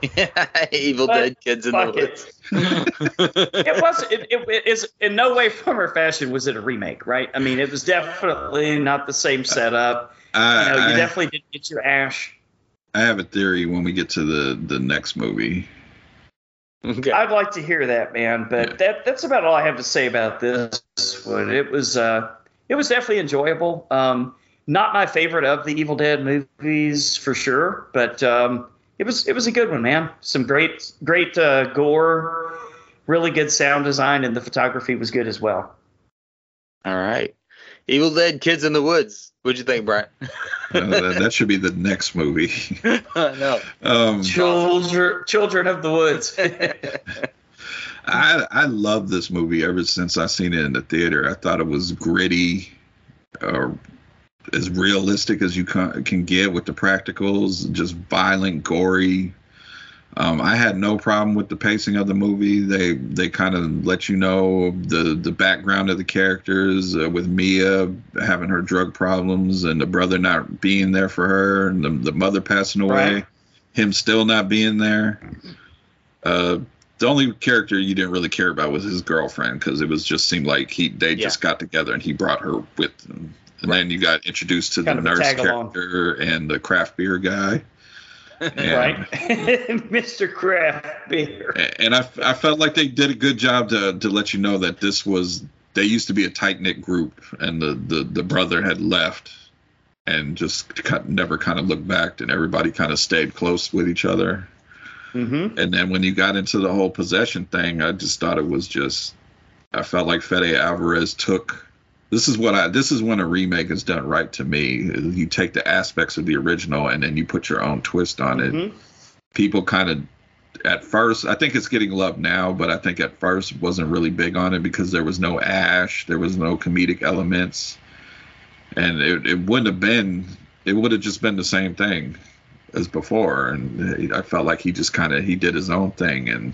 S5: Evil
S3: But
S5: Dead kids in the
S3: fuck
S5: woods.
S3: it. It was. It, it, it is in no way, form, or fashion was it a remake, right? I mean, it was definitely not the same setup.
S4: I,
S3: you know, you
S4: I,
S3: definitely didn't get your ash.
S4: I have a theory when we get to the the next movie.
S5: Okay.
S3: I'd like to hear that, man. But that that's about all I have to say about this one. It was uh, it was definitely enjoyable. Um, not my favorite of the Evil Dead movies for sure, but um, it was it was a good one, man. Some great great uh, gore, really good sound design, and the photography was good as well.
S5: All right. Evil Dead Kids in the Woods. What'd you think, Brian?
S4: Uh, that, that should be the next movie.
S5: no.
S4: Um,
S3: Children Children of the Woods.
S4: I I love this movie ever since I seen it in the theater. I thought it was gritty, uh, as realistic as you can, can get with the practicals, just violent, gory. Um, I had no problem with the pacing of the movie. They they kind of let you know the the background of the characters uh, with Mia having her drug problems and the brother not being there for her and the, the mother passing away,
S3: Right.
S4: him still not being there. Uh, the only character you didn't really care about was his girlfriend because it was just seemed like he they
S5: Yeah.
S4: just got together and he brought her with them. And then you got introduced to
S3: Kind
S4: the
S3: of a
S4: nurse
S3: tag-along.
S4: character and the craft beer guy. And-
S3: Right, Mr. Craft Beer.
S4: And I, I felt like they did a good job to, to let you know that this was they used to be a tight knit group and the, the, the brother had left and just ki- never kind of looked back and everybody kind of stayed close with each other.
S3: Mm-hmm.
S4: And then when you got into the whole possession thing, I just thought it was just I felt like Fede Alvarez took this is what I this is when a remake is done right to me. You take the aspects of the original and then you put your own twist on it.
S3: Mhm.
S4: People kind of at first, I think it's getting love now, but I think at first wasn't really big on it because there was no ash, there was no comedic elements, and it, it wouldn't have been, it would have just been the same thing as before. And I felt like he just kind of he did his own thing. And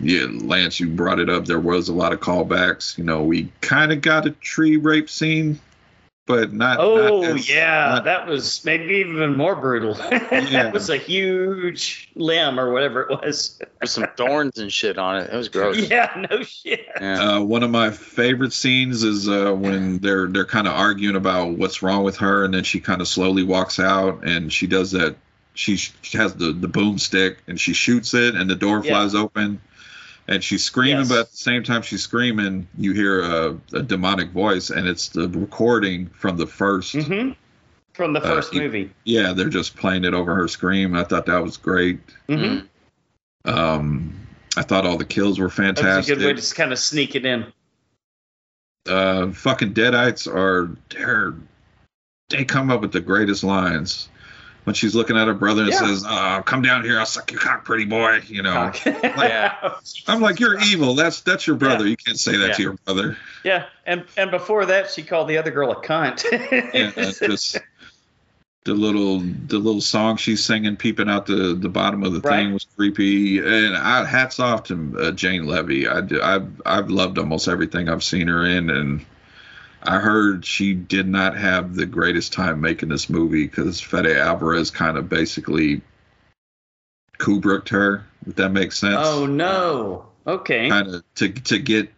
S4: yeah, Lance, you brought it up. There was a lot of callbacks. You know, we kind of got a tree rape scene, but not.
S3: Oh
S4: not as-
S3: yeah,
S4: not-
S3: that was maybe even more brutal.
S4: Yeah.
S3: that was a huge limb or whatever it was.
S5: There's some thorns and shit on it. That was gross.
S3: Yeah, no shit.
S5: Yeah.
S4: Uh, one of my favorite scenes is uh, when they're they're kind of arguing about what's wrong with her, and then she kind of slowly walks out, and she does that. She, she has the the boomstick, and she shoots it, and the door
S3: Yeah.
S4: flies open, and she's screaming.
S3: Yes.
S4: But at the same time she's screaming, you hear a, a demonic voice, and it's the recording from the 1st
S3: hmm From the
S4: Mm-hmm. Uh,
S3: first
S4: he-
S3: movie.
S4: Yeah, they're just playing it over her scream. I thought that was great.
S3: hmm
S5: Mm.
S4: Um, I thought all the kills were
S3: That
S4: fantastic.
S3: was a good way to kind of sneak it in.
S4: uh, fucking deadites are they're they come up with the greatest lines when she's looking at her brother and
S3: Yeah.
S4: says oh, come down here i'll suck your cock pretty boy you know
S3: yeah.
S4: i'm like you're evil that's that's your brother you can't say that to
S3: Yeah.
S4: your brother
S3: yeah, and and before that, she called the other girl a cunt.
S4: and it's just uh, the little the little song she's singing peeping out the the bottom of the
S3: Right.
S4: thing was creepy and i hats off to uh, jane levy i do, i've i've loved almost everything i've seen her in and i heard she did not have the greatest time making this movie because fede alvarez kind of basically kubricked her if that makes sense
S3: oh no. Okay.
S4: kind of to to get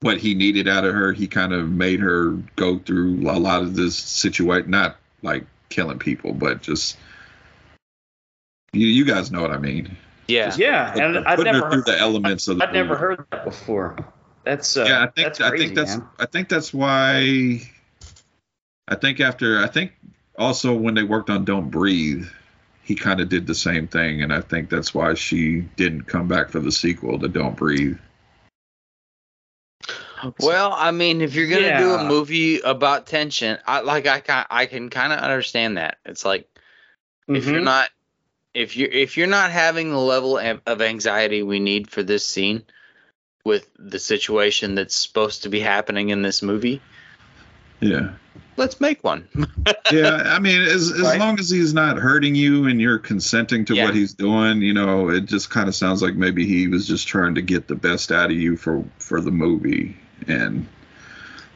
S4: what he needed out of her. He kind of made her go through a lot of this situation, not like killing people, but just you you guys know what I mean.
S5: Yeah.
S3: yeah, and
S4: Put-
S3: I'd
S4: putting
S3: never
S4: her through
S3: heard,
S4: the elements of the
S3: I'd never
S4: movie.
S3: heard that before. That's uh,
S4: Yeah, I think
S3: that's crazy,
S4: I think that's
S3: man.
S4: I think that's why I think after I think also when they worked on Don't Breathe, he kind of did the same thing, and I think that's why she didn't come back for the sequel to Don't Breathe.
S5: Well, I mean, if you're gonna do a
S3: Yeah.
S5: movie about tension, I like I can I can kind of understand that. It's like if you're
S3: Mhm.
S5: not if you are if you're not having the level of of anxiety we need for this scene with the situation that's supposed to be happening in this movie,
S4: Yeah.
S5: let's make one.
S4: yeah, I mean, as as
S3: Right.
S4: long as he's not hurting you and you're consenting to
S5: Yeah.
S4: what he's doing, you know, it just kind of sounds like maybe he was just trying to get the best out of you for for the movie. And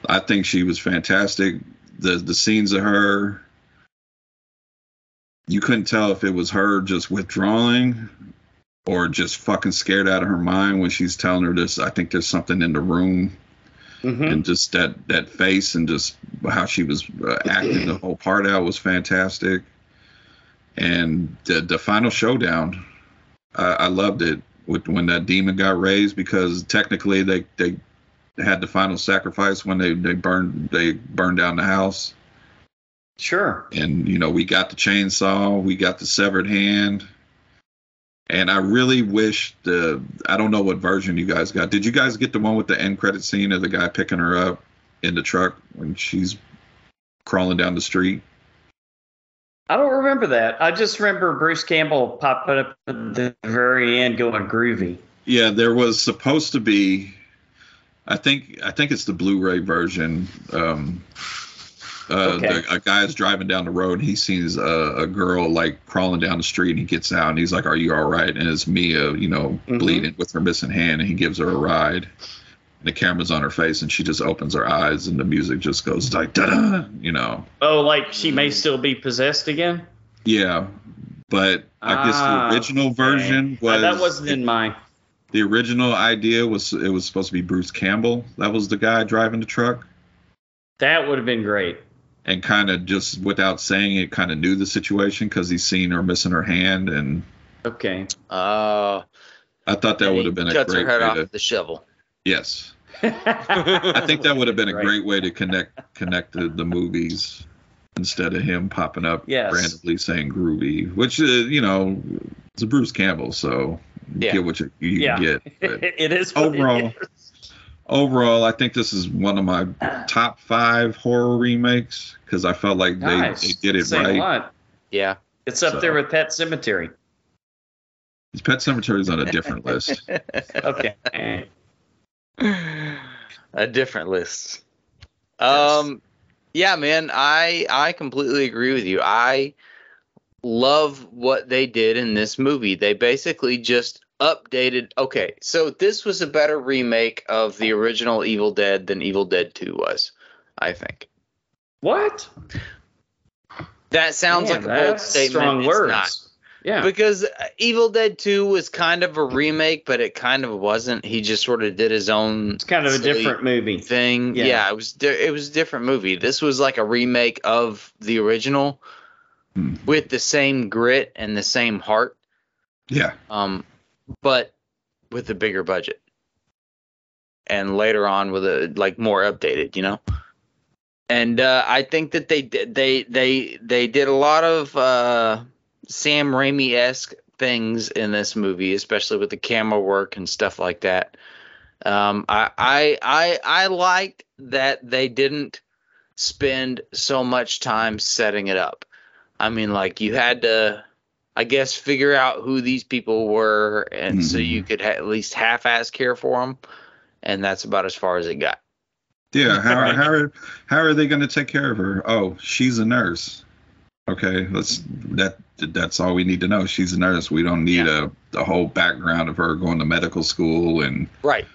S4: I think she was fantastic. The the scenes of her, you couldn't tell if it was her just withdrawing or just fucking scared out of her mind when she's telling her this. I think there's something in the room
S3: Mhm.
S4: and just that that face and just how she was uh, acting the whole part out was fantastic and the, the final showdown I, I loved it with when that demon got raised because technically they they had the final sacrifice when they they burned they burned down the house
S3: Sure.
S4: and you know we got the chainsaw we got the severed hand and i really wish the i don't know what version you guys got did you guys get the one with the end credit scene of the guy picking her up in the truck when she's crawling down the street
S3: I don't remember that. I just remember Bruce Campbell popping up at the very end going groovy.
S4: yeah there was supposed to be i think i think it's the blu-ray version um uh,
S3: Okay.
S4: the, a guy's driving down the road and he sees a, a girl like crawling down the street and he gets out and he's like are you all right and it's mia you know
S3: Mhm.
S4: bleeding with her missing hand and he gives her a ride and the camera's on her face and she just opens her eyes and the music just goes like da-da you know
S3: Oh, like she may still be possessed again?
S4: yeah but i guess
S3: Ah,
S4: the original version
S3: Uh,
S4: was
S3: that wasn't in mine.
S4: the original idea was it was supposed to be Bruce Campbell. That was the guy driving the truck,
S3: That would have been great.
S4: and kind of just without saying it, kind of knew the situation because he's seen her missing her hand, and
S3: Okay.
S5: Uh,
S4: I thought that
S5: and he
S4: would have been a
S5: cuts
S4: great
S5: her head
S4: way
S5: off
S4: to,
S5: with the shovel.
S4: yes. I
S3: I
S4: think that would have been a
S3: Right.
S4: great way to connect connect the, the movies instead of him popping up
S3: Yes.
S4: randomly saying groovy, which uh, you know it's Bruce Campbell, so you
S5: Yeah.
S4: get what you, you
S3: Yeah.
S4: can get. but-
S3: it is what it
S4: overall
S3: is.
S4: overall i think this is one of my top five horror remakes because i felt like they,
S3: Nice.
S4: they did it
S3: Saying a
S4: right
S3: lot.
S5: Yeah,
S3: It's up
S4: So-
S3: there with Pet Cemetery.
S4: pet cemetery's on a different list
S3: Okay.
S5: a different list. Um, yeah, man, I I completely agree with you. I love what they did in this movie. They basically just updated. Okay, so this was a better remake of the original Evil Dead than Evil Dead Two was, I think.
S3: what?
S5: That sounds
S3: Man,
S5: like a bold
S3: that's
S5: statement.
S3: Strong
S5: It's
S3: words.
S5: not.
S3: Yeah.
S5: Because uh, Evil Dead 2 was kind of a remake, but it kind of wasn't. He just sort of did his own
S3: it's kind of a
S5: silly
S3: different movie.
S5: thing.
S3: Yeah.
S5: Yeah, it was di- it was a different movie. This was like a remake of the original
S4: Hmm.
S5: with the same grit and the same heart,
S4: yeah
S5: um, but with a bigger budget. And later on with a like more updated, you know. And uh, I think that they di- they they they did a lot of uh, Sam Raimi esque things in this movie, especially with the camera work and stuff like that. Um, I I I I liked that they didn't spend so much time setting it up. I mean, like you had to, I guess, figure out who these people were, and so
S4: Mhm.
S5: you could ha- at least half-ass care for them, and that's about as far as it got.
S4: yeah how,
S3: Right.
S4: how, are, how are they going to take care of her oh she's a nurse okay let's that that's all we need to know she's a nurse we don't need a, a whole background of her going to medical school and
S5: Right.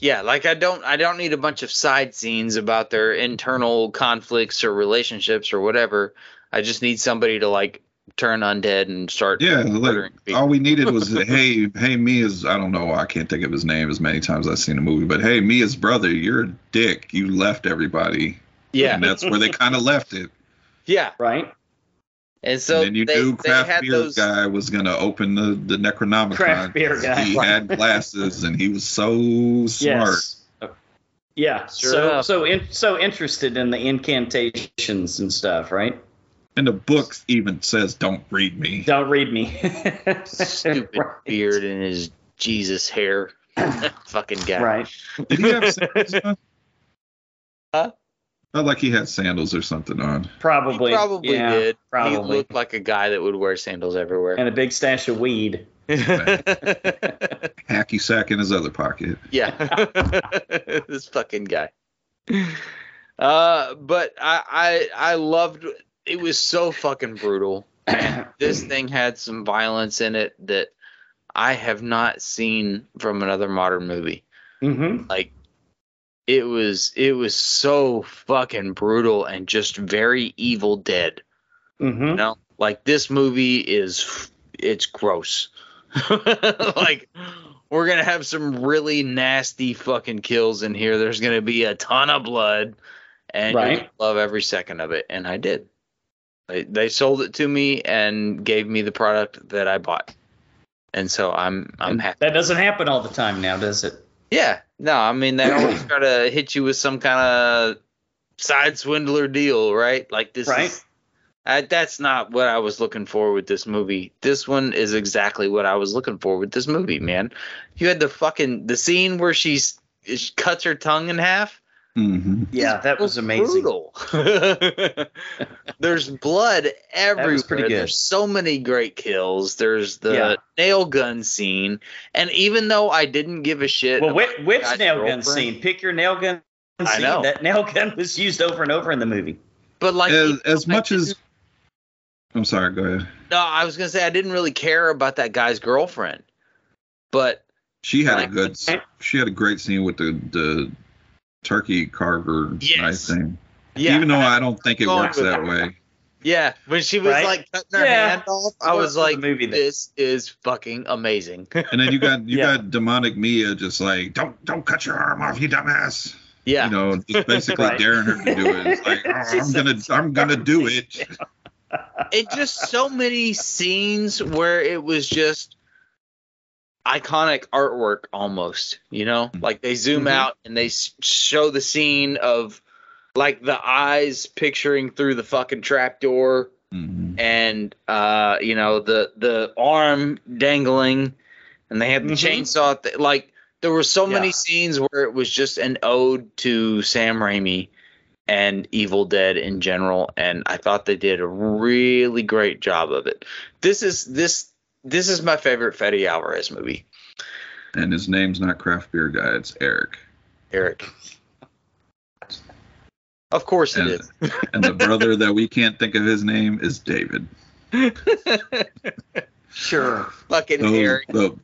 S5: Yeah, like I don't I don't need a bunch of side scenes about their internal conflicts or relationships or whatever. I just need somebody to like turn undead and start
S4: yeah like
S5: murdering people.
S4: all we needed was hey hey mia's i don't know i can't think of his name as many times i've seen the movie but hey mia's brother you're a dick you left everybody
S5: yeah.
S4: and that's where they kind of left it.
S5: Yeah.
S3: Right?
S5: And so
S4: and then you
S5: they,
S4: knew
S5: they
S4: craft
S5: had
S4: beer
S5: those
S4: guy was gonna open the the Necronomicon.
S3: Craft beer guy.
S4: He had glasses and he was so smart.
S3: Yes. Oh. Yeah.
S5: Sure
S3: so
S5: enough.
S3: so in, so interested in the incantations and stuff, right?
S4: And the book even says, "Don't read me."
S3: Don't read me.
S5: stupid
S3: Right.
S5: beard and his Jesus hair. Fucking guy.
S3: Right.
S4: Did he have sandals on?
S5: Huh?
S4: Not like he had sandals or something on.
S5: He
S3: Probably.
S5: probably
S3: yeah,
S5: did. He
S3: Probably.
S5: looked like a guy that would wear sandals everywhere.
S3: and a big stash of weed.
S4: Hacky sack in his other pocket.
S5: yeah. this fucking guy. Uh, but I, I I loved it was so fucking brutal. And this thing had some violence in it that I have not seen from another modern movie.
S3: Mm-hmm.
S5: like it was it was so fucking brutal and just very evil dead
S3: Mm-hmm.
S5: you know like this movie is it's gross like we're gonna have some really nasty fucking kills in here there's gonna be a ton of blood and
S3: Right.
S5: you're gonna love every second of it and i did they, they sold it to me and gave me the product that i bought and so i'm i'm happy
S3: That doesn't happen all the time now, does it?
S5: yeah, no, I mean they always try to hit you with some kind of side swindler deal, right? Like this,
S3: Right.
S5: Is, I, that's not what I was looking for with this movie. This one is exactly what I was looking for with this movie, man. You had the fucking the scene where she's she cuts her tongue in half.
S4: hmm
S3: Yeah, that was amazing.
S5: Brutal. There's blood everywhere.
S3: was pretty good.
S5: There's so many great kills. There's the
S3: Yeah.
S5: nail gun scene, and even though I didn't give a shit,
S3: Well,
S5: about
S3: which, which
S5: Guy's
S3: nail gun
S5: girlfriend.
S3: scene? Pick your nail gun scene.
S5: I know.
S3: That nail gun was used over and over in the movie.
S5: But like,
S4: as,
S5: even
S4: as
S5: though I
S4: much as
S5: didn't-
S4: I'm sorry, go ahead.
S5: no, I was gonna say I didn't really care about that guy's girlfriend, but
S4: She had a
S5: Like-
S4: good. She had a great scene with the the turkey carver
S5: Yes.
S4: knife thing.
S5: yeah,
S4: Even though I don't think it
S5: Going
S4: works
S5: with
S4: that
S5: that.
S4: way.
S5: yeah, when she was
S3: Right?
S5: like cutting her
S3: Yeah.
S5: hand off, I was
S3: The
S5: like,
S3: movie that-
S5: this is fucking amazing.
S4: And then you got you
S3: Yeah.
S4: got demonic Mia just like don't don't cut your arm off, you dumbass.
S5: yeah,
S4: You know, just basically
S3: Right.
S4: daring her to do it. It's like oh,
S3: She
S4: I'm
S3: said
S4: gonna
S3: it's
S4: I'm gonna do it.
S5: it just so many scenes where it was just iconic artwork almost you know like they zoom
S3: Mhm.
S5: out and they s- show the scene of like the eyes picturing through the fucking trapdoor
S4: Mhm.
S5: and uh, you know the the arm dangling, and they had the
S3: Mhm.
S5: chainsaw. Th- like there were so
S3: Yeah.
S5: many scenes where it was just an ode to Sam Raimi and Evil Dead in general, and I thought they did a really great job of it. This is this this is my favorite Fetty Alvarez movie,
S4: And his name's not craft beer guy, it's Eric.
S5: Eric. Of course it
S4: And,
S5: is.
S4: and the brother that we can't think of his name is David.
S3: Sure.
S5: Fucking
S4: Those,
S5: Eric.
S4: the-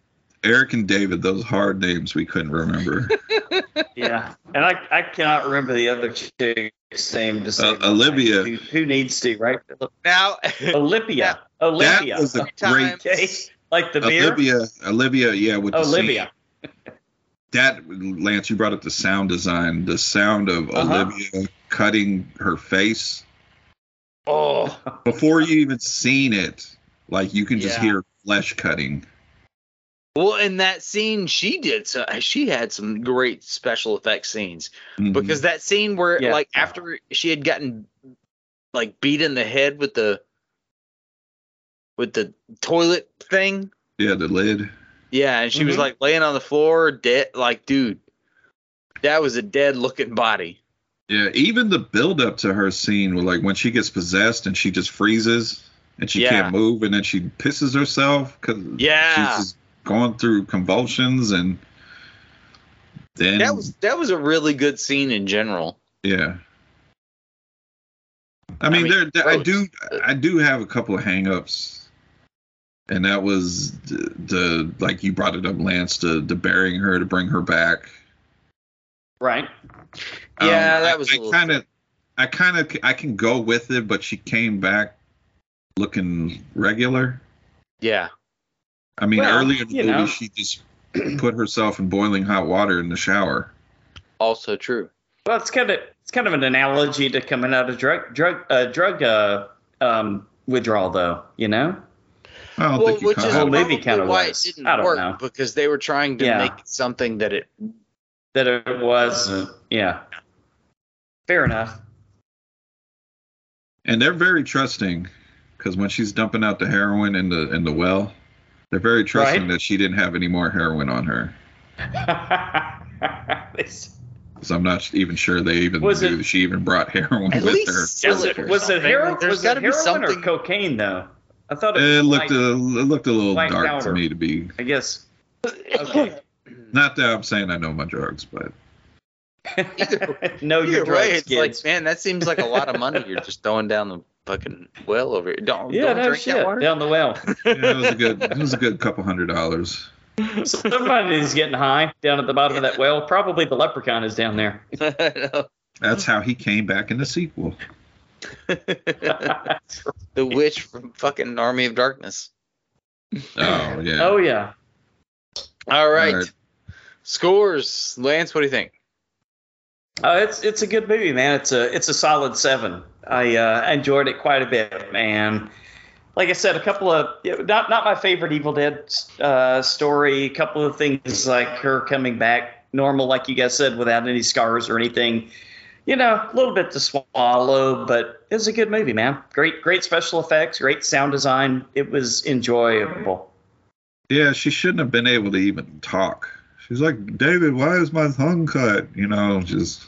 S4: Eric and David, those hard names we couldn't remember.
S3: Yeah. And I, I cannot remember the other chick's name. To save my life.
S4: Olivia.
S3: Who, who needs to, right?
S5: Now
S3: Olympia. Olympia.
S4: That was a
S5: time-
S4: great
S3: okay. Like the beer?
S4: Olivia. Olivia, yeah, with the scene.
S3: Olivia.
S4: that Lance, you brought up the sound design. The sound of
S3: Uh-huh.
S4: Olivia cutting her face
S5: oh
S4: before you even seen it. Like you can just
S5: Yeah.
S4: hear flesh cutting.
S5: Well, in that scene, she did so. She had some great special effects scenes
S4: Mhm.
S5: because that scene where,
S3: Mm-hmm. Yeah.
S5: like, after she had gotten like beat in the head with the with the toilet thing,
S4: yeah, the lid.
S5: yeah, and she was
S3: Mhm.
S5: like laying on the floor, dead. Like, dude, that was a dead looking body.
S4: Yeah, even the build up to her scene, where, like when she gets possessed and she just freezes and she
S5: Yeah.
S4: can't move, and then she pisses herself because she's
S5: Yeah.
S4: just going through convulsions and then
S5: that was that was a really good scene in general.
S4: Yeah. I
S5: I
S4: mean,
S5: mean, uh,
S4: there, there- I
S5: gross.
S4: do, I do have a couple of hangups, and that was the, the like you brought it up, Lance, the the burying her to bring her back.
S3: Right.
S5: Yeah,
S4: Um,
S5: that
S4: I-
S5: was. a
S4: I
S5: little-
S4: kind of, I kind of, I can go with it, but she came back looking regular.
S5: yeah,
S4: I mean,
S3: Well,
S4: earlier in the
S3: you
S4: movie,
S3: know.
S4: she just put herself in boiling hot water in the shower.
S5: also true.
S3: Well, it's kind of it's kind of an analogy to coming out of drug drug uh, drug uh, um, withdrawal, though. You know,
S4: I don't
S5: well,
S4: think you
S5: which
S4: caught
S5: is
S3: Well,
S4: it.
S3: maybe
S5: probably
S3: kinda
S5: why
S3: was.
S5: it didn't
S3: I don't
S5: work
S3: know.
S5: because they were trying to
S3: Yeah.
S5: make it something that it
S3: that it was.
S5: Uh-huh.
S3: uh, yeah. Fair enough.
S4: and they're very trusting because when she's dumping out the heroin in the in the well they're very trusting
S3: Right.
S4: that she didn't have any more heroin on her
S3: It's-
S4: Because I'm not even sure they even
S3: Was
S4: knew
S3: it-
S4: she even brought heroin
S5: At
S4: with
S5: least
S4: her.
S5: sell
S3: was it,
S5: it or
S3: was it
S5: something.
S3: hero,
S5: Like, there's
S3: was it
S5: gotta be
S3: heroin or
S5: something- Uh,
S3: cocaine though? I thought it,
S4: It
S3: was
S4: looked a,
S3: light,
S4: it looked a little
S3: Like
S4: dark
S3: powder.
S4: to me to be.
S3: I guess.
S5: Okay.
S4: Not that I'm saying I know my drugs, but
S5: Either-
S3: no,
S5: Either
S3: you're
S5: way,
S3: right.
S5: it's like, man, that seems like a lot of money you're just throwing down the fucking well over here. Don't,
S3: yeah,
S5: don't
S3: no
S5: drink
S3: shit
S5: that water.
S3: down the well.
S4: yeah, it was a good. It was a good couple hundred dollars.
S3: Somebody's getting high down at the bottom of that well. Probably the leprechaun is down there.
S5: No.
S4: That's how he came back in the sequel.
S5: the witch from fucking Army of Darkness.
S4: Oh yeah.
S3: Oh yeah.
S5: All right.
S4: right.
S5: Scores. Lance, what do you think?
S3: Uh, it's it's a good movie, man. It's a it's a solid seven. I uh, enjoyed it quite a bit, man. Like I said, a couple of you know, not not my favorite Evil Dead uh, story. A couple of things like her coming back normal, like you guys said, without any scars or anything. You know, a little bit to swallow, but it's a good movie, man. Great great special effects, great sound design. It was enjoyable.
S4: Yeah, she shouldn't have been able to even talk. She's like, David, why is my tongue cut? You know, just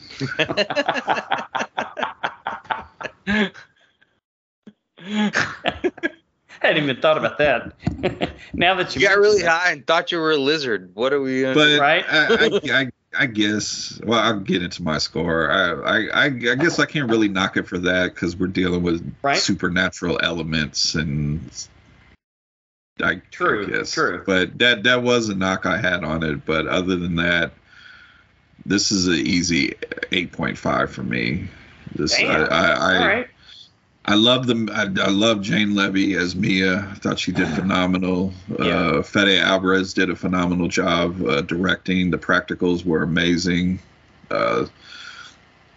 S3: I hadn't even thought about that. now that you,
S5: You got really
S3: mention that.
S5: high and thought you were a lizard. What are we going to
S4: but
S3: Right.
S4: I, I, I, I guess. Well, I'll get into my score. I, I, I, I guess I can't really knock it for that because we're dealing with
S3: Right.
S4: supernatural elements and. I,
S3: True,
S4: I guess.
S3: true.
S4: But that that was a knock I had on it. But other than that, this is an easy eight point five for me. This
S3: Damn.
S4: I, I, I
S3: All right.
S4: I love them. I, I love Jane Levy as Mia. I thought she did phenomenal. Uh, Fede Alvarez did a phenomenal job uh, directing. The practicals were amazing. Uh,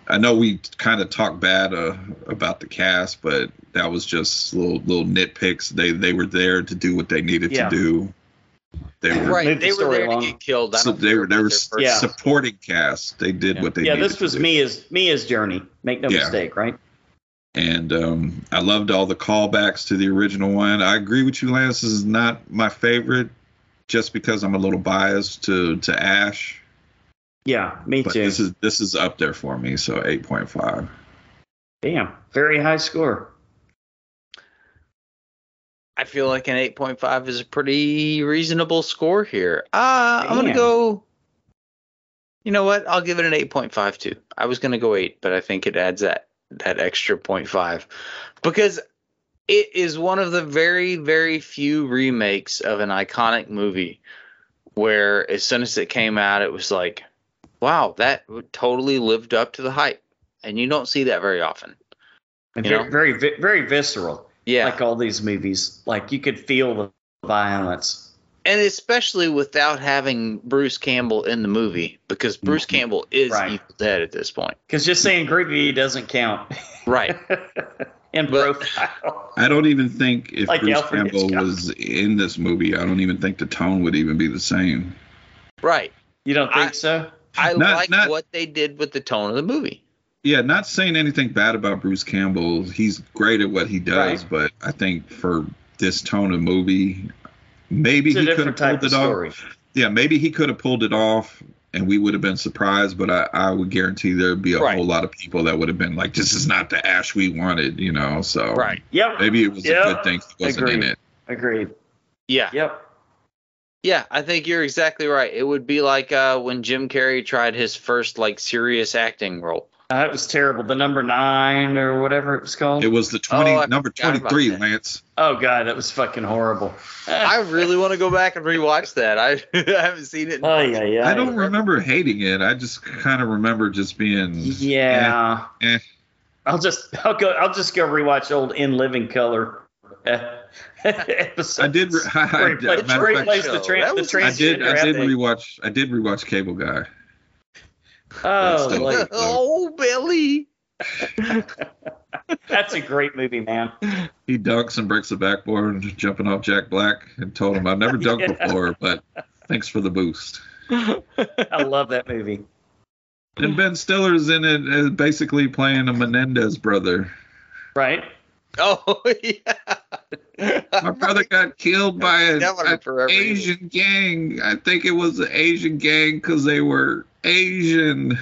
S4: I know we kind of talked bad uh, about the cast, but that was just little little nitpicks. They they were there to do what they needed
S3: Yeah.
S4: to do. They were
S5: Right.
S3: Move the
S5: They were
S3: story
S5: there
S3: along.
S5: to get killed. I
S4: so
S5: don't
S4: they
S5: care
S4: were they
S5: about
S4: were
S5: their
S4: s-
S5: first-
S3: Yeah.
S4: supporting cast. They did
S5: Yeah.
S4: what they
S3: yeah,
S4: needed
S3: this
S4: to
S3: was
S4: do.
S3: Mia's Mia's journey. Make no
S4: Yeah.
S3: mistake, right?
S4: and um, I loved all the callbacks to the original one. I agree with you, Lance. This is not my favorite, just because I'm a little biased to to Ash.
S3: Yeah, me
S4: But
S3: too.
S4: this is this is up there for me, so 8.5.
S3: Damn, very high score.
S5: I feel like an 8.5 is a pretty reasonable score here. Uh, I'm going to
S3: Damn.
S5: go. You know what? I'll give it an 8.5 too. I was going to go 8, but I think it adds that that extra 0.5 because it is one of the very very few remakes of an iconic movie where as soon as it came out it was like wow, that totally lived up to the hype. And you don't see that very often.
S3: And
S5: You
S3: very,
S5: know?
S3: very vi- very visceral.
S5: Yeah.
S3: Like all these movies, like you could feel the violence.
S5: and especially without having Bruce Campbell in the movie, because Bruce Campbell is
S3: Right.
S5: Evil Dead at this point.
S3: Because just saying groovy doesn't count
S5: Right.
S3: in
S5: But-
S3: profile.
S4: I don't even think if
S3: Like
S4: Bruce
S3: Alfred
S4: Campbell
S3: Hitchcock.
S4: was in this movie, I don't even think the tone would even be the same.
S5: right.
S3: You don't think
S5: I-
S3: so?
S5: I
S4: Not-
S5: like
S4: not-
S5: what they did with the tone of the movie.
S4: Yeah, not saying anything bad about Bruce Campbell. He's great at what he does, but I think for this tone of movie, maybe
S3: It's a
S4: he could
S3: different type
S4: have
S3: of
S4: pulled it off.
S3: story.
S4: yeah, maybe he could have pulled it off and we would have been surprised, but I, I would guarantee there'd be a
S5: Right.
S4: whole lot of people that would have been like, this is not the Ash we wanted, you know? So
S5: Right.
S3: Yep.
S4: maybe it was
S3: Yeah,
S4: a good thing he wasn't in
S3: agreed.
S4: it.
S3: Agreed.
S5: Yeah.
S3: Yep.
S5: Yeah, I think you're exactly right. It would be like uh, when Jim Carrey tried his first like serious acting role.
S3: That Uh, was terrible. The number nine or whatever it was called.
S4: It was the 20,
S5: Oh, I
S4: number
S5: forgot about
S4: 23,
S5: that.
S4: Lance.
S3: oh god, that was fucking horrible.
S5: I really want to go back and rewatch that. I, I haven't seen it. in-
S3: Oh yeah, yeah.
S4: I don't remember hating it. I just kind of remember just being.
S3: Yeah.
S4: Eh, eh.
S3: I'll just I'll go I'll just go rewatch old In Living Color uh, episodes.
S4: I did. Re- I,
S3: Great place,
S4: matter of
S3: great
S4: fact,
S3: place to
S5: show.
S3: trans-
S5: That
S3: the
S5: was- I
S4: I
S3: transgender
S4: did. I did
S3: ethic.
S4: rewatch. I did rewatch Cable Guy.
S3: Oh,
S4: That's
S3: like,
S5: oh, Billy.
S3: that's a great movie, man.
S4: He dunks and breaks the backboard, jumping off Jack Black, and told him, "I've never dunked
S3: Yeah.
S4: before, but thanks for the boost."
S3: I love that movie.
S4: And Ben Stiller's in it, uh, basically playing a Menendez brother.
S3: Right?
S5: Oh, yeah.
S4: My brother got killed by an
S5: That would've been forever.
S4: Asian gang. I think it was an Asian gang because they were Asian.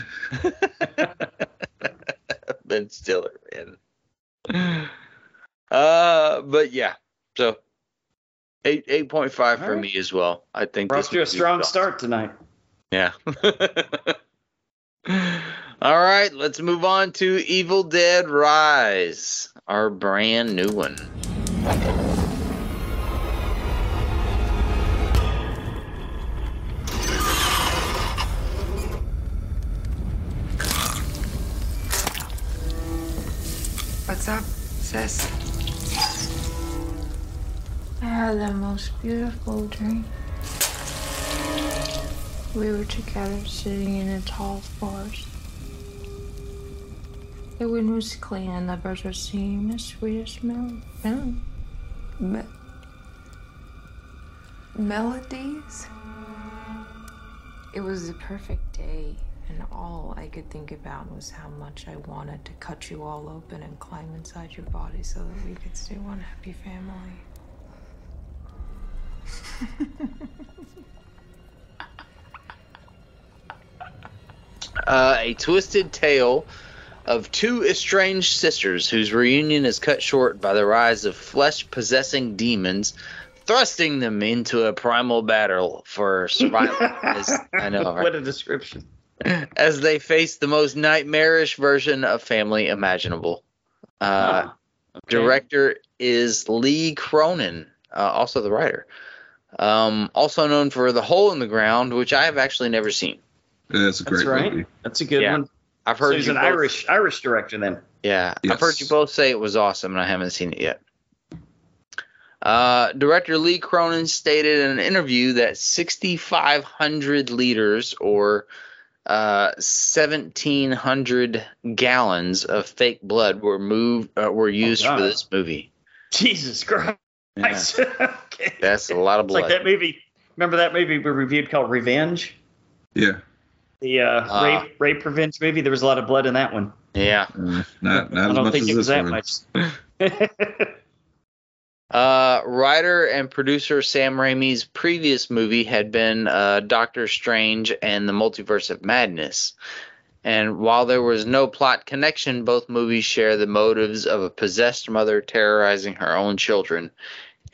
S5: Ben Stiller, man. Uh, but yeah, so eight eight point five
S3: All
S5: for
S3: right.
S5: me as well. I think
S3: Brought you a strong start tonight.
S5: Yeah. All right, let's move on to Evil Dead Rise, our brand new one.
S7: What's up, sis?
S8: I had the most beautiful dream. We were together sitting in a tall forest. The wind was clean and the birds were singing the sweetest mel- mel-
S7: Me- melodies?
S8: It was the perfect day, and all I could think about was how much I wanted to cut you all open and climb inside your body so that we could stay one happy family.
S5: Uh, a twisted tale of two estranged sisters whose reunion is cut short by the rise of flesh possessing demons, thrusting them into a primal battle for survival. As- I know, right?
S3: What a description.
S5: as they face the most nightmarish version of family imaginable. Uh, Director is Lee Cronin, uh, also the writer. Um, also known for The Hole in the Ground, which I have actually never seen.
S4: And That's a
S3: That's
S4: great
S3: right.
S4: movie.
S3: That's a good
S5: Yeah.
S3: one.
S5: I've
S3: So
S5: heard
S3: he's
S5: you
S3: an
S5: both-
S3: Irish Irish director then.
S5: Yeah, I've
S4: Yes.
S5: heard you both say it was awesome, and I haven't seen it yet. Uh, director Lee Cronin stated in an interview that 6,500 liters or uh, 1,700 gallons of fake blood were moved uh, were used
S3: God.
S5: for this movie.
S3: Jesus Christ.
S5: Yeah,
S3: okay.
S5: that's a lot of
S3: It's like
S5: blood.
S3: that movie. Remember that movie we reviewed called Revenge?
S4: Yeah.
S3: The uh,
S5: Ah.
S3: rape rape revenge movie. There was a lot of blood in that one.
S5: yeah.
S4: Mm, Not, not
S3: I
S4: as
S3: don't
S4: much
S3: think
S4: as
S3: it was
S4: this
S3: that
S4: one.
S3: much.
S5: Uh, writer and producer Sam Raimi's previous movie had been uh, Doctor Strange and the Multiverse of Madness. And while there was no plot connection, both movies share the motives of a possessed mother terrorizing her own children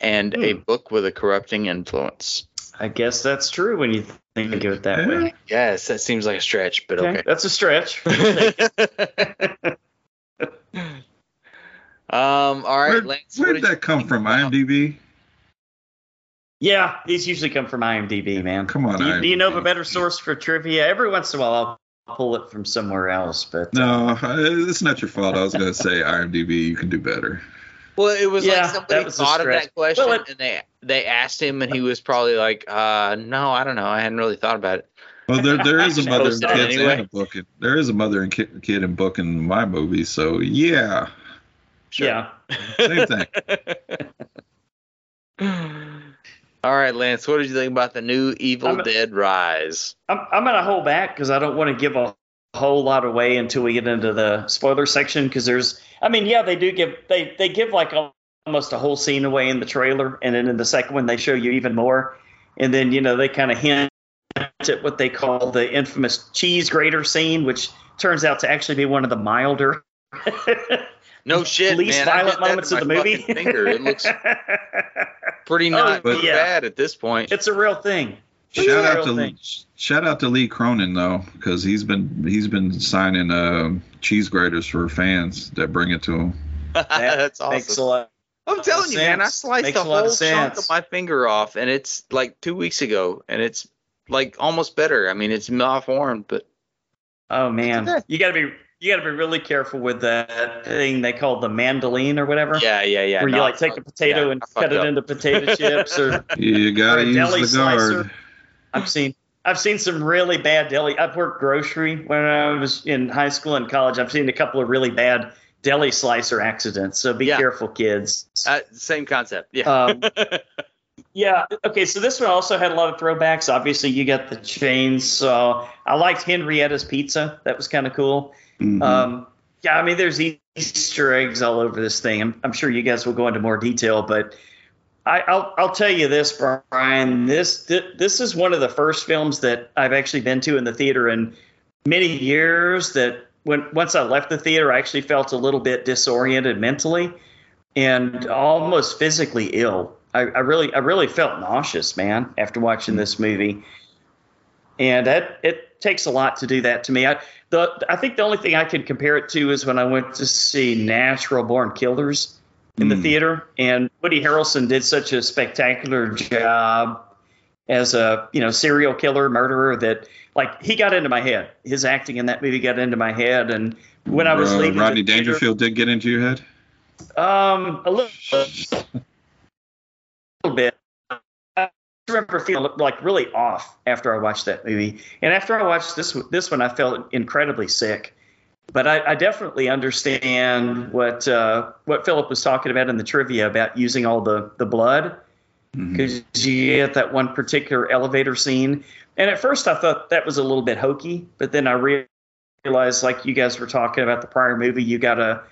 S5: and a
S3: Hmm.
S5: book with a corrupting influence.
S3: I guess that's true when you think of it that way.
S5: Yes, that seems like a stretch, but okay.
S3: That's a stretch.
S5: um, all right,
S4: Where,
S5: Lance. what
S4: where'd
S5: did you-
S4: that come from? IMDb?
S3: yeah, these usually come from IMDb, man.
S4: Come on,
S3: Do you, do you know of a
S4: IMDb.
S3: better source for trivia? Every once in a while, I'll pull it from somewhere else, but
S4: No, I- it's not your fault. I was going to say IMDb, you can do better.
S5: Well, it was
S3: Yeah,
S5: like somebody
S3: that was a
S5: thought of
S3: stretch.
S5: that question
S3: Well, it-
S5: and they they asked him and he was probably like, uh, no, I don't know. I hadn't really thought about it.
S4: Well, there there is a mother and
S5: Post it
S4: kids
S5: anyway.
S4: and a book. In, there is a mother and kid, kid and book in my movie, so yeah,
S5: Sure.
S3: yeah.
S4: same thing.
S5: All right, Lance, what did you think about the new Evil
S3: I'm-
S5: Dead Rise?
S3: I'm, I'm going to hold back because I don't want to give a whole lot away until we get into the spoiler section because there's I mean yeah they do give they they give like al- almost a whole scene away in the trailer and then in the second one they show you even more and then you know they kind of hint at what they call the infamous cheese grater scene which turns out to actually be one of the milder
S5: No shit,
S3: least
S5: man. I did
S3: violent
S5: that
S3: moments
S5: to
S3: of the
S5: my
S3: movie
S5: fucking Finger. It looks pretty not
S3: Oh, yeah.
S5: bad at this point.
S3: it's a real thing
S4: Shout out
S3: Real
S4: to
S3: thing.
S4: shout out to Lee Cronin though, because he's been he's been signing uh, cheese graters for fans that bring it to him.
S5: That's awesome.
S3: makes a lot
S5: I'm telling you, man, I
S3: sense.
S5: sliced
S3: Makes
S5: a
S3: a lot of
S5: whole chunk of
S3: sense.
S5: my finger off, and it's like two weeks ago, and it's like almost better. I mean, it's malformed, but
S3: Oh man,
S5: Okay.
S3: you gotta be you gotta be really careful with that thing they call the mandoline or whatever.
S5: yeah, yeah, yeah.
S3: where you
S5: no,
S3: like take a potato
S5: yeah,
S3: and
S5: I
S3: cut
S5: fucked
S3: it
S5: up.
S3: into potato chips. Or
S4: You gotta
S3: Or a deli
S4: use the guard.
S3: slicer. I've seen I've seen some really bad deli. I've worked grocery when I was in high school and college. I've seen a couple of really bad deli slicer accidents. So be
S5: Yeah.
S3: careful, kids.
S5: Uh, same concept. Yeah.
S3: Um, yeah. Okay. So this one also had a lot of throwbacks. Obviously, you got the chainsaw. I liked Henrietta's pizza. That was kind of cool.
S4: Mhm.
S3: Um, yeah, I mean, there's e- Easter eggs all over this thing. I'm, I'm sure you guys will go into more detail, but I, I'll I'll tell you this, Brian. This thi- this is one of the first films that I've actually been to in the theater in many years. That when once I left the theater, I actually felt a little bit disoriented mentally and almost physically ill. I, I really I really felt nauseous, man, after
S4: Hmm.
S3: watching this movie. And that it takes a lot to do that to me. I the I think the only thing I could compare it to is when I went to see Natural Born Killers in
S4: Hmm.
S3: the theater, and Woody Harrelson did such a spectacular job as a you know serial killer murderer that like he got into my head. His acting in that movie got into my head, and when I was
S4: Uh,
S3: leaving, the
S4: Rodney
S3: theater-
S4: Dangerfield did get into your head.
S3: um, a little, a little bit. uh, I remember feeling like really off after I watched that movie, and after I watched this this one, I felt incredibly sick. But I, I definitely understand what uh, what Philip was talking about in the trivia about using all the the blood because you get that one particular elevator scene. And at first, I thought that was a little bit hokey, but then I rea- realized, like you guys were talking about the prior movie, you gotta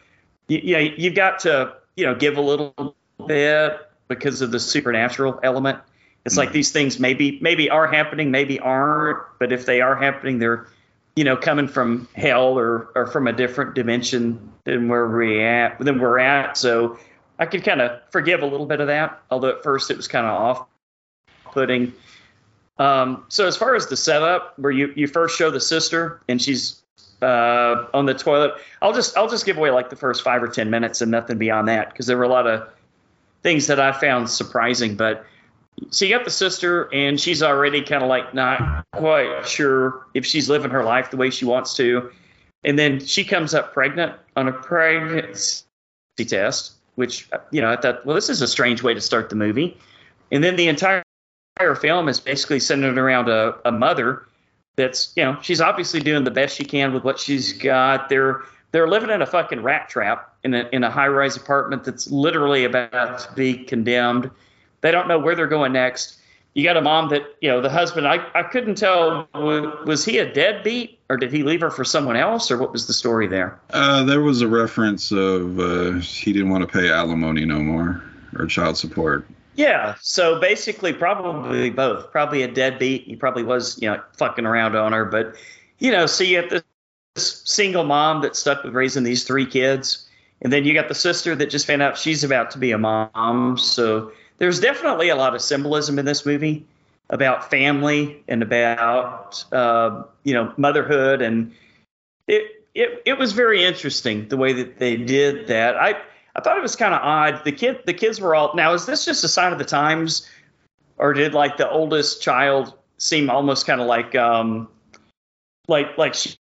S3: you, you know, you've got to, you know, give a little bit because of the supernatural element. It's like these things maybe maybe are happening, maybe aren't, but if they are happening, they're, you know, coming from hell or or from a different dimension than where we at than we're at. So I could kind of forgive a little bit of that, although at first it was kind of off putting. Um, so as far as the setup, where you, you first show the sister and she's uh, on the toilet, I'll just I'll just give away like the first five or ten minutes and nothing beyond that because there were a lot of things that I found surprising. But so you got the sister and she's already kind of like not quite sure if she's living her life the way she wants to, and then she comes up pregnant on a pregnancy test, which you know I thought, well, this is a strange way to start the movie, and then the entire entire film is basically centered around a, a mother that's you know she's obviously doing the best she can with what she's got they're they're living in a fucking rat trap in a in a high-rise apartment that's literally about to be condemned they don't know where they're going next you got a mom that you know the husband i, I couldn't tell wa- was he a deadbeat or did he leave her for someone else or what was the story there
S4: Uh, there was a reference of uh, he didn't want to pay alimony no more or child support.
S3: Yeah. So basically, probably both. Probably a deadbeat. He probably was, you know, fucking around on her. But, you know, so you have this, this single mom that's stuck with raising these three kids. And then you got the sister that just found out she's about to be a mom. So there's definitely a lot of symbolism in this movie about family and about, uh, you know, motherhood. And it, it, it was very interesting the way that they did that. I, I thought it was kind of odd. The kid, the kids were all. Now, is this just a sign of the times, or did like the oldest child seem almost kind of like, um, like like she,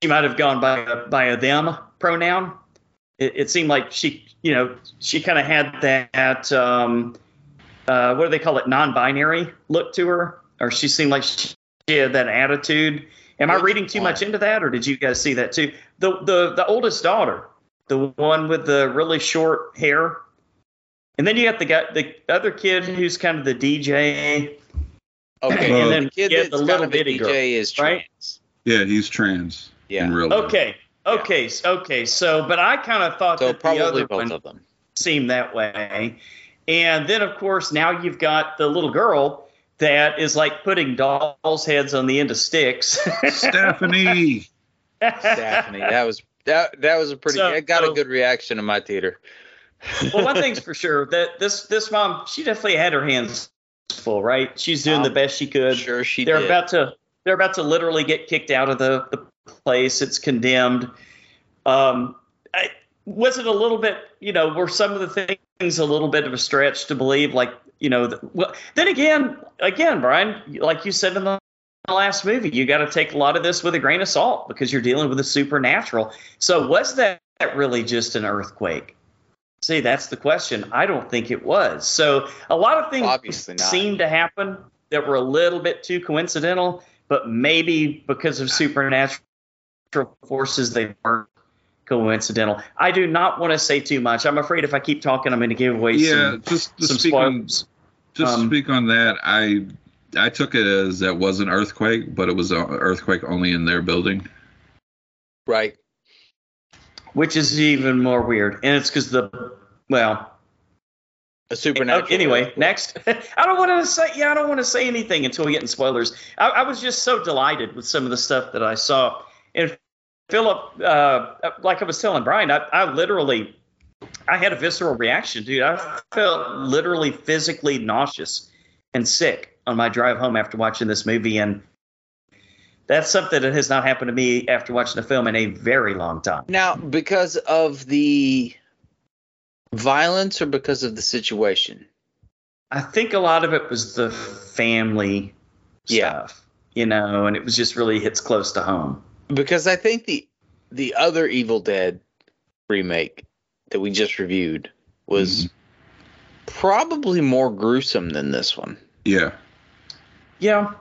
S3: she might have gone by a, by a them pronoun? It, it seemed like she, you know, she kind of had that. Um, uh, what do they call it? Non-binary look to her, or she seemed like she she had that attitude. Am I reading too much into that, or did you guys see that too? The the the oldest daughter, the one with the really short hair. And then you got the guy, the other kid who's kind of the DJ,
S5: Okay,
S4: Well-
S5: and then the kid
S3: Yeah,
S5: that's
S3: the
S5: kind
S3: little
S5: of a
S3: bitty
S5: DJ
S3: girl,
S5: is trans.
S3: right?
S4: Yeah, he's trans.
S5: Yeah.
S4: In real life.
S3: Okay, okay, s- okay. So, but I kind of thought
S5: So
S3: that the
S5: probably
S3: other
S5: both
S3: one
S5: of them.
S3: seemed that way, and then of course now you've got the little girl that is like putting dolls' heads on the end of sticks.
S4: Stephanie.
S5: Daphne, that was that that was a pretty.
S3: So-
S5: it got
S3: so-
S5: a good reaction in my theater.
S3: well, one thing's for sure that this this mom she definitely had her hands full, right? She's doing the
S5: Um,
S3: best she could.
S5: Sure, she
S3: they're
S5: did.
S3: about to they're about to literally get kicked out of the, the place it's condemned um I, was it a little bit you know were some of the things a little bit of a stretch to believe like you know the, well, then again again brian like you said in the last movie you got to take a lot of this with a grain of salt because you're dealing with the supernatural so was that really just an earthquake see that's the question i don't think it was so a lot of things
S5: Obviously not.
S3: seemed to happen that were a little bit too coincidental, but maybe because of supernatural forces, they weren't coincidental. I do not want to say too much. I'm afraid if I keep talking, I'm going to give away
S4: Yeah,
S3: some,
S4: just, just
S3: some
S4: speak on
S3: spoilers.
S4: just
S3: um,
S4: speak on that. I I took it as that was an earthquake, but it was an earthquake only in their building.
S5: right.
S3: which is even more weird. And it's because the well,
S5: A
S3: Oh,
S5: supernatural.
S3: anyway, next. I don't want to say. Yeah, I don't want to say anything until we get in spoilers. I, I was just so delighted with some of the stuff that I saw. And Philip, uh, like I was telling Brian, I, I literally, I had a visceral reaction, dude. I felt literally physically nauseous and sick on my drive home after watching this movie, and that's something that has not happened to me after watching a film in a very long time.
S5: Now, because of the violence or because of the situation?
S3: I think a lot of it was the family
S5: Yeah.
S3: stuff, you know, and it was just really hits close to home.
S5: Because I think the the other Evil Dead remake that we just reviewed was
S3: Mm-hmm.
S5: probably more gruesome than this one.
S4: Yeah.
S3: Yeah,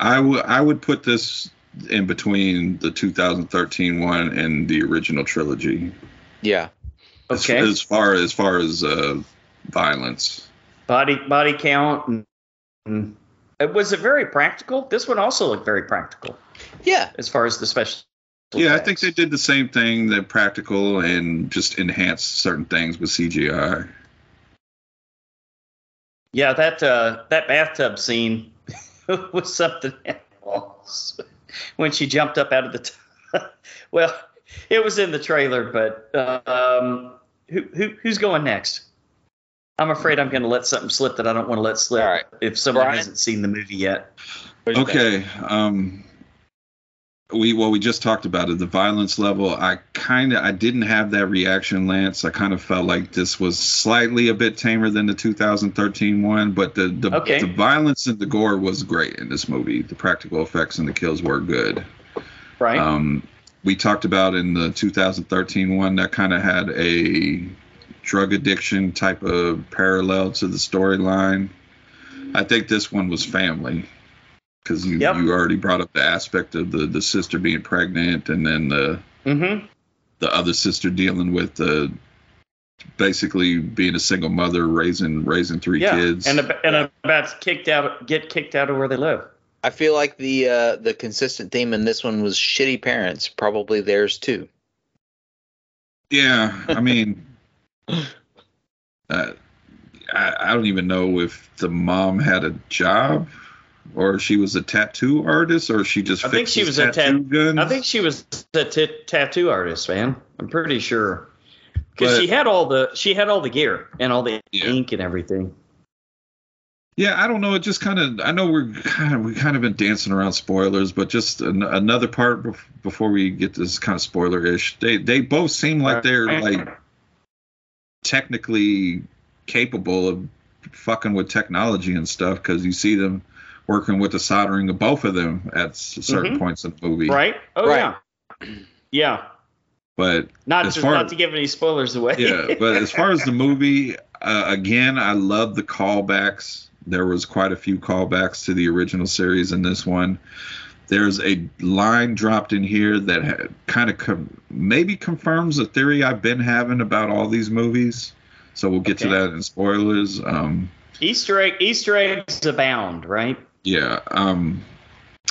S4: I would I would put this in between the 2013 one and the original trilogy.
S5: Yeah.
S4: As-
S3: Okay.
S4: As, far as far as uh, violence.
S3: body body count. And, and it was it very practical. This one also looked very practical
S5: Yeah.
S3: as far as the special.
S4: Yeah, I
S3: effects.
S4: think they did the same thing, the practical and just enhanced certain things with CGI.
S3: Yeah, that uh, that bathtub scene was something else. When she jumped up out of the tub. well, it was in the trailer, but um, who, who who's going next? I'm afraid I'm going to let something slip that I don't want to let slip.
S5: All right.
S3: If someone
S5: Brian?
S3: hasn't seen the movie yet,
S5: What do you think?
S4: Okay. Um we well we just talked about it. The violence level, I kinda I didn't have that reaction, Lance. I kind of felt like this was slightly a bit tamer than the 2013 one, but the the,
S3: Okay.
S4: the violence and the gore was great in this movie. The practical effects and the kills were good.
S3: right?
S4: Um we talked about in the 2013 one that kind of had a drug addiction type of parallel to the storyline. I think this one was family because you,
S3: Yep.
S4: you already brought up the aspect of the, the sister being pregnant and then the,
S3: mm-hmm.
S4: the other sister dealing with the basically being a single mother raising raising three
S3: Yeah,
S4: kids.
S3: and ab- and about to kicked out, get kicked out of where they live.
S5: I feel like the uh, the consistent theme in this one was shitty parents, probably theirs too.
S4: Yeah, I mean, uh, I, I don't even know if the mom had a job or she was a tattoo artist or she just
S3: I think
S4: fixes
S3: she was a
S4: tattoo
S3: tat-
S4: guns.
S3: I think she was a t- tattoo artist, man. I'm pretty sure because
S4: But-
S3: she had all the she had all the gear and all the
S4: Yeah.
S3: ink and everything.
S4: Yeah, I don't know. It just kind of. I know we're kind of we kind of been dancing around spoilers, but just an, another part bef- before we get this kind of spoiler ish. They they both seem like they're like technically capable of fucking with technology and stuff because you see them working with the soldering of both of them at s- certain
S3: Mhm.
S4: points in the movie.
S3: Right? Oh
S5: Right.
S3: yeah, yeah.
S4: But
S3: Not
S4: As
S3: just
S4: far-
S3: not to give any spoilers away.
S4: yeah, but as far as the movie, uh, again, I love the callbacks. There was quite a few callbacks to the original series in this one. There's a line dropped in here that ha- kind of com- maybe confirms a theory I've been having about all these movies. So we'll get
S3: Okay.
S4: to that in spoilers. Um,
S3: Easter egg Easter eggs abound, right?
S4: yeah. Um,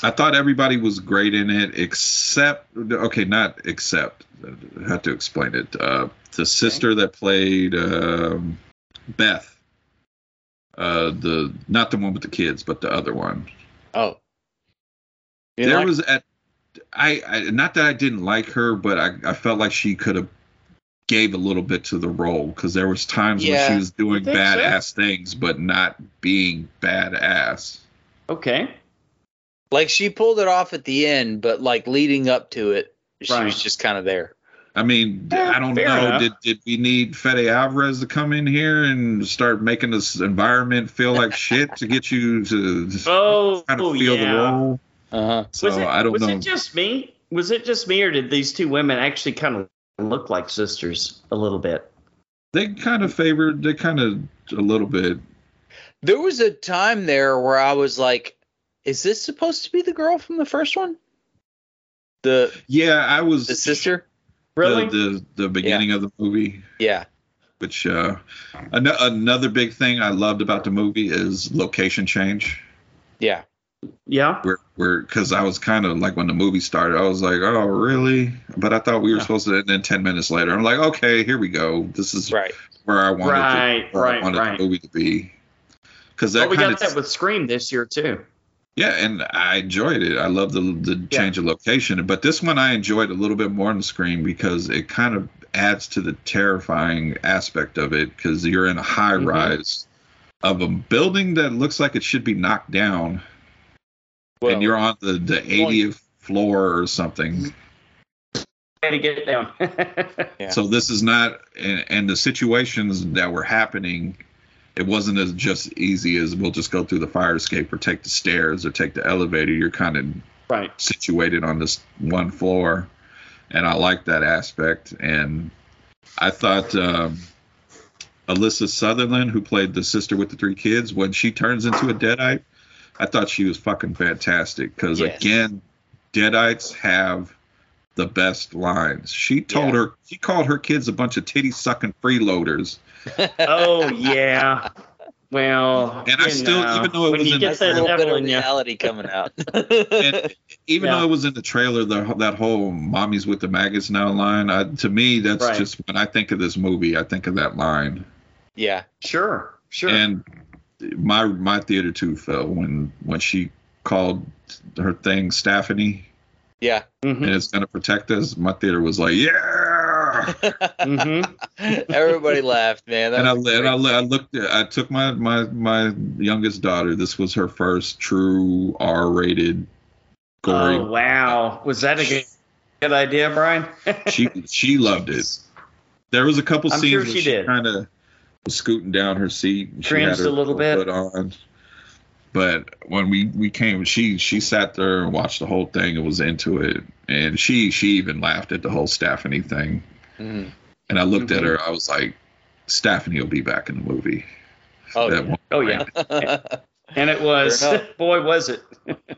S4: I thought everybody was great in it, except okay, not except. I have to explain it. Uh, the sister that played um, Beth, uh, the not the one with the kids, but the other one.
S5: Oh. You
S4: there
S5: like-
S4: was at I, I not that I didn't like her, but I, I felt like she could have gave a little bit to the role because there was times when she
S5: Yeah.
S4: was doing
S3: think so?
S4: badass things, but not being badass.
S3: Okay.
S5: like she pulled it off at the end, but like leading up to it, she
S3: Right.
S5: was just kind of there.
S4: I mean,
S3: Yeah,
S4: I don't
S3: fair
S4: know.
S3: enough.
S4: Did, did we need Fede Alvarez to come in here and start making this environment feel like shit to get you to
S3: Oh,
S4: kind of feel
S3: yeah.
S4: the role?
S5: Uh huh.
S4: So
S3: was it,
S4: I don't
S3: was
S4: know.
S3: it just me? Was it just me, or did these two women actually kind of look like sisters a little bit?
S4: they kind of favored. They kind of a little bit.
S5: There was a time there where I was like, "Is this supposed to be the girl from the first one? The
S4: Yeah, I was
S5: the sister?
S3: Really?
S4: the the, the beginning of the movie.
S5: Yeah,
S4: Which uh, an- another big thing I loved about the movie is location change.
S5: yeah,
S3: yeah.
S4: We're where because I was kind of like when the movie started, I was like, oh really? But I thought we were supposed to. And then ten minutes later, I'm like, okay, here we go. This is
S5: Right.
S4: where I wanted,
S3: Right,
S4: the, where I
S3: right,
S4: wanted
S3: right.
S4: the movie to be. Because that
S3: But Oh, we
S4: kind
S3: got
S4: of
S3: that with Scream this year too.
S4: yeah, and I enjoyed it. I love the the
S3: Yeah.
S4: change of location, but this one I enjoyed a little bit more on the screen because it kind of adds to the terrifying aspect of it because you're in a high
S3: Mm-hmm.
S4: rise of a building that looks like it should be knocked down,
S5: Well,
S4: and you're on the the 80th floor or something.
S3: Way to get it down.
S5: Yeah.
S4: So this is not, and, and the situations that were happening, it wasn't as just easy as we'll just go through the fire escape or take the stairs or take the elevator. You're kind of
S3: right.
S4: situated on this one floor, and I like that aspect. And I thought um, Alyssa Sutherland, who played the sister with the three kids, when she turns into a deadite, I thought she was fucking fantastic. Because
S5: Yes.
S4: again, deadites have the best lines. She told
S5: Yeah.
S4: her she called her kids a bunch of titty sucking freeloaders.
S3: Oh yeah. Well,
S4: And I
S3: you
S4: still-
S3: know,
S4: even though it
S3: when
S4: was
S3: you
S4: in-
S3: get
S5: that's a
S3: that
S5: little bit
S3: devil
S5: of
S3: in you,
S5: reality coming out.
S4: And even
S3: Yeah.
S4: though it was in the trailer, the, that whole "mommy's with the maggots now" line, I, to me, that's
S3: Right.
S4: just when I think of this movie, I think of that line.
S5: yeah.
S3: sure, sure.
S4: And my my theater too fell when when she called her thing Stephanie,
S5: Yeah.
S3: Mhm,
S4: and it's gonna protect us. My theater was like, yeah.
S3: mhm.
S5: Everybody laughed, man. That
S4: and I
S5: was
S4: and
S5: great.
S4: I, I looked at- I took my my my youngest daughter. This was her first true R rated gory.
S3: Oh wow, was that a good, good idea, Brian?
S4: She she loved it. There was a couple
S3: I'm
S4: scenes
S3: sure
S4: where
S3: she
S4: she,
S3: did.
S4: kind of was scooting down her seat. And she had
S3: Cringed
S4: her
S3: a little bit.
S4: foot on. But when we we came, she she sat there and watched the whole thing and was into it. And she she even laughed at the whole Stephanie thing.
S3: Mm-hmm.
S5: Mhm.
S4: And I looked at her. I was like, Stephanie will be back in the movie.
S5: Oh,
S4: That
S5: yeah.
S4: one-
S3: oh yeah, and it was.
S5: Fair enough.
S3: Boy, was it.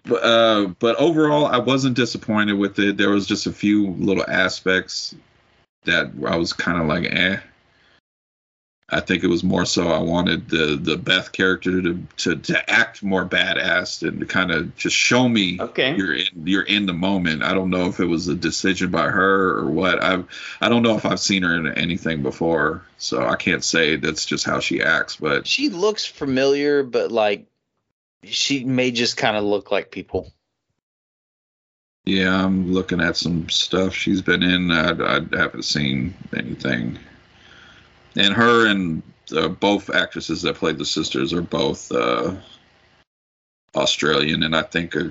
S4: But, uh, but overall, I wasn't disappointed with it. There was just a few little aspects that I was kind of like, eh. I think it was more so I wanted the the Beth character to to, to act more badass and to kind of just show me
S3: Okay.
S4: you're in you're in the moment. I don't know if it was a decision by her or what. I I don't know if I've seen her in anything before, so I can't say that's just how she acts. But
S5: she looks familiar, but like she may just kind of look like people.
S4: Yeah, I'm looking at some stuff she's been in. I, I haven't seen anything. And her and uh, both actresses that played the sisters are both uh, Australian, and I think uh,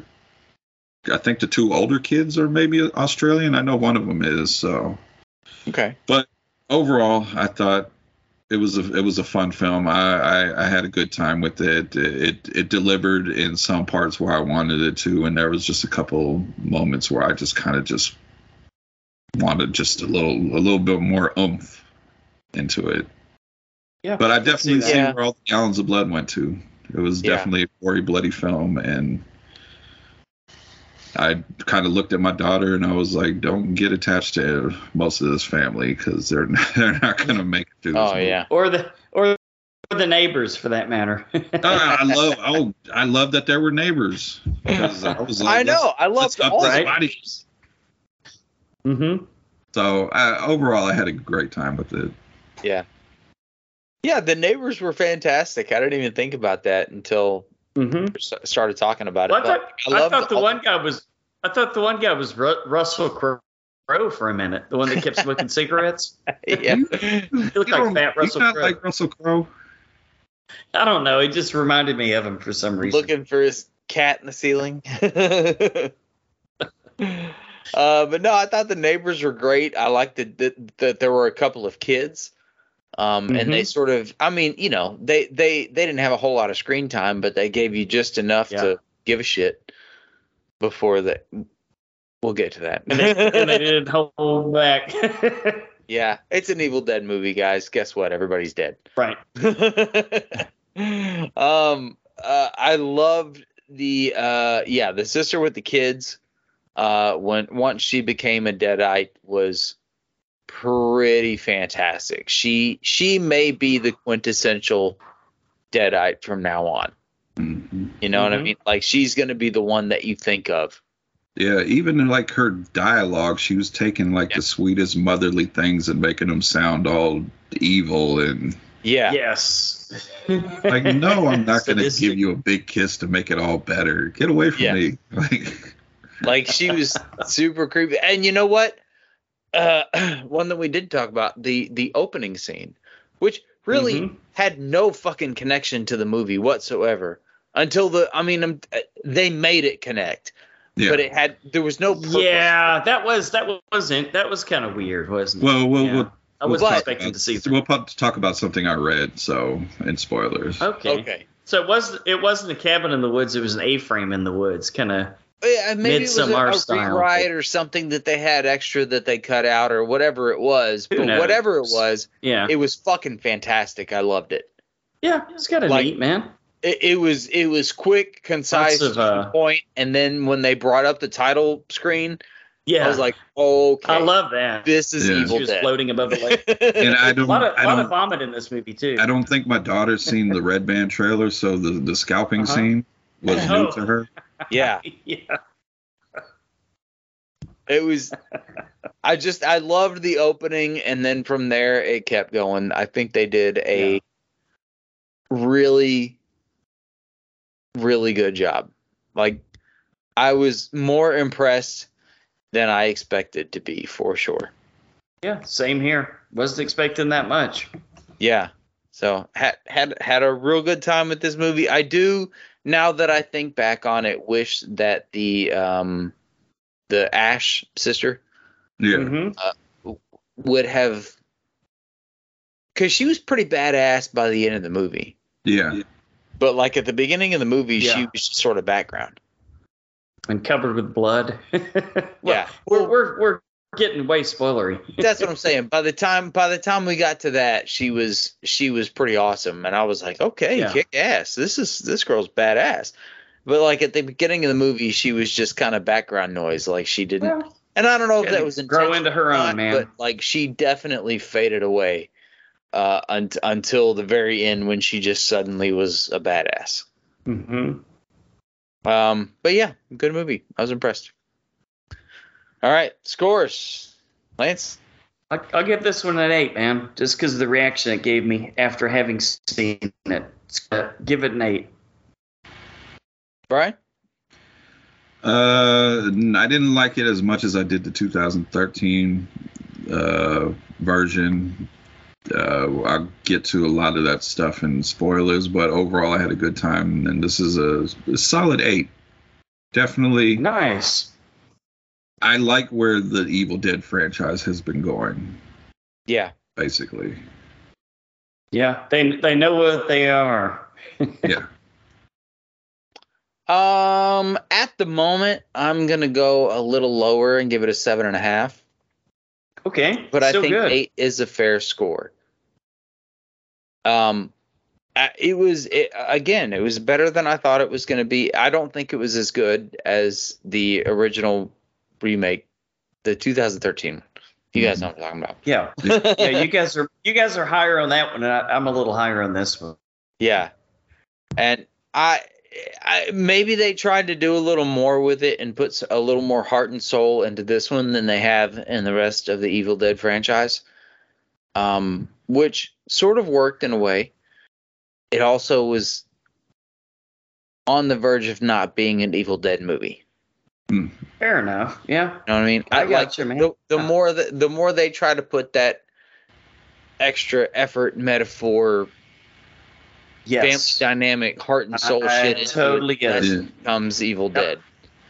S4: I think the two older kids are maybe Australian. I know one of them is. um, So
S5: Okay.
S4: overall, I thought it was a it was a fun film. I, I, I had a good time with it. it. It delivered in some parts where I wanted it to, and there was just a couple moments where I just kind of just wanted just a little a little bit more oomph into it.
S3: Yeah,
S4: But I
S3: can see
S4: definitely see,
S5: that. Yeah.
S4: where all the gallons of blood went to. It was
S5: Yeah.
S4: definitely a gory, bloody film, and I kind of looked at my daughter and I was like, "Don't get attached to most of this family because they're not, they're not going to make it through." This
S5: Oh
S4: movie.
S5: yeah.
S3: Or the or the neighbors, for that matter.
S4: Ah, I love. Oh, I love that there were neighbors. 'cause I, was like,
S5: I know. I
S4: let's-
S5: love
S4: let's up
S5: all
S4: this
S5: right?
S4: body.
S3: hmm
S4: So I, overall, I had a great time with it.
S5: Yeah, the neighbors were fantastic. I didn't even think about that until
S3: hmm
S5: we s- started talking about it.
S3: Well, I
S5: but
S3: thought,
S5: I
S3: I
S5: love
S3: thought the
S5: all-
S3: one guy was I thought the one guy was Ru- Russell Crowe for a minute. The one that kept smoking cigarettes. He
S5: yeah.
S3: looked
S4: You
S3: like
S4: don't-
S3: Fat
S4: you
S3: Russell
S4: not
S3: Crowe.
S4: like Russell Crowe?
S3: I don't know. It just reminded me of him for some reason.
S5: looking for his cat in the ceiling. uh, but no, I thought the neighbors were great. I liked that that, that there were a couple of kids, um, and
S3: Mm-hmm.
S5: they sort of, I mean, you know, they they they didn't have a whole lot of screen time, but they gave you just enough
S3: Yeah.
S5: to give a shit before that. We'll get to that.
S3: and, they, and they didn't hold back.
S5: yeah, it's an Evil Dead movie, guys. Guess what? Everybody's dead.
S3: right.
S5: um uh, I loved the uh yeah, the sister with the kids uh when once she became a deadite was pretty fantastic. She she may be the quintessential deadite from now on.
S4: Mhm.
S5: You know what I mean? Like she's gonna be the one that you think of.
S4: Yeah, even in like her dialogue, she was taking like the sweetest motherly things and making them sound all evil and
S5: Yeah.
S3: Yes.
S4: like, no, I'm not going to give
S5: Sadistic.
S4: you a big kiss to make it all better. Get away from
S5: Yeah.
S4: me. Like,
S5: Like she was super creepy. And you know what? Uh one that we did talk about, the the opening scene, which really
S3: Mhm.
S5: had no fucking connection to the movie whatsoever until the I mean um, they made it connect.
S4: yeah.
S5: But it had there was no purpose.
S3: Yeah, that was that wasn't that was kind of weird, wasn't it?
S4: well, we'll,
S3: Yeah.
S4: we'll,
S3: I wasn't
S5: but-
S3: expecting to see that.
S4: we'll pop- talk about something I read. So, in spoilers.
S3: Okay.
S5: Okay.
S3: So it was it wasn't a cabin in the woods, it was an A frame in the woods, kinda
S5: Yeah, and maybe it was a,
S3: Midsommar
S5: a
S3: style.
S5: rewrite or something that they had extra that they cut out or whatever it was.
S3: Who
S5: But
S3: knows?
S5: whatever it was,
S3: yeah.
S5: it was fucking fantastic. I loved it.
S3: yeah, it's kinda
S5: like-
S3: neat, man.
S5: It, it was it was quick, concise,
S3: Lots of, uh,
S5: point, And then when they brought up the title screen,
S3: Yeah.
S5: I was like, okay,
S3: I love that.
S5: this is
S4: Yeah.
S5: evil
S3: She was
S5: dead.
S3: floating above the lake.
S4: And I
S3: A
S4: don't,
S3: lot of,
S4: I
S3: lot
S4: don't,
S3: of vomit in this movie too.
S4: I don't think my daughter's seen the red band trailer. So the, the scalping
S3: Uh-huh.
S4: scene was new
S3: Oh.
S4: to her.
S5: yeah,
S3: yeah.
S5: it was. I just I loved the opening, and then from there it kept going. I think they did a
S3: Yeah.
S5: really, really good job. Like I was more impressed than I expected to be for sure.
S3: Yeah, same here. Wasn't expecting that much.
S5: Yeah. So had had had a real good time with this movie. I do now that I think back on it, wish that the um the Ash sister
S4: Yeah.
S3: hmm
S5: would have because she was pretty badass by the end of the movie.
S4: Yeah.
S5: But like at the beginning of the movie, she
S3: Yeah.
S5: was just sort of background.
S3: And covered with blood.
S5: Yeah.
S3: We're, we're, we're getting way spoilery.
S5: That's what I'm saying. By the time by the time we got to that, she was she was pretty awesome, and I was like, okay,
S3: Yeah.
S5: kick ass. This is this girl's badass. But like at the beginning of the movie, she was just kind of background noise. Like she didn't.
S3: Well,
S5: And I don't know if
S3: gotta
S5: that was
S3: grow
S5: intentional,
S3: into her
S5: or
S3: own,
S5: not,
S3: man.
S5: but like she definitely faded away uh, un- until the very end when she just suddenly was a badass. Mm-hmm.
S3: hmm
S5: Um, but yeah, good movie. I was impressed. All right, scores, Lance.
S3: I, I'll give this one an eight, man, just because of the reaction it gave me after having seen it. Uh, Give it an eight.
S5: Brian.
S4: Uh, n- I didn't like it as much as I did the 2013 uh, version. Uh, I'll get to a lot of that stuff in spoilers, but overall, I had a good time, and this is a, a solid eight. Definitely,
S3: Nice.
S4: I like where the Evil Dead franchise has been going.
S5: Yeah.
S4: Basically,
S3: Yeah, they they know what they are.
S4: yeah,
S5: Um, at the moment, I'm gonna go a little lower and give it a seven and a half.
S3: Okay,
S5: but I
S3: still
S5: think
S3: good.
S5: eight is a fair score. Um, I, it was it, again, it was better than I thought it was going to be. I don't think it was as good as the original remake, the 2013. You guys know what I'm talking about.
S3: Yeah, yeah. You guys are you guys are higher on that one, and I, I'm a little higher on this one.
S5: Yeah, and I, I maybe they tried to do a little more with it and put s- a little more heart and soul into this one than they have in the rest of the Evil Dead franchise, um, which sort of worked in a way. It also was on the verge of not being an Evil Dead movie.
S3: Fair enough. Yeah.
S5: You know what I mean?
S3: I
S5: like-
S3: gotcha, man. Uh-huh.
S5: The, the
S3: Yeah.
S5: more the, the more they try to put that extra effort metaphor
S3: Yes.
S5: family dynamic, heart and soul
S3: I
S5: shit. into
S3: totally
S5: it,
S3: get
S5: that
S4: it. Yeah.
S5: Becomes Evil Dead.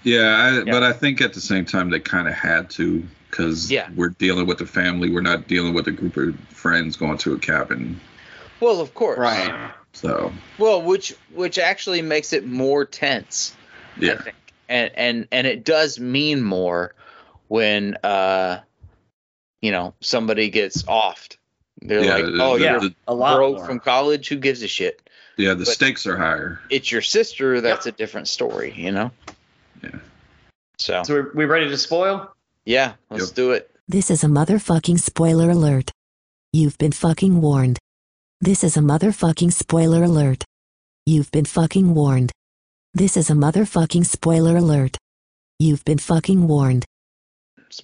S4: yeah, I,
S5: Yeah.
S4: But I think at the same time they kind of had to because
S5: Yeah.
S4: we're dealing with the family. We're not dealing with a group of friends going to a cabin.
S5: Well, of course.
S3: Right.
S4: So
S5: Well, which which actually makes it more tense. I
S4: yeah,
S5: think. And and and it does mean more when uh, you know, somebody gets offed. They're
S4: yeah,
S5: like,
S4: the-
S5: oh
S4: the-
S5: yeah,
S4: the-
S3: A lot
S5: broke
S3: more.
S5: from college. Who gives a shit?
S4: Yeah, the
S5: But-
S4: stakes are higher.
S5: It's your sister. That's a different story. You know.
S4: Yeah.
S5: So
S3: So we're, we ready to spoil?
S5: yeah, let's
S4: Yep.
S5: do it.
S9: This is a motherfucking spoiler alert. You've been fucking warned. This is a motherfucking spoiler alert. You've been fucking warned. This is a motherfucking spoiler alert. You've been fucking warned.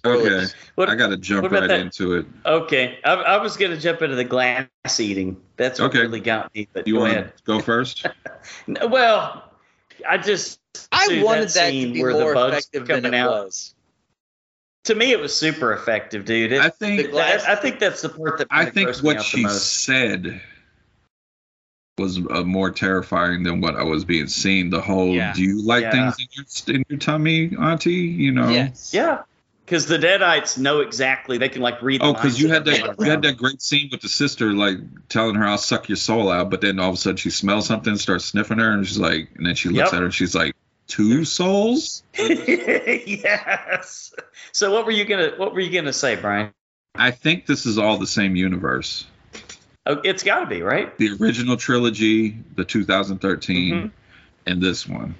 S4: Okay,
S5: Spoilers.
S3: What-
S4: I got to jump
S3: what about
S4: right
S3: that?
S4: into it.
S3: Okay, I, I was gonna jump into the glass eating. That's what
S4: Okay.
S3: really got me. But
S4: You
S3: go
S4: want
S3: ahead.
S4: to go first?
S3: No, well, I just
S5: I
S3: dude,
S5: wanted that, to
S3: scene
S5: be
S3: where
S5: more
S3: the bugs
S5: effective than
S3: coming
S5: it
S3: out.
S5: was.
S3: To me, it was super effective, dude. It,
S4: I
S3: I,
S4: think
S5: The glass-
S3: I think that's the part that
S4: I
S3: kinda
S4: think
S3: grossed me
S4: what
S3: out the
S4: she
S3: most.
S4: said was uh, more terrifying than what I was being seen. The whole
S5: Yeah.
S4: "Do you like
S3: Yeah.
S4: things in your, in your tummy, Auntie?" You know.
S5: Yes.
S3: Yeah, because the Deadites know exactly. They can like read. the
S4: Oh,
S3: minds
S4: because you
S3: of
S4: had that
S3: everyone
S4: you had
S3: around.
S4: that great scene with the sister, like telling her, "I'll suck your soul out," but then all of a sudden she smells something, starts sniffing her, and she's like, and then she looks
S3: Yep.
S4: at her, and she's like, two souls."
S3: yes. So what were you gonna What were you gonna say, Brian?
S4: I think this is all the same universe.
S3: Oh, it's got to be right.
S4: the original trilogy, the 2013,
S3: Mhm.
S4: and this one,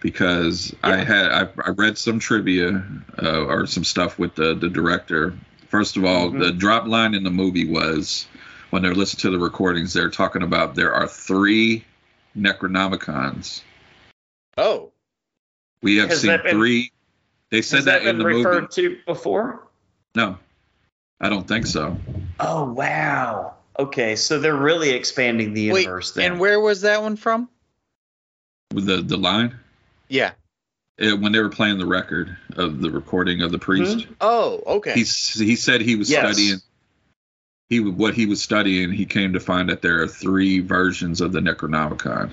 S4: because I had I, I read some trivia uh, or some stuff with the the director. First of all,
S3: Mm-hmm.
S4: the drop line in the movie was when they're listening to the recordings, they're talking about there are three Necronomicons.
S5: Oh,
S4: We have
S3: Has
S4: seen
S3: that been-
S4: three. They said
S3: Has that,
S4: that, in
S3: been
S4: the
S3: referred
S4: movie.
S3: to before?
S4: No, I don't think so.
S3: Oh wow. Okay, so they're really expanding the
S5: wait.
S3: universe then.
S5: And where was that one from?
S4: With the the line
S5: Yeah.
S4: Uh, when they were playing the record of the recording of the priest.
S5: Oh, okay.
S4: He's, he said he was
S3: Mm-hmm. Yes.
S4: studying he w- what he was studying he came to find that there are three versions of the necronomicon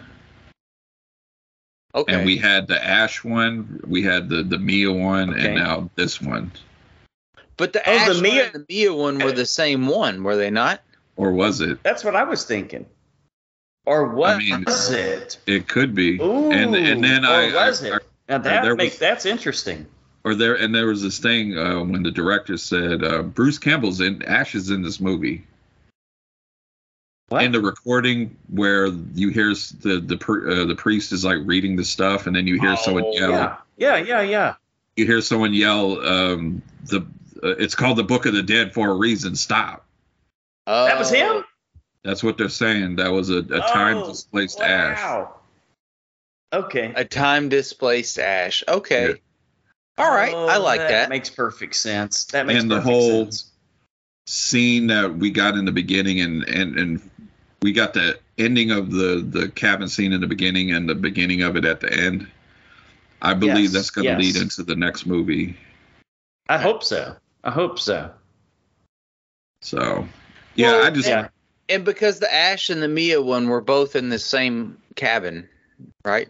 S5: okay.
S4: and we had the ash one we had the the mia one
S3: Okay.
S4: and now this one
S5: but the
S3: Oh, the
S5: Ash one
S3: Mia-
S5: and the Mia one were the same one, were they not?
S4: or was it
S3: That's what I was thinking. Or was
S4: mean-
S3: it?
S4: it could be
S3: Ooh,
S4: and and then
S3: or
S4: i
S3: was
S4: I-
S3: it?
S4: I-
S3: now that
S4: there
S3: make,
S4: was-
S3: that's interesting.
S4: or there and there was this thing uh, when the director said uh, bruce campbell's in ash is in this movie
S3: What?
S4: in the recording where you hear s- the the pr- uh, the priest is like reading the stuff and then you hear someone
S5: Oh,
S4: yell
S3: yeah, yeah, yeah, yeah.
S4: you hear someone yell um the uh, it's called the book of the dead for a reason stop
S5: Oh,
S3: that was him.
S4: that's what they're saying that was a, a time displaced ash
S3: Oh, Wow. Okay.
S5: A time displaced Ash. Okay.
S4: Yeah.
S5: All right. I
S3: Oh,
S5: like that.
S3: Makes perfect sense. That makes
S4: And the
S3: perfect
S4: whole-
S3: sense.
S4: scene that we got in the beginning and and and we got the ending of the the cabin scene in the beginning and the beginning of it at the end i
S3: Yes,
S4: believe that's going to
S3: yes.
S4: lead into the next movie
S3: I hope so. I hope so.
S4: so yeah
S5: Well,
S4: i just
S3: Yeah.
S5: and because the Ash and the Mia one were both in the same cabin, right?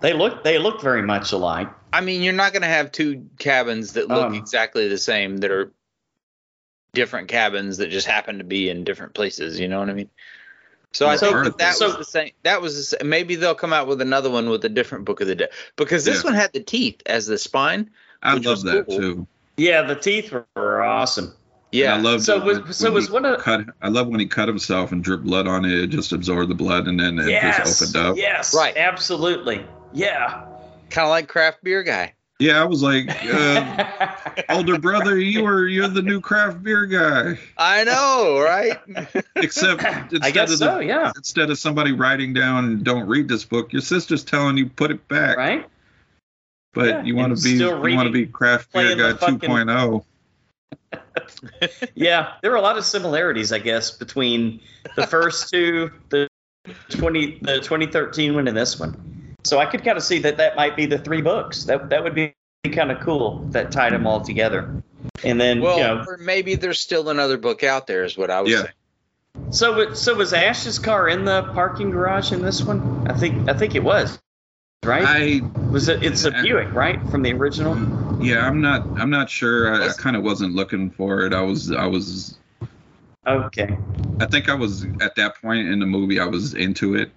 S3: They look they look very much alike.
S5: I mean, you're not going to have two cabins that look
S4: Uh-huh.
S3: Um.
S5: exactly the same that are different cabins that just happen to be in different places. You know what I mean? So I
S4: So-
S5: think that, that
S3: so-
S5: was the same. That was the same. maybe they'll come out with another one with a different Book of the Dead because this
S4: Yeah.
S5: one had the teeth as the spine.
S4: i
S5: which
S4: love
S5: was
S4: that
S5: cool.
S4: too
S3: Yeah, the teeth were, were awesome.
S5: Yeah,
S4: And I love
S3: So
S4: that
S3: was-
S4: when-
S3: so
S4: when
S3: was
S4: he
S3: one of-
S4: cut. I love when he cut himself and dripped blood on it. It just absorbed the blood and then it
S3: yes.
S4: just opened up.
S3: Yes.
S5: Right.
S3: Absolutely. Yeah.
S5: kind of like craft beer guy.
S4: Yeah, I was like, uh, older brother, you were you're the new craft beer guy.
S5: I know, right?
S4: Except instead
S3: I guess
S4: of
S3: so.
S4: the,
S3: yeah.
S4: instead of somebody writing down "Don't read this book," your sister's telling you put it back.
S3: Right.
S4: But
S3: Yeah,
S4: you want
S3: and
S4: to be
S3: still
S4: you want
S3: reading,
S4: to be craft beer
S3: playing the
S4: guy oh.
S3: fucking-
S4: 2.0.
S3: Yeah. There were a lot of similarities, I guess, between the first two, the twenty, the 2013 one, and this one. So I could kind of see that that might be the three books. That that would be kind of cool. If that tied them all together. And then
S5: well,
S3: you know,
S5: or maybe there's still another book out there, is what I was
S4: Yeah.
S5: saying.
S3: So, wa- so was Ash's car in the parking garage in this one? I think, I think it was, right?
S4: I
S3: was it? It's a
S4: I- Mm-hmm.
S3: Buick, right, from the original.
S4: yeah, I'm not I'm not sure. I, I kind of wasn't looking for it. I was I was
S3: Okay,
S4: I think I was at that point in the movie I was into it.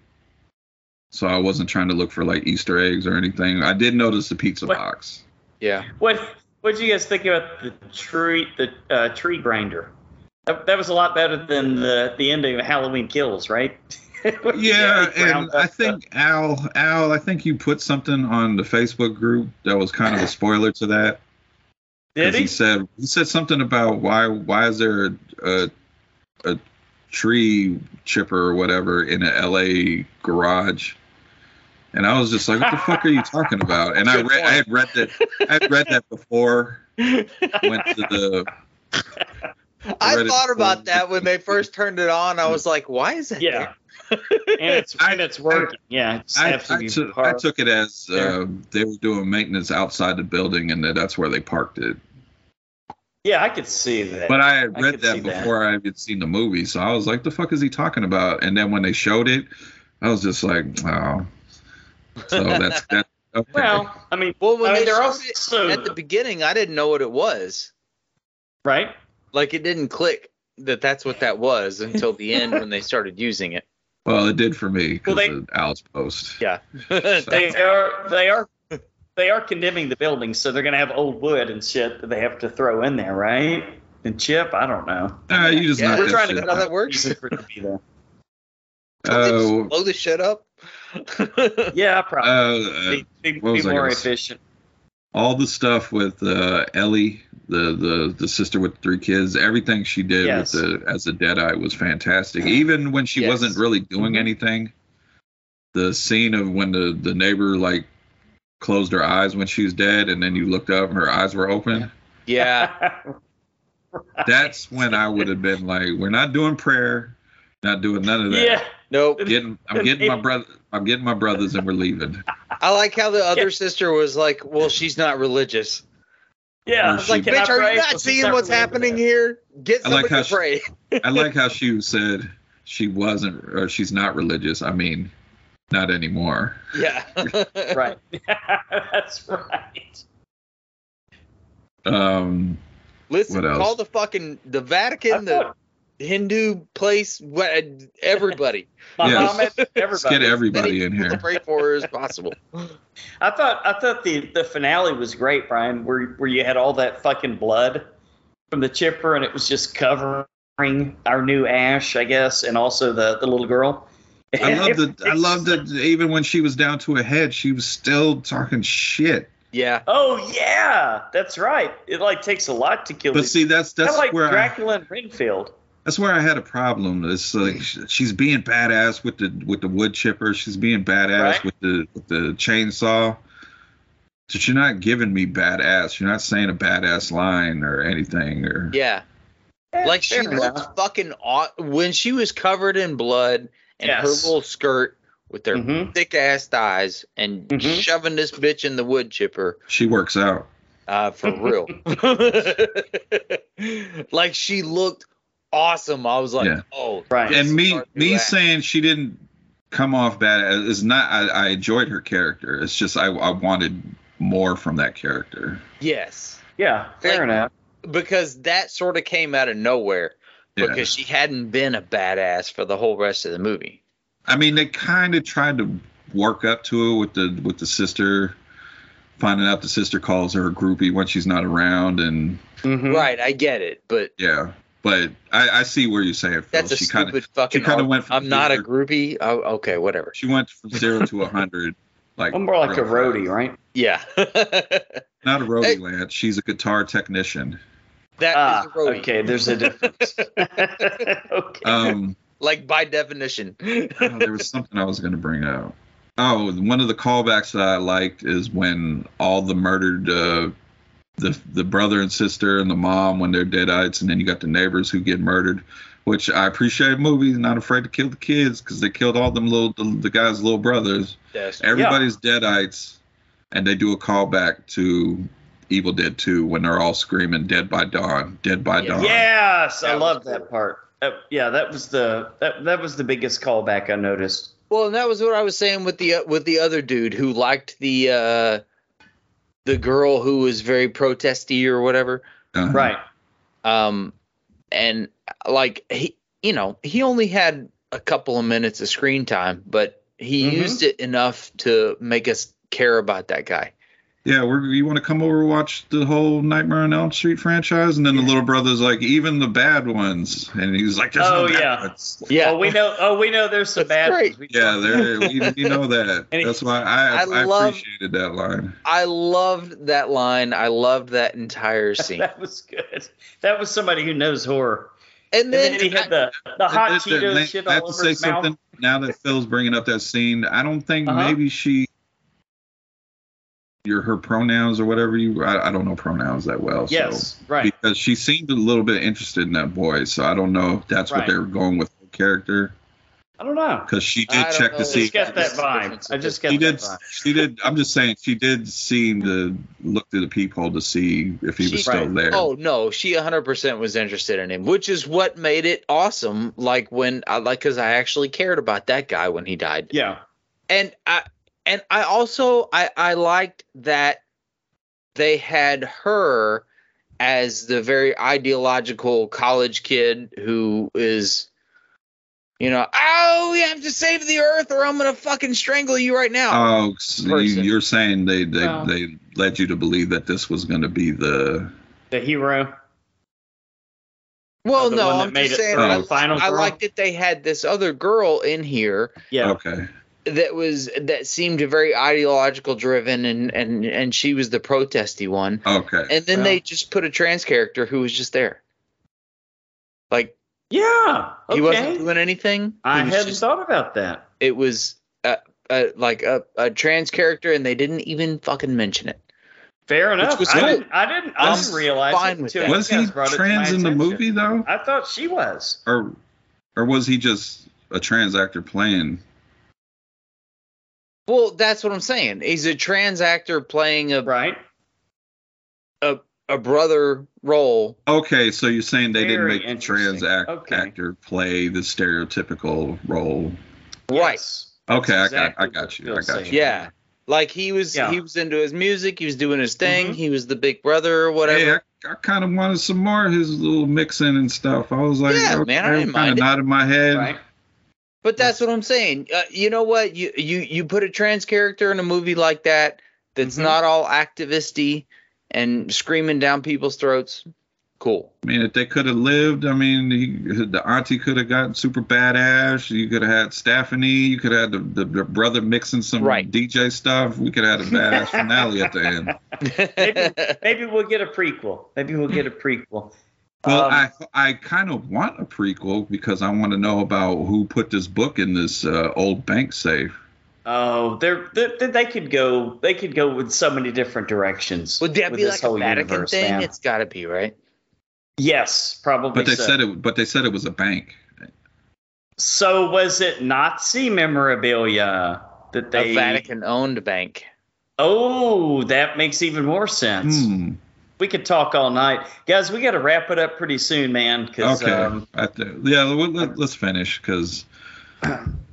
S4: So I wasn't trying to look for like Easter eggs or anything. I did notice the pizza
S3: What-
S4: box.
S5: Yeah.
S3: what what did you guys think about the tree, the uh, tree grinder? That, that was a lot better than the the ending of Halloween Kills, right?
S4: Yeah,
S3: he ground
S4: and I
S3: up the-
S4: think Al Al, I think you put something on the Facebook group that was kind of a spoiler to that. 'cause
S3: did he?
S4: said he said something about why why is there a, a, a tree chipper or whatever in an LA garage. And I was just like, "What the fuck are you talking about?" And I
S5: Good
S4: read, I
S5: point.
S4: had read that, I had read that before. Went to the
S5: I
S4: Reddit
S5: thought
S4: forum.
S5: about that when they first turned it on. I was like, why is that?
S3: Yeah. and it's
S4: I-
S3: and it's working. yeah, it's
S4: I, I,
S3: absolutely
S4: took, I
S3: horrible.
S4: took it as
S3: There.
S4: uh, they were doing maintenance outside the building, and that that's where they parked it.
S3: Yeah, I could see that.
S4: But I had
S3: I
S4: read
S3: could see
S4: that
S3: that.
S4: before I had seen the movie, so I was like, "The fuck is he talking about?" And then when they showed it, I was just like, "Wow." So that's that. Okay.
S3: well, I mean,
S5: Well, when
S3: I mean,
S5: they
S3: they're
S5: showed
S3: also-
S5: it at the beginning, I didn't know what it was.
S3: right?
S5: Like it didn't click that that's what that was until the end when they started using it.
S4: well, it did for me because
S3: Well, they-
S4: of Al's post.
S5: Yeah.
S3: They are they are they are condemning the building, so they're gonna have old wood and shit that they have to throw in there, right? And chip, I don't know.
S4: Ah, you just
S5: Yeah,
S4: knocked
S5: we're
S4: that
S5: trying to
S4: shit
S5: figure out how
S4: out.
S5: that works.
S3: Easy for it to be there.
S5: Don't they just
S4: Oh,
S5: blow the shit up.
S3: Yeah, probably.
S4: uh, uh,
S3: be be-
S4: what was
S3: be
S4: I
S3: more
S4: gonna say?
S3: efficient.
S4: all the stuff with uh, Ellie, the, the the sister with three kids, everything she did
S3: Yes.
S4: with the as a Deadeye was fantastic. Even when she
S5: Yes.
S4: wasn't really doing
S3: Mhm.
S4: anything, the scene of when the the neighbor like closed her eyes when she was dead, and then you looked up and her eyes were open.
S5: Yeah.
S4: That's when I would have been like, "We're not doing prayer, not doing none of that.
S3: yeah.
S5: Nope.
S4: Getting, I'm getting my brother, I'm getting my brothers, and we're leaving."
S5: I like how the other
S3: Yeah.
S5: sister was like, "Well, she's not religious."
S3: Yeah.
S4: Or
S3: it's like,
S4: she-
S3: can I
S5: Bitch, are
S3: pray?
S5: you not
S3: Let's
S5: seeing
S3: start
S5: what's
S3: with
S5: happening
S3: that.
S5: here? Get
S4: I like
S5: somebody
S4: how
S5: to
S4: she-
S5: pray.
S4: I like how she said she wasn't, or she's not religious. I mean, not anymore.
S5: yeah.
S3: Right. That's right.
S4: Um,
S5: Listen,
S4: What else?
S5: call the fucking the
S3: I
S5: Vatican, the
S3: thought
S5: Hindu place, wha- everybody.
S3: Muhammad,
S4: let's
S3: everybody.
S4: get everybody in
S5: As
S4: here.
S5: pray for her as possible.
S3: I thought I thought the, the finale was great, Brian, where where you had all that fucking blood from the chipper and it was just covering our new ash, I guess, and also the, the little girl.
S4: I love that. I love that. Even when she was down to a head, she was still talking shit.
S5: Yeah.
S3: Oh yeah, that's right. It like takes a lot to kill
S4: But
S3: these-
S4: see, that's that's
S3: I like
S4: where I,
S3: Dracula and Renfield.
S4: that's where I had a problem. It's like sh- she's being badass with the with the wood chipper. She's being badass
S3: Right.
S4: with the with the chainsaw. But you're not giving me badass. You're not saying a badass line or anything. Or
S5: Yeah.
S3: Eh,
S5: Like she
S3: fair enough.
S5: looked fucking aw- when she was covered in blood and her
S3: Yes.
S5: little skirt with their
S4: Mm-hmm.
S3: Mhm.
S5: thick ass thighs and
S3: Mhm.
S5: shoving this bitch in the wood chipper
S4: she works out.
S5: uh, for real. like she looked awesome. I was like,
S4: Yeah.
S5: oh,
S3: Right.
S5: this
S4: and me
S5: part
S4: me
S5: relax.
S4: saying she didn't come off bad is not I, I enjoyed her character it's just I, I wanted more from that character
S5: yes,
S3: Yeah, fair
S5: Like-
S3: enough.
S5: because that sort of came out of nowhere
S4: Yeah.
S5: because she hadn't been a badass for the whole rest of the movie.
S4: i mean they kind of tried to work up to it with the with the sister finding out the sister calls her a groupie when she's not around and
S3: Mhm.
S4: Mm-hmm.
S5: Right, I get it, but
S4: yeah but i i see where you're saying Phil.
S5: that's a
S4: she
S5: stupid
S4: kind of
S5: fucking.
S4: kinda
S5: arg-
S4: went from
S5: I'm not a
S4: zero-
S5: groupie. Oh, okay, whatever.
S4: she went from zero to a hundred like
S3: I'm more like a
S4: real
S3: roadie,
S4: fast.
S3: right?
S5: Yeah, that
S4: not a roadie
S5: Hey.
S4: lance she's a guitar technician
S5: is
S3: Ah,
S5: a roadie.
S3: okay. There's a difference. okay.
S4: um
S5: Like by definition.
S4: oh, there was something I was going to bring up. Oh, one of the callbacks that I liked is when all the murdered uh, the the brother and sister and the mom when they're deadites, and then you got the neighbors who get murdered. Which I appreciate in movies, not afraid to kill the kids because they killed all them little the, the guy's little brothers.
S5: Yes.
S4: Everybody's deadites, and they do a callback to Evil Dead 2 when they're all screaming "Dead by Dawn, Dead by
S5: Yeah.
S4: Dawn."
S3: Yes, I
S5: That was
S3: love
S5: cool.
S3: that part. That- yeah, that was the that, that was the biggest callback I noticed.
S5: Well, and that was what I was saying with the uh, with the other dude who liked the uh, the girl who was very protesty or whatever.
S4: Uh-huh.
S5: Mm-hmm.
S3: Right.
S5: Um, and uh, like he, you know, he only had a couple of minutes of screen time, but he
S3: Mhm.
S5: used it enough to make us care about that guy.
S4: Yeah, we're, you want to come over watch the whole Nightmare on Elm Street franchise, and then the little brother's like, even the bad ones, and he's like, There's
S3: Oh,
S4: no bad
S3: yeah.
S4: ones.
S5: Yeah.
S3: Oh, we know. Oh, we know. There's some
S5: That's
S3: bad.
S5: great.
S3: ones. We-
S4: yeah, there we, we know that.
S3: And he-
S4: That's why I I,
S5: I love-
S4: appreciated that line.
S5: I loved that line. I loved that entire scene.
S3: That was good. That was somebody who knows horror.
S5: And
S3: And then,
S5: then,
S3: he had the, the hot
S4: I- I-
S3: Cheetos
S4: I
S3: shit
S4: have
S3: all
S4: to
S3: over
S4: say
S3: his mouth.
S4: something now that Phil's bringing up that scene. I don't think
S3: Uh-huh.
S4: maybe she, your her pronouns or whatever you. I, I don't know pronouns that well. so-
S3: Yes, right.
S4: Because she seemed a little bit interested in that boy, so I don't know if that's
S3: Right.
S4: what they were going with her character.
S3: I don't know.
S4: Because she
S5: I
S4: did
S5: don't
S4: check
S5: know.
S4: to see.
S3: Just get that
S5: That's the
S3: vibe.
S5: difference.
S3: I just get
S4: She
S3: that
S4: did.
S3: vibe.
S4: She did. I'm just saying, she did seem to look through the peephole to see if he
S5: She-
S4: was still
S3: Right.
S4: there.
S5: Oh no, she 100% was interested in him, which is what made it awesome. Like when I like cuz I actually cared about that guy when he died.
S3: Yeah.
S5: And I and I also I I liked that they had her as the very ideological college kid who is you know, oh, we have to save the earth or I'm going to fucking strangle you right now.
S4: Oh, so you,
S5: person.
S4: you're saying they they,
S3: No.
S4: they led you to believe that this was going to be the
S3: The hero.
S5: well,
S3: Uh, the
S5: no,
S3: one that
S5: I'm
S3: made
S5: just
S3: it
S5: saying
S4: through
S5: I,
S4: the
S3: final
S5: I
S3: girl.
S5: liked that they had this other girl in here
S3: Yeah.
S4: okay.
S5: that was that seemed very ideological driven and and and she was the protesty one
S4: Okay.
S5: and then
S3: Yeah.
S5: they just put a trans character who was just there like
S3: Yeah. Okay.
S5: he wasn't doing anything He
S3: I
S5: was
S3: hadn't
S5: just-
S3: thought about that.
S5: it was uh, uh, like a, a trans character and they didn't even fucking mention it
S3: Fair enough.
S5: was
S3: I
S5: cool.
S3: didn't. I didn't. I
S5: I'm
S3: didn't realize
S5: fine
S3: it
S5: with
S3: until
S5: that.
S3: you
S4: was he
S3: guys brought it to my
S4: trans in the
S3: attention.
S4: movie though,
S3: I thought she was.
S4: or or was he just a trans actor playing?
S5: well that's what i'm saying he's a trans actor playing a,
S3: Right.
S5: a brother role
S4: Okay, so you're saying they
S3: Very
S4: didn't make the trans
S3: interesting.
S4: act,
S3: Okay.
S4: actor play the stereotypical role.
S5: right
S3: Yes.
S4: Okay, I got
S3: exactly
S4: I got you. I
S3: what Phil's
S4: got
S3: saying.
S4: you.
S5: yeah like he was
S3: Yeah.
S5: he was into his music he was doing his thing
S3: Mhm.
S5: he was the big brother or whatever
S4: Hey, I, I kind of wanted some more of his little mixing and stuff. I was like,
S5: Yeah,
S4: okay,
S5: man, I
S4: kind
S5: didn't mind
S4: of
S5: it.
S4: nodded my head.
S3: Right.
S5: But that's what I'm saying. Uh, you know what? You you you put a trans character in a movie like that that's
S3: Mhm.
S5: not all activisty and screaming down people's throats. Cool.
S4: I mean, if they could have lived, I mean, he, the auntie could have gotten super badass. You could have had Stephanie. You could have had the, the, the brother mixing some
S5: Right.
S4: DJ stuff. We could have had a badass finale at the end.
S3: Maybe- Maybe we'll get a prequel. Maybe we'll get a prequel.
S4: Well,
S3: Um,
S4: I I kind of want a prequel because I want to know about who put this book in this uh, old bank safe.
S3: Oh, they're, they they could go they could go with so many different directions.
S5: Would that
S3: with
S5: be
S3: this
S5: like a
S3: whole
S5: Vatican
S3: universe,
S5: thing?
S3: man.
S5: It's got to be right.
S3: yes, probably.
S4: But they
S3: so.
S4: said it. But they said it was a bank.
S3: So was it Nazi memorabilia that they?
S5: a Vatican-owned bank.
S3: Oh, that makes even more sense.
S4: Hmm.
S3: We could talk all night, guys. We got to wrap it up pretty soon, man. Because
S4: Okay.
S3: um,
S4: I th- yeah. Let, let, let's finish because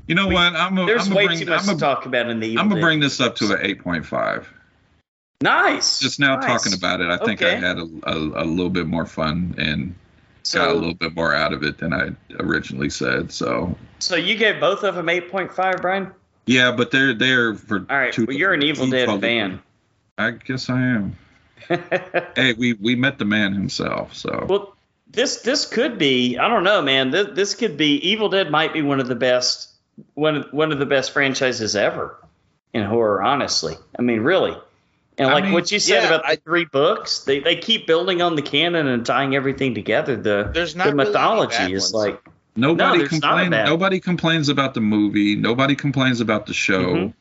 S4: you know what? I'm a,
S3: there's
S4: I'm
S3: way
S4: a bring,
S3: too much
S4: I'm a,
S3: to talk about in the. Evil
S4: I'm gonna
S3: Dead
S4: bring this up to
S3: universe.
S4: an 8.5.
S3: Nice.
S4: Just now
S3: nice.
S4: talking about it, I think I
S3: Okay.
S4: had a, a, a little bit more fun and got a
S3: So,
S4: little bit more out of it than I originally said. So
S3: so you gave both of them 8.5, Brian.
S4: yeah, but they're they're for
S3: All right.
S4: two-
S3: Well, you're an Evil Dead
S4: totally-
S3: fan.
S4: I guess I am. Hey, we we met the man himself. So
S3: Well, this this could be. I don't know, man. This, this could be. Evil Dead might be one of the best one of, one of the best franchises ever in horror. Honestly, I mean, really. And
S4: I
S3: like
S4: mean,
S3: what you said
S5: yeah,
S3: about the
S5: I-
S3: three books, they, they keep building on the canon and tying everything together. The
S5: There's not
S3: the
S5: really any
S3: mythology
S5: bad
S3: is
S5: ones.
S3: like
S4: nobody
S3: there's not a
S4: complains.
S3: bad-
S4: Nobody complains about the movie. Nobody complains about the show.
S3: Mhm.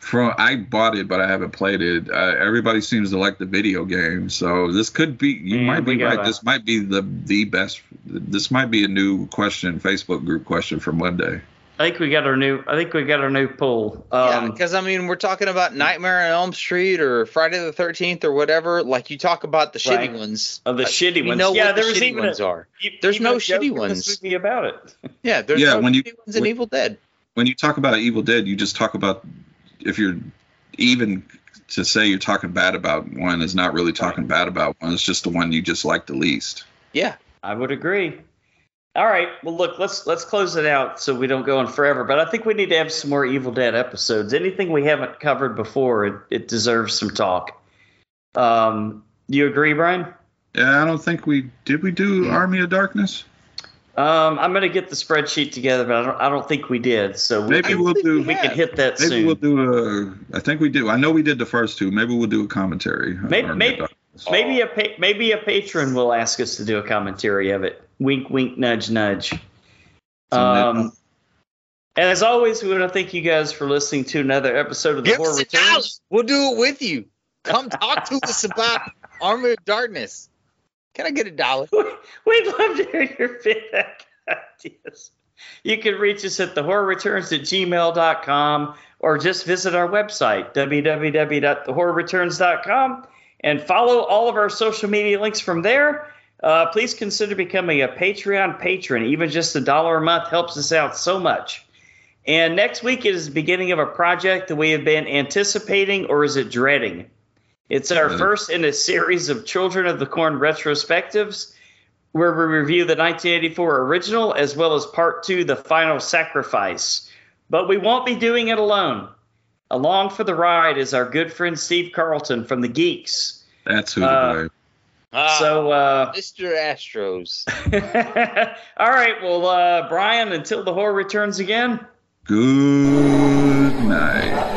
S4: From I bought it, but I haven't played it. Uh, everybody seems to like the video game, so this could be. You
S3: Man,
S4: might
S3: Mm, we
S4: be right.
S3: gotta-
S4: This might be the the best. This might be a new question, Facebook group question for Monday.
S3: I think we got our new I think we got our new pool.
S5: yeah,
S3: Um,
S5: because I mean, we're talking about Nightmare on Elm Street or Friday the Thirteenth or whatever. Like you talk about the shitty
S3: Right.
S5: ones.
S3: of the
S5: Uh,
S3: shitty
S5: we
S3: ones.
S5: know
S3: yeah,
S5: what
S3: there
S5: the
S3: was
S5: shitty
S3: even
S5: ones
S3: a,
S5: are.
S3: e-
S5: There's
S3: even
S5: no
S3: a joke
S5: shitty
S3: in this
S5: ones.
S3: movie about it.
S5: Yeah, there's
S4: Yeah,
S5: no
S4: when you-
S5: shitty ones in
S4: when-
S5: Evil Dead.
S4: When you talk about Evil Dead, you just talk about if you're even to say you're talking bad about one is not really talking bad about one. It's just the one you just like the least.
S5: Yeah.
S3: I would agree. All right. Well, look, let's let's close it out so we don't go on forever. But I think we need to have some more Evil Dead episodes. Anything we haven't covered before, it, it deserves some talk. Um, do you agree, Brian?
S4: Yeah, I don't think we did. We do
S3: Mm.
S4: Army of Darkness.
S3: Um, I'm going to get the spreadsheet together, but I don't I don't think we did. So we
S4: Maybe
S3: can,
S4: we'll do.
S3: we can hit that
S4: Maybe
S3: soon.
S4: we'll do a. I think we do. I know we did the first two. Maybe we'll do a commentary. on
S3: Maybe-
S4: Army of
S3: maybe-
S4: Darkness.
S3: maybe a pa- maybe a patron will ask us to do a commentary of it. Wink, wink, nudge, nudge.
S4: So now-
S3: Um, and as always, we want to thank you guys for listening to another episode of the
S5: Give
S3: Horror
S5: us a dollar.
S3: Returns.
S5: We'll do it with you. Come talk to us about Army of Darkness. Can I get a dollar?
S3: We'd love to hear your feedback ideas. You can reach us at thehorrorreturns at gmail.com or just visit our website, www.thehorrorreturns.com, and follow all of our social media links from there. Uh, please consider becoming a Patreon patron. Even just a dollar a month helps us out so much. And next week is the beginning of a project that we have been anticipating, or is it dreading? It's our
S4: Dreading.
S3: first in a series of Children of the Corn retrospectives, where we review the 1984 original as well as part two, The Final Sacrifice. But we won't be doing it alone. Along for the ride is our good friend Steve Carlton from The Geeks.
S4: That's who to
S3: Uh,
S4: blame.
S5: Ah,
S3: So, uh,
S5: Mr. Astros.
S3: all right. Well, uh, Brian, until the horror returns again.
S4: Good night.